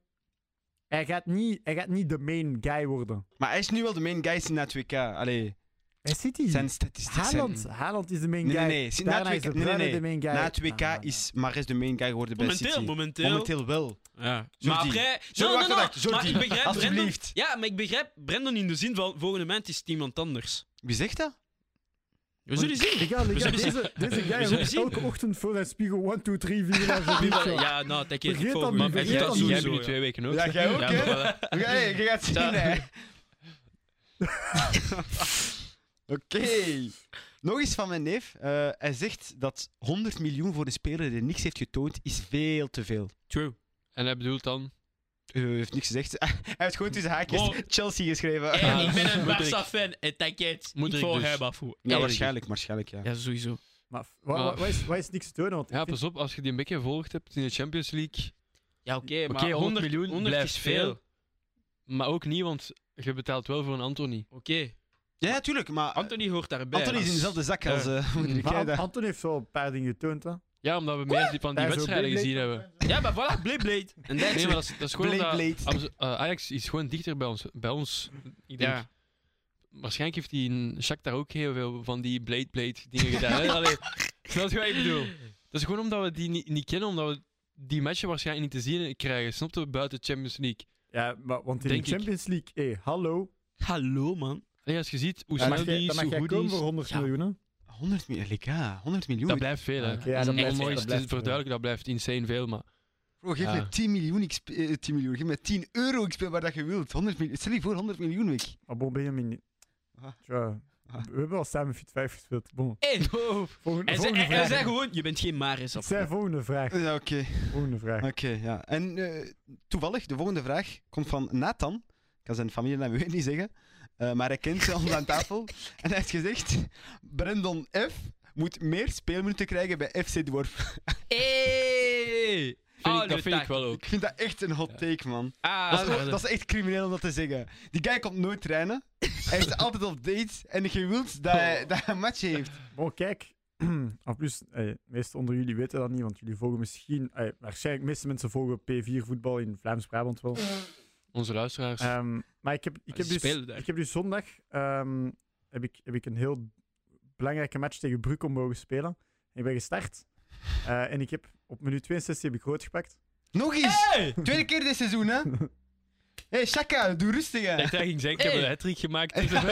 S3: Hij gaat, niet, hij gaat niet de main guy worden.
S1: Maar hij is nu wel de main guy in het WK. Allee,
S3: Hij zit hier.
S1: zijn statistieken zijn...
S3: Haaland, Haaland is de main
S1: Nee,
S3: guy.
S1: nee, nee. Sinds-
S3: Daarna
S1: na het
S3: is de
S1: WK nee, nee,
S3: Bruyne
S1: nee.
S3: de main guy.
S1: Na het
S3: Ah, ah,
S1: WK
S3: ah.
S1: is Mahrez de main guy geworden bij
S2: Momenteel,
S1: City.
S2: momenteel.
S1: Momenteel wel.
S2: Ja. Maar
S1: Jordi.
S2: après...
S1: Zo
S2: Nee, nee,
S1: wakker
S2: nee,
S1: dat, Jordi.
S2: Maar ik begrijp Brendan...
S1: Alsjeblieft.
S2: Ja, maar ik begrijp Brendan in de zin van volgende maand is het iemand anders.
S1: Wie zegt dat?
S2: We zullen zien.
S3: Liga, Liga,
S2: We zullen zien.
S3: deze, deze
S2: We
S3: guy
S2: zullen
S3: roept
S2: zien.
S3: elke ochtend voor zijn spiegel 1, 2, 3, 4, alsjeblieft. joh.
S2: Ja, nou,
S3: Vergeet
S2: denk ik
S3: dat
S2: volgen.
S3: niet,
S2: Maar
S4: Jij
S3: vergeet
S2: dat
S3: dat niet.
S4: hebt jij
S3: sowieso,
S4: hebt nu
S2: ja.
S4: twee weken ook.
S1: Ja,
S4: hè?
S1: jij ook,
S2: Ja,
S1: hè?
S2: maar-
S1: Ja, je gaat zien,
S2: Ja.
S1: hè. Oké. Nog iets van mijn neef. Eh, hij zegt dat 100 miljoen voor een speler die niks heeft getoond, is veel te veel.
S2: True.
S4: En hij bedoelt dan...
S1: Hij heeft niks gezegd. Hij heeft gewoon tussen haakjes
S2: Oh.
S1: Chelsea geschreven.
S2: En
S4: Ah,
S2: ik ben een
S4: moet ik-
S2: Barca-fan en dat kent
S4: Moet
S2: ik
S4: ik
S2: voor
S4: dus.
S2: hem af. hoe.
S1: Ja,
S2: Erg.
S1: waarschijnlijk, waarschijnlijk, ja.
S2: Ja, sowieso.
S3: Maar f- wa- wa- wat is, wat is niks te tonen? Want ik
S4: Ja,
S3: vind-
S4: pas op, als je die een beetje gevolgd hebt in de Champions League.
S2: Ja, oké,
S4: Oké,
S2: maar
S4: 100
S2: 100
S4: miljoen
S2: 100
S4: blijft
S2: is veel.
S4: veel. Maar ook niet, want je betaalt wel voor een Anthony.
S2: Oké,
S1: Ja, tuurlijk, maar eh,
S2: Anthony hoort daarbij.
S1: Anthony is in
S2: als-
S1: dezelfde zak
S4: Ja.
S1: als eh
S4: Mm.
S1: Moederik.
S3: maar
S1: hè,
S3: Ant-
S1: dat-
S3: Anton heeft zo een paar dingen getoond. Hè.
S4: Ja, omdat we meer die- van die
S3: Daar is ook
S4: wedstrijden
S3: Blade
S4: gezien hebben.
S2: Ja, maar voilà, Blade Blade. En dat
S4: Nee, maar dat is, dat is gewoon
S1: Blade,
S4: omdat
S1: Blade.
S4: Amst- eh, Ajax is gewoon dichter bij ons. Bij ons. Ik denk,
S2: Ja.
S4: Waarschijnlijk heeft die in Shakhtar daar ook heel veel van die Blade Blade dingen gedaan. hè? Allee, snap je wat ik bedoel? Dat is gewoon omdat we die niet, niet kennen, omdat we die matchen waarschijnlijk niet te zien krijgen. Snapte we buiten Champions League.
S3: Ja, maar, want in
S4: Denk
S3: de
S4: ik.
S3: Champions League, hé, hallo.
S2: Hallo, man.
S4: Allee, als je ziet hoe
S3: Dan
S4: snel
S3: mag jij,
S4: die
S3: dan
S4: is,
S3: mag
S4: hoe
S3: jij
S4: goed die
S3: komen
S4: is.
S3: voor 100
S2: Ja.
S3: miljoen. Hè.
S1: 100 miljoen, like, ja, 100 miljoen.
S4: Dat blijft veel,
S3: Oké,
S4: hè.
S3: ja, dat
S2: blijft veel,
S4: Allemaal is
S3: dat
S4: het
S3: blijft
S4: is verduidelijk, dat blijft insane veel, maar...
S1: Bro, geef
S4: Ja.
S1: me 10 miljoen, ik spe- eh, 10 miljoen. Geef me 10 euro, ik speel waar dat je wilt. 100 miljoen. Stel je voor, 100 miljoen, ik.
S3: Maar bon, Benjamin.
S1: Ah.
S3: Tja,
S1: Ah.
S3: we hebben al samen Fit 5 gespeeld. Bon.
S2: En,
S3: Volgende,
S2: en, ze,
S3: volgende
S2: en, en
S3: vraag.
S2: zei gewoon, je bent geen Maris.
S3: Ik
S2: Of...
S3: zei volgende vraag.
S1: Eh, Ja, oké.
S3: Volgende vraag.
S1: Oké, ja. En eh, toevallig, de volgende vraag komt van Nathan. Ik kan zijn familienaam weer niet zeggen. eh, maar hij kent ze ons aan tafel. En hij heeft gezegd: Brendan F. moet meer speelminuten krijgen bij FC Dwarf.
S2: Hey!
S4: Vind ik-
S2: Oh,
S4: dat vind ik
S2: leuk.
S4: wel ook.
S1: Ik vind dat echt een hot take, man.
S2: Ah,
S1: Dat is, dat is echt crimineel om dat te zeggen. Die guy komt nooit trainen. Hij is altijd op dates en je wilt dat hij, dat hij een match heeft.
S3: Bon, kijk. En plus, eh, de meesten onder jullie weten dat niet, want jullie volgen misschien... eh, waarschijnlijk, de meeste mensen volgen P4 voetbal in Vlaams-Brabant wel.
S4: Onze luisteraars.
S3: Ehm, maar ik heb, ik
S2: ze
S3: heb, dus,
S2: spelen daar.
S3: ik heb dus zondag ehm, heb ik, heb ik een heel belangrijke match tegen Brucco mogen spelen. Ik ben gestart. Eh, en ik heb op minuut 62 heb ik rood gepakt.
S1: Nog eens! Tweede keer dit seizoen, hè? Hé, hey, Shaka, doe rustig,
S4: Ik
S1: hè?
S4: dacht dat hij ging zeggen, ik
S2: Hey.
S4: heb een hat-trick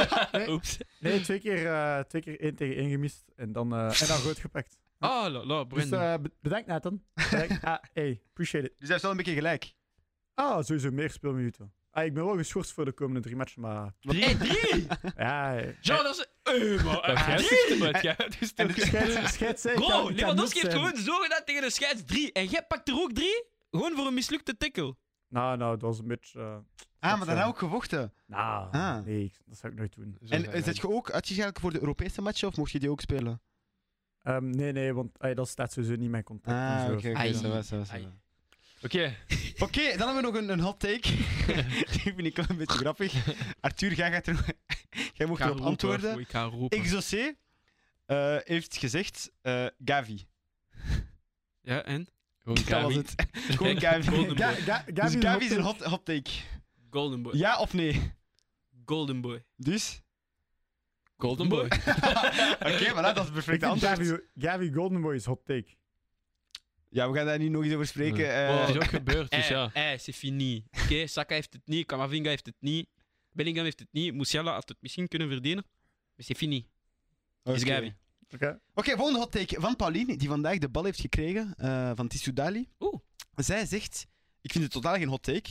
S4: gemaakt. Oeps.
S3: Nee, twee keer, eh, twee keer één tegen één gemist. En dan, eh, en dan rood gepakt.
S2: Oh, la, la,
S3: Dus
S2: Brendan.
S3: eh, be- bedankt Nathan. Bedankt. Ah, hey, appreciate it.
S1: Dus hij heeft wel een beetje gelijk.
S3: Ah, sowieso meer speelminuten. Ah, ik ben wel geschorst voor de komende drie matchen, maar...
S2: Hey, drie!
S3: Ja, eh,
S2: Ja, dat is... Eh, maar...
S4: Maar
S2: eh,
S4: jij
S2: drie!
S4: doet het, Ah, jij dus doet het.
S1: En het-
S3: scheids, scheids, hè, ik kan- ik
S2: Bro,
S3: kan
S2: Lewandowski
S3: niet
S2: heeft
S3: zijn.
S2: gewoon zogedaan tegen de scheids drie. En jij pakt er ook drie? Gewoon voor een mislukte tackle.
S3: Nou, nou, dat was een beetje... eh,
S1: Ah, maar dan ook gevochten.
S3: Nou,
S1: Ah.
S3: nee, ik- dat zou ik nooit doen.
S4: Zo
S1: En
S4: zijn
S1: eh, zet
S4: wij.
S1: je ook uitgeschakeld voor de Europese matchen of mocht je die ook spelen?
S3: Ehm, nee, nee, want ey, dat staat sowieso niet in mijn contract. en
S1: Ah,
S3: zo.
S1: oké, oké.
S2: Ai.
S1: zo, zo, zo.
S2: Ai.
S4: Oké,
S1: Oké, dan hebben we nog een, een hot take. die vind ik wel een beetje grappig. Arthur, jij, gaat er, jij mocht
S2: ga
S1: erop
S2: roepen,
S1: antwoorden.
S2: hoor. Ik ga roepen.
S1: XOC eh, heeft gezegd eh, Gavi.
S2: Ja, en?
S4: gewoon
S1: Dat was
S4: Gavi.
S1: het. Gewoon
S2: Golden
S1: Gavi.
S2: boy.
S3: Ga- ga- Gavi
S1: Dus
S3: is een
S1: Gavi is
S3: hot
S1: een
S3: take.
S1: hot, hot take.
S2: Golden Boy.
S1: Ja of nee?
S2: Golden Boy.
S1: Dus?
S4: Golden Boy.
S1: Oké, voilà, dat is
S3: Ik
S1: perfect
S3: vind
S1: antwoord.
S3: Gavi, Gavi Golden Boy is hot take.
S1: Ja, we gaan daar niet nog eens over spreken. eh.
S4: Het is ook gebeurd, dus
S2: Eh,
S4: ja.
S2: eh, c'est fini. Oké, Saka heeft het niet, Kamavinga heeft het niet, Bellingham heeft het niet, Musiala had het misschien kunnen verdienen. Maar c'est fini.
S1: Oké.
S2: Is Gavi.
S3: Oké.
S1: Oké, volgende hot take van Pauline, die vandaag de bal heeft gekregen eh, van Tissou Dali.
S2: Oeh.
S1: Zij zegt, ik vind het totaal geen hot take,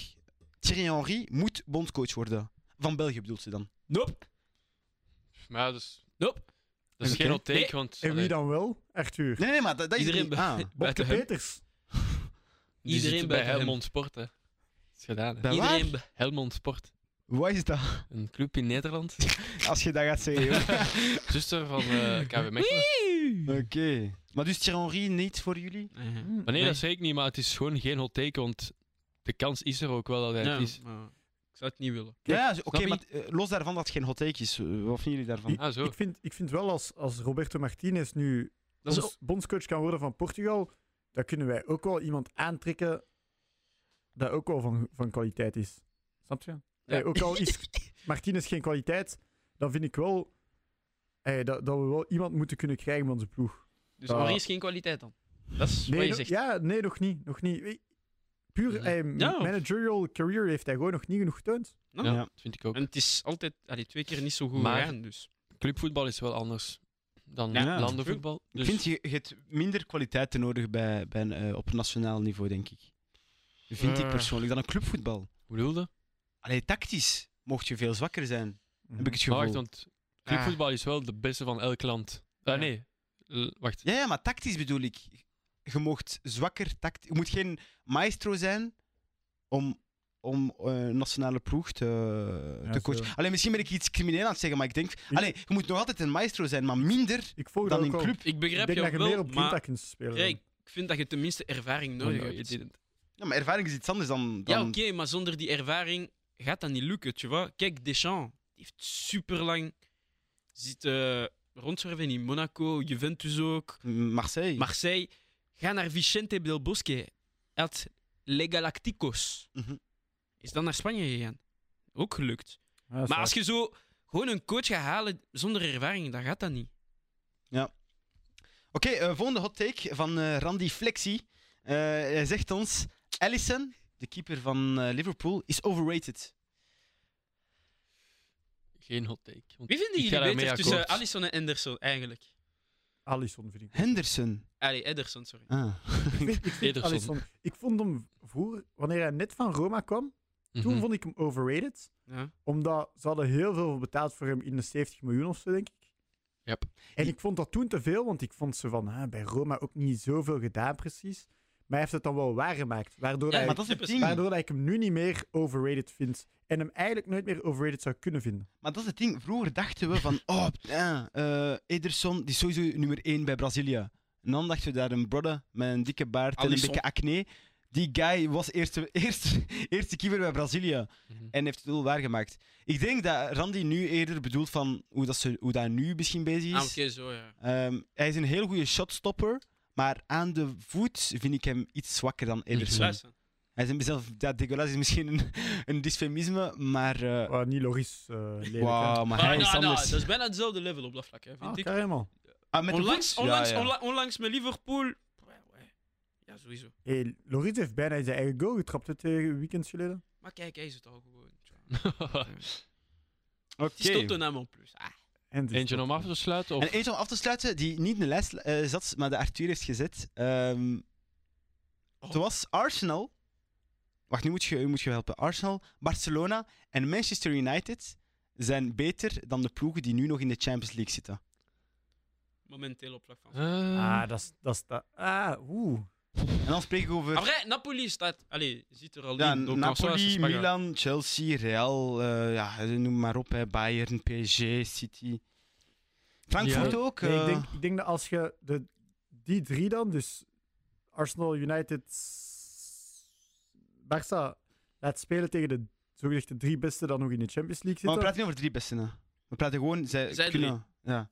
S1: Thierry Henry moet bondcoach worden. Van België bedoelt ze dan.
S2: Nope.
S4: Maar ja, dus...
S2: Nope.
S4: Dat is
S1: Oké.
S4: geen hot take,
S2: Nee.
S4: want...
S3: En wie
S4: allee,
S3: dan wel? Arthur.
S1: Nee, nee, maar dat, dat is
S2: Iedereen
S1: niet... Ah,
S2: buiten
S3: Bobke
S2: hem.
S3: Peters.
S4: die
S2: Iedereen
S4: zitten bij
S2: buiten hem.
S4: Helmond Sport, hè. Dat is gedaan, hè.
S1: Dat waar?
S2: Iedereen be-
S4: Helmond Sport.
S1: Wat is dat?
S4: Een club in Nederland.
S1: Als je dat gaat zeggen, joh.
S4: Zuster van eh KW Mechelen.
S1: Oké. Maar dus Thierry Henry niet voor jullie?
S2: Eh,
S3: Hmm.
S4: Maar nee, dat zeg ik niet, maar het is gewoon geen hot take, want de kans is er ook wel dat hij
S2: ja,
S4: het is.
S2: maar ik zou het niet willen.
S1: Ja, ja, oké,
S4: snap je?
S1: maar eh, los daarvan dat het geen hot take is, eh, wat vinden jullie daarvan?
S3: I-
S4: Ah, zo.
S3: Ik vind, ik vind wel als, als Roberto Martinez nu
S2: Dat is
S3: bonds- bondscoach kan worden van Portugal, dan kunnen wij ook wel iemand aantrekken dat ook wel van, van kwaliteit is. Snap je? Ey, ook al is Martinez geen kwaliteit, dan vind ik wel ey, dat, dat we wel iemand moeten kunnen krijgen van onze ploeg.
S2: Dus
S3: Ja.
S2: Henri is geen kwaliteit dan. Dat is
S3: Nee,
S2: wat je
S3: nog-
S2: zegt.
S3: ja, nee, nog niet. Nog niet. Weet- Puur
S4: Mhm.
S3: eh, m-
S2: Ja.
S3: managerial career heeft hij gewoon nog niet genoeg getoond.
S2: Ja.
S4: ah, Ja, dat vind ik ook.
S2: En het is altijd allee, twee keer niet zo goed
S4: Maar-
S2: gegaan, dus.
S4: Clubvoetbal is wel anders dan
S1: Ja.
S4: landenvoetbal.
S1: Ik
S4: Dus
S1: vind je, je hebt minder kwaliteiten nodig bij, bij een, eh, op nationaal niveau, denk ik. Vind ik
S2: Eh.
S1: persoonlijk, dan een clubvoetbal.
S4: Hoe bedoel je?
S1: Allee, tactisch mocht je veel zwakker
S3: Mhm.
S1: zijn, heb ik het
S4: Maar
S1: gevoel.
S4: wacht, want clubvoetbal is wel de beste van elk land. Ah,
S2: Ja.
S4: nee. L- wacht.
S1: Ja, ja, maar tactisch bedoel ik. Je mocht zwakker tactisch... Je moet geen maestro zijn om om eh, een nationale ploeg te,
S3: Ja,
S1: te coachen.
S3: zo.
S1: Alleen misschien ben ik iets crimineel aan het zeggen, maar ik denk. Allee, je moet nog altijd een maestro zijn, maar minder
S3: Ik volg
S1: Dan
S3: Oh, dat
S1: in
S3: ook wel.
S1: club.
S2: Ah, Ik begrijp
S3: ik denk dat
S2: je
S3: je meer
S2: wel,
S3: op
S2: maar
S3: Quinta kunt spelen.
S2: ja, ik vind dat je tenminste ervaring
S4: Maar
S2: nodig
S4: nou,
S2: hebt.
S4: je-
S1: Ja, maar ervaring is iets anders dan. dan
S2: Ja, oké, maar zonder die ervaring gaat dat niet lukken, tu vois. Kijk, Deschamps die heeft super lang zitten rondzwerven in Monaco, Juventus ook,
S1: Marseille.
S2: Marseille. Ga naar Vicente del Bosque. Hij had Le Galacticos.
S1: Mhm.
S2: Is dan naar Spanje gegaan. Ook gelukt.
S3: Ja, dat is
S2: Maar
S3: waar.
S2: als je zo gewoon een coach gaat halen zonder ervaring, dan gaat dat niet.
S1: Oké, eh, volgende hot take van eh, Randy Flexi. Eh, hij zegt ons: Allison, de keeper van eh, Liverpool, is overrated.
S4: Geen hot take. want
S2: Wie vinden
S4: ik
S2: jullie
S4: ga daarmee
S2: beter tussen
S4: akkoord.
S2: Allison en Anderson eigenlijk?
S3: Alisson vind ik.
S1: Henderson.
S2: Allee, Ederson, sorry.
S1: Ah.
S3: Ik, vind- ik vind
S4: Ederson.
S3: Alisson. Ik vond hem vroeger, wanneer hij net van Roma kwam,
S4: Mhm.
S3: toen vond ik hem overrated.
S2: Ja.
S3: Omdat ze hadden heel veel betaald voor hem in de 70 miljoen of zo, denk ik.
S4: Yep.
S3: En ik vond dat toen te veel, want ik vond ze van ah, bij Roma ook niet zoveel gedaan precies. Maar hij heeft het dan wel waargemaakt. Waardoor,
S2: Ja,
S3: hij,
S1: maar dat is het
S2: Typisch.
S1: ding.
S3: waardoor dat ik hem nu niet meer overrated vind. En hem eigenlijk nooit meer overrated zou kunnen vinden.
S1: Maar dat is het ding. Vroeger dachten we van, oh, eh, eh, Ederson, die is sowieso nummer 1 bij Brazilië. En dan dachten we daar een brother met een dikke baard en een
S2: Alisson.
S1: dikke acne. Die guy was eerste, eerste, eerste keeper bij Brazilië
S4: Mhm.
S1: en heeft het doel waargemaakt. Ik denk dat Randy nu eerder bedoelt van hoe dat, ze, hoe dat nu misschien bezig
S2: Ah,
S1: is.
S2: oké, zo ja.
S1: Ehm, hij is een heel goede shotstopper, maar aan de voet vind ik hem iets zwakker dan Ederson.
S2: Sluis dan.
S1: Hij is een zelf, dat Degolas is misschien een, een dysfemisme, maar... eh
S3: Wat niet logisch eh lelijk.
S1: Wauw, maar
S2: Ah,
S1: hij
S2: nou,
S1: is
S2: nou,
S1: anders.
S2: dat is bijna hetzelfde level op dat vlak, hè,
S3: hè.
S2: vind
S3: Ah,
S2: ik.
S3: helemaal.
S1: Ah, met de
S2: Onlangs,
S1: voet?
S2: onlangs,
S1: Ja, ja.
S2: onla- onlangs met Liverpool. Ja, ja. Ja, sowieso.
S3: Hey, Loris heeft bijna zijn eigen goal getrapt hè, tegen weekends geleden.
S2: Maar kijk, hij is het al gewoon. tja.
S1: Oké.
S2: Die stond toen aan mijn plus. Ah.
S3: En dus
S4: Eentje om af te sluiten? Of...
S1: En eentje om af te sluiten, die niet in de lijst eh, zat, maar de Arthur heeft gezet. Ehm,
S2: Oh.
S1: Het was Arsenal. Wacht, nu moet je, nu moet je helpen. Arsenal, Barcelona en Manchester United zijn beter dan de ploegen die nu nog in de Champions League zitten.
S2: Momenteel op vlak van.
S4: Eh,
S3: Ah, dat is- dat is... dat- Ah, oeh.
S1: En dan spreek ik over
S2: Après, Napoli staat. Allee, zit er al
S1: Eh, ja,
S2: in. donc en soi,
S1: Napoli,
S2: c'est pas grave.
S1: Milan, Chelsea, Real, eh, ja, noem maar op, hè, Bayern, PSG, City. Frankfurt
S4: Ja.
S1: ook.
S3: Nee, ik,
S1: eh,
S3: denk, ik denk dat als je de, die drie dan, dus Arsenal, United, Barça, laat spelen tegen de zogezegd de drie beste dan nog in de Champions League
S1: Maar
S3: zitten.
S1: we praten niet over drie besten. hè. We praten gewoon, zij,
S2: Zij
S1: kunnen. Ja.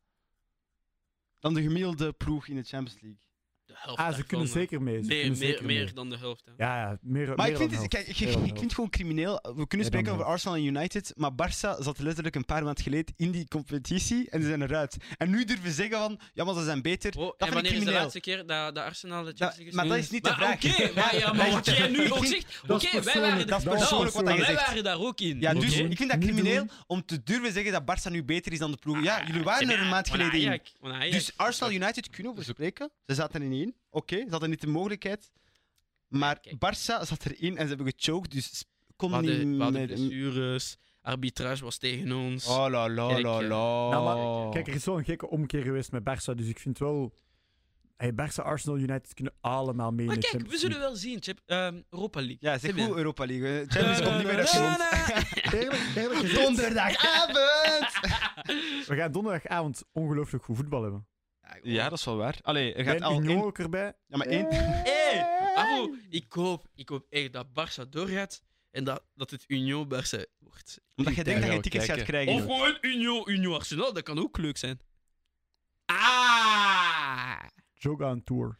S1: Dan de gemiddelde ploeg in de Champions League.
S2: De helft.
S3: ah, ze
S2: daarvan,
S3: kunnen
S2: hè.
S3: zeker mee. Ze
S2: Meer,
S3: kunnen
S2: meer,
S3: zeker
S2: meer
S3: mee.
S2: dan de helft. Hè.
S3: Ja, ja, meer, meer
S1: Maar ik
S3: dan
S1: vind, het, kijk,
S3: helft.
S1: ik, ik,
S3: Meer dan
S1: ik
S3: helft.
S1: vind het gewoon crimineel. We kunnen spreken over
S3: helft.
S1: Arsenal en United, maar Barça zat letterlijk een paar maanden geleden in die competitie en ze zijn eruit. En nu durven zeggen van, ja, maar ze zijn beter.
S2: Oh,
S1: vind
S2: en
S1: ik
S2: wanneer is de
S1: crimineel.
S2: laatste keer dat, dat Arsenal de
S1: Ja,
S2: Champions League
S1: maar dat is niet de vraag.
S2: Oké, maar, ja, maar wat jij nu
S1: Ik
S2: ook
S1: vind-
S2: zegt. Oké,
S3: dat is
S2: wij,
S3: persoonlijk,
S2: waren,
S1: dat is
S2: nou,
S1: persoonlijk wat hij
S2: maar wij
S1: zegt.
S2: waren daar ook in.
S1: Ja, dus
S2: oké?
S1: ik vind dat
S3: Niet doen.
S1: crimineel om te durven zeggen dat Barça nu beter is dan de ploeg. Ja, jullie waren
S2: C'est
S1: er een
S2: bien,
S1: maand
S2: on
S1: geleden in.
S2: Ajax, on Ajax.
S1: Dus Arsenal United kunnen over
S4: Dus ook-
S1: spreken. Ze zaten er niet in. Oké, ze hadden niet de mogelijkheid. Maar
S2: Kijk.
S1: Barça zat erin en ze hebben gechoked, dus
S2: We
S1: kon niet...
S2: hadden, we hadden
S1: nee,
S2: blessures, arbitrage was tegen ons.
S3: Ah,
S1: Oh la la
S2: Kijk,
S1: la
S2: eh,
S1: la.
S3: Nou,
S1: Oh.
S3: maar Kijk, er is wel een gekke omkeer geweest met Barça, dus ik vind wel... Hey, Barça, Arsenal, United kunnen allemaal mee
S2: maar
S3: in de
S2: kijk, we
S3: Champions
S2: zullen wel zien. Chap- ehm, Europa League.
S1: Ja, zeg
S2: C'est bien.
S1: goed Europa League. hè. Champions
S2: Eh,
S1: komt niet meer uit je
S2: eh,
S1: mond.
S2: eh,
S3: League. Eerlijk, eerlijk gezegd,
S1: Donderdagavond!
S3: we gaan donderdagavond ongelooflijk goed voetbal hebben.
S1: Ja, dat is wel waar. Allee, er gaat
S3: En
S1: al
S3: Union
S1: één...
S3: ook erbij.
S1: Ja, maar één...
S2: Hey, Avo, ik hoop, ik hoop echt dat Barça doorgaat en dat, dat het Union Barça wordt.
S1: Omdat je denkt dat je
S4: wel
S1: tickets gaat
S4: kijken.
S1: krijgen.
S2: Of gewoon Union, Union Arsenal, dat kan ook leuk zijn. Ah!
S3: Joga aan tour.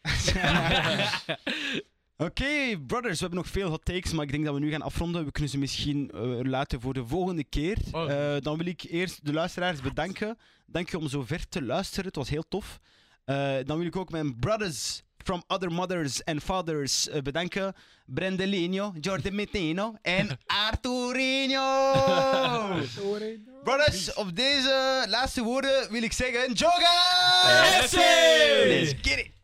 S1: Oké, brothers, we hebben nog veel hot takes, maar ik denk dat we nu gaan afronden. We kunnen ze misschien eh, laten voor de volgende keer.
S4: Oh.
S1: Eh, dan wil ik eerst de luisteraars bedanken. Dank je om zo ver te luisteren, het was heel tof. Eh, dan wil ik ook mijn brothers from other mothers and fathers eh, bedanken. Brendelino, Jordi Metino en Arturino. brothers, op deze laatste woorden wil ik zeggen, Joga!
S2: Yes!
S1: Let's get it!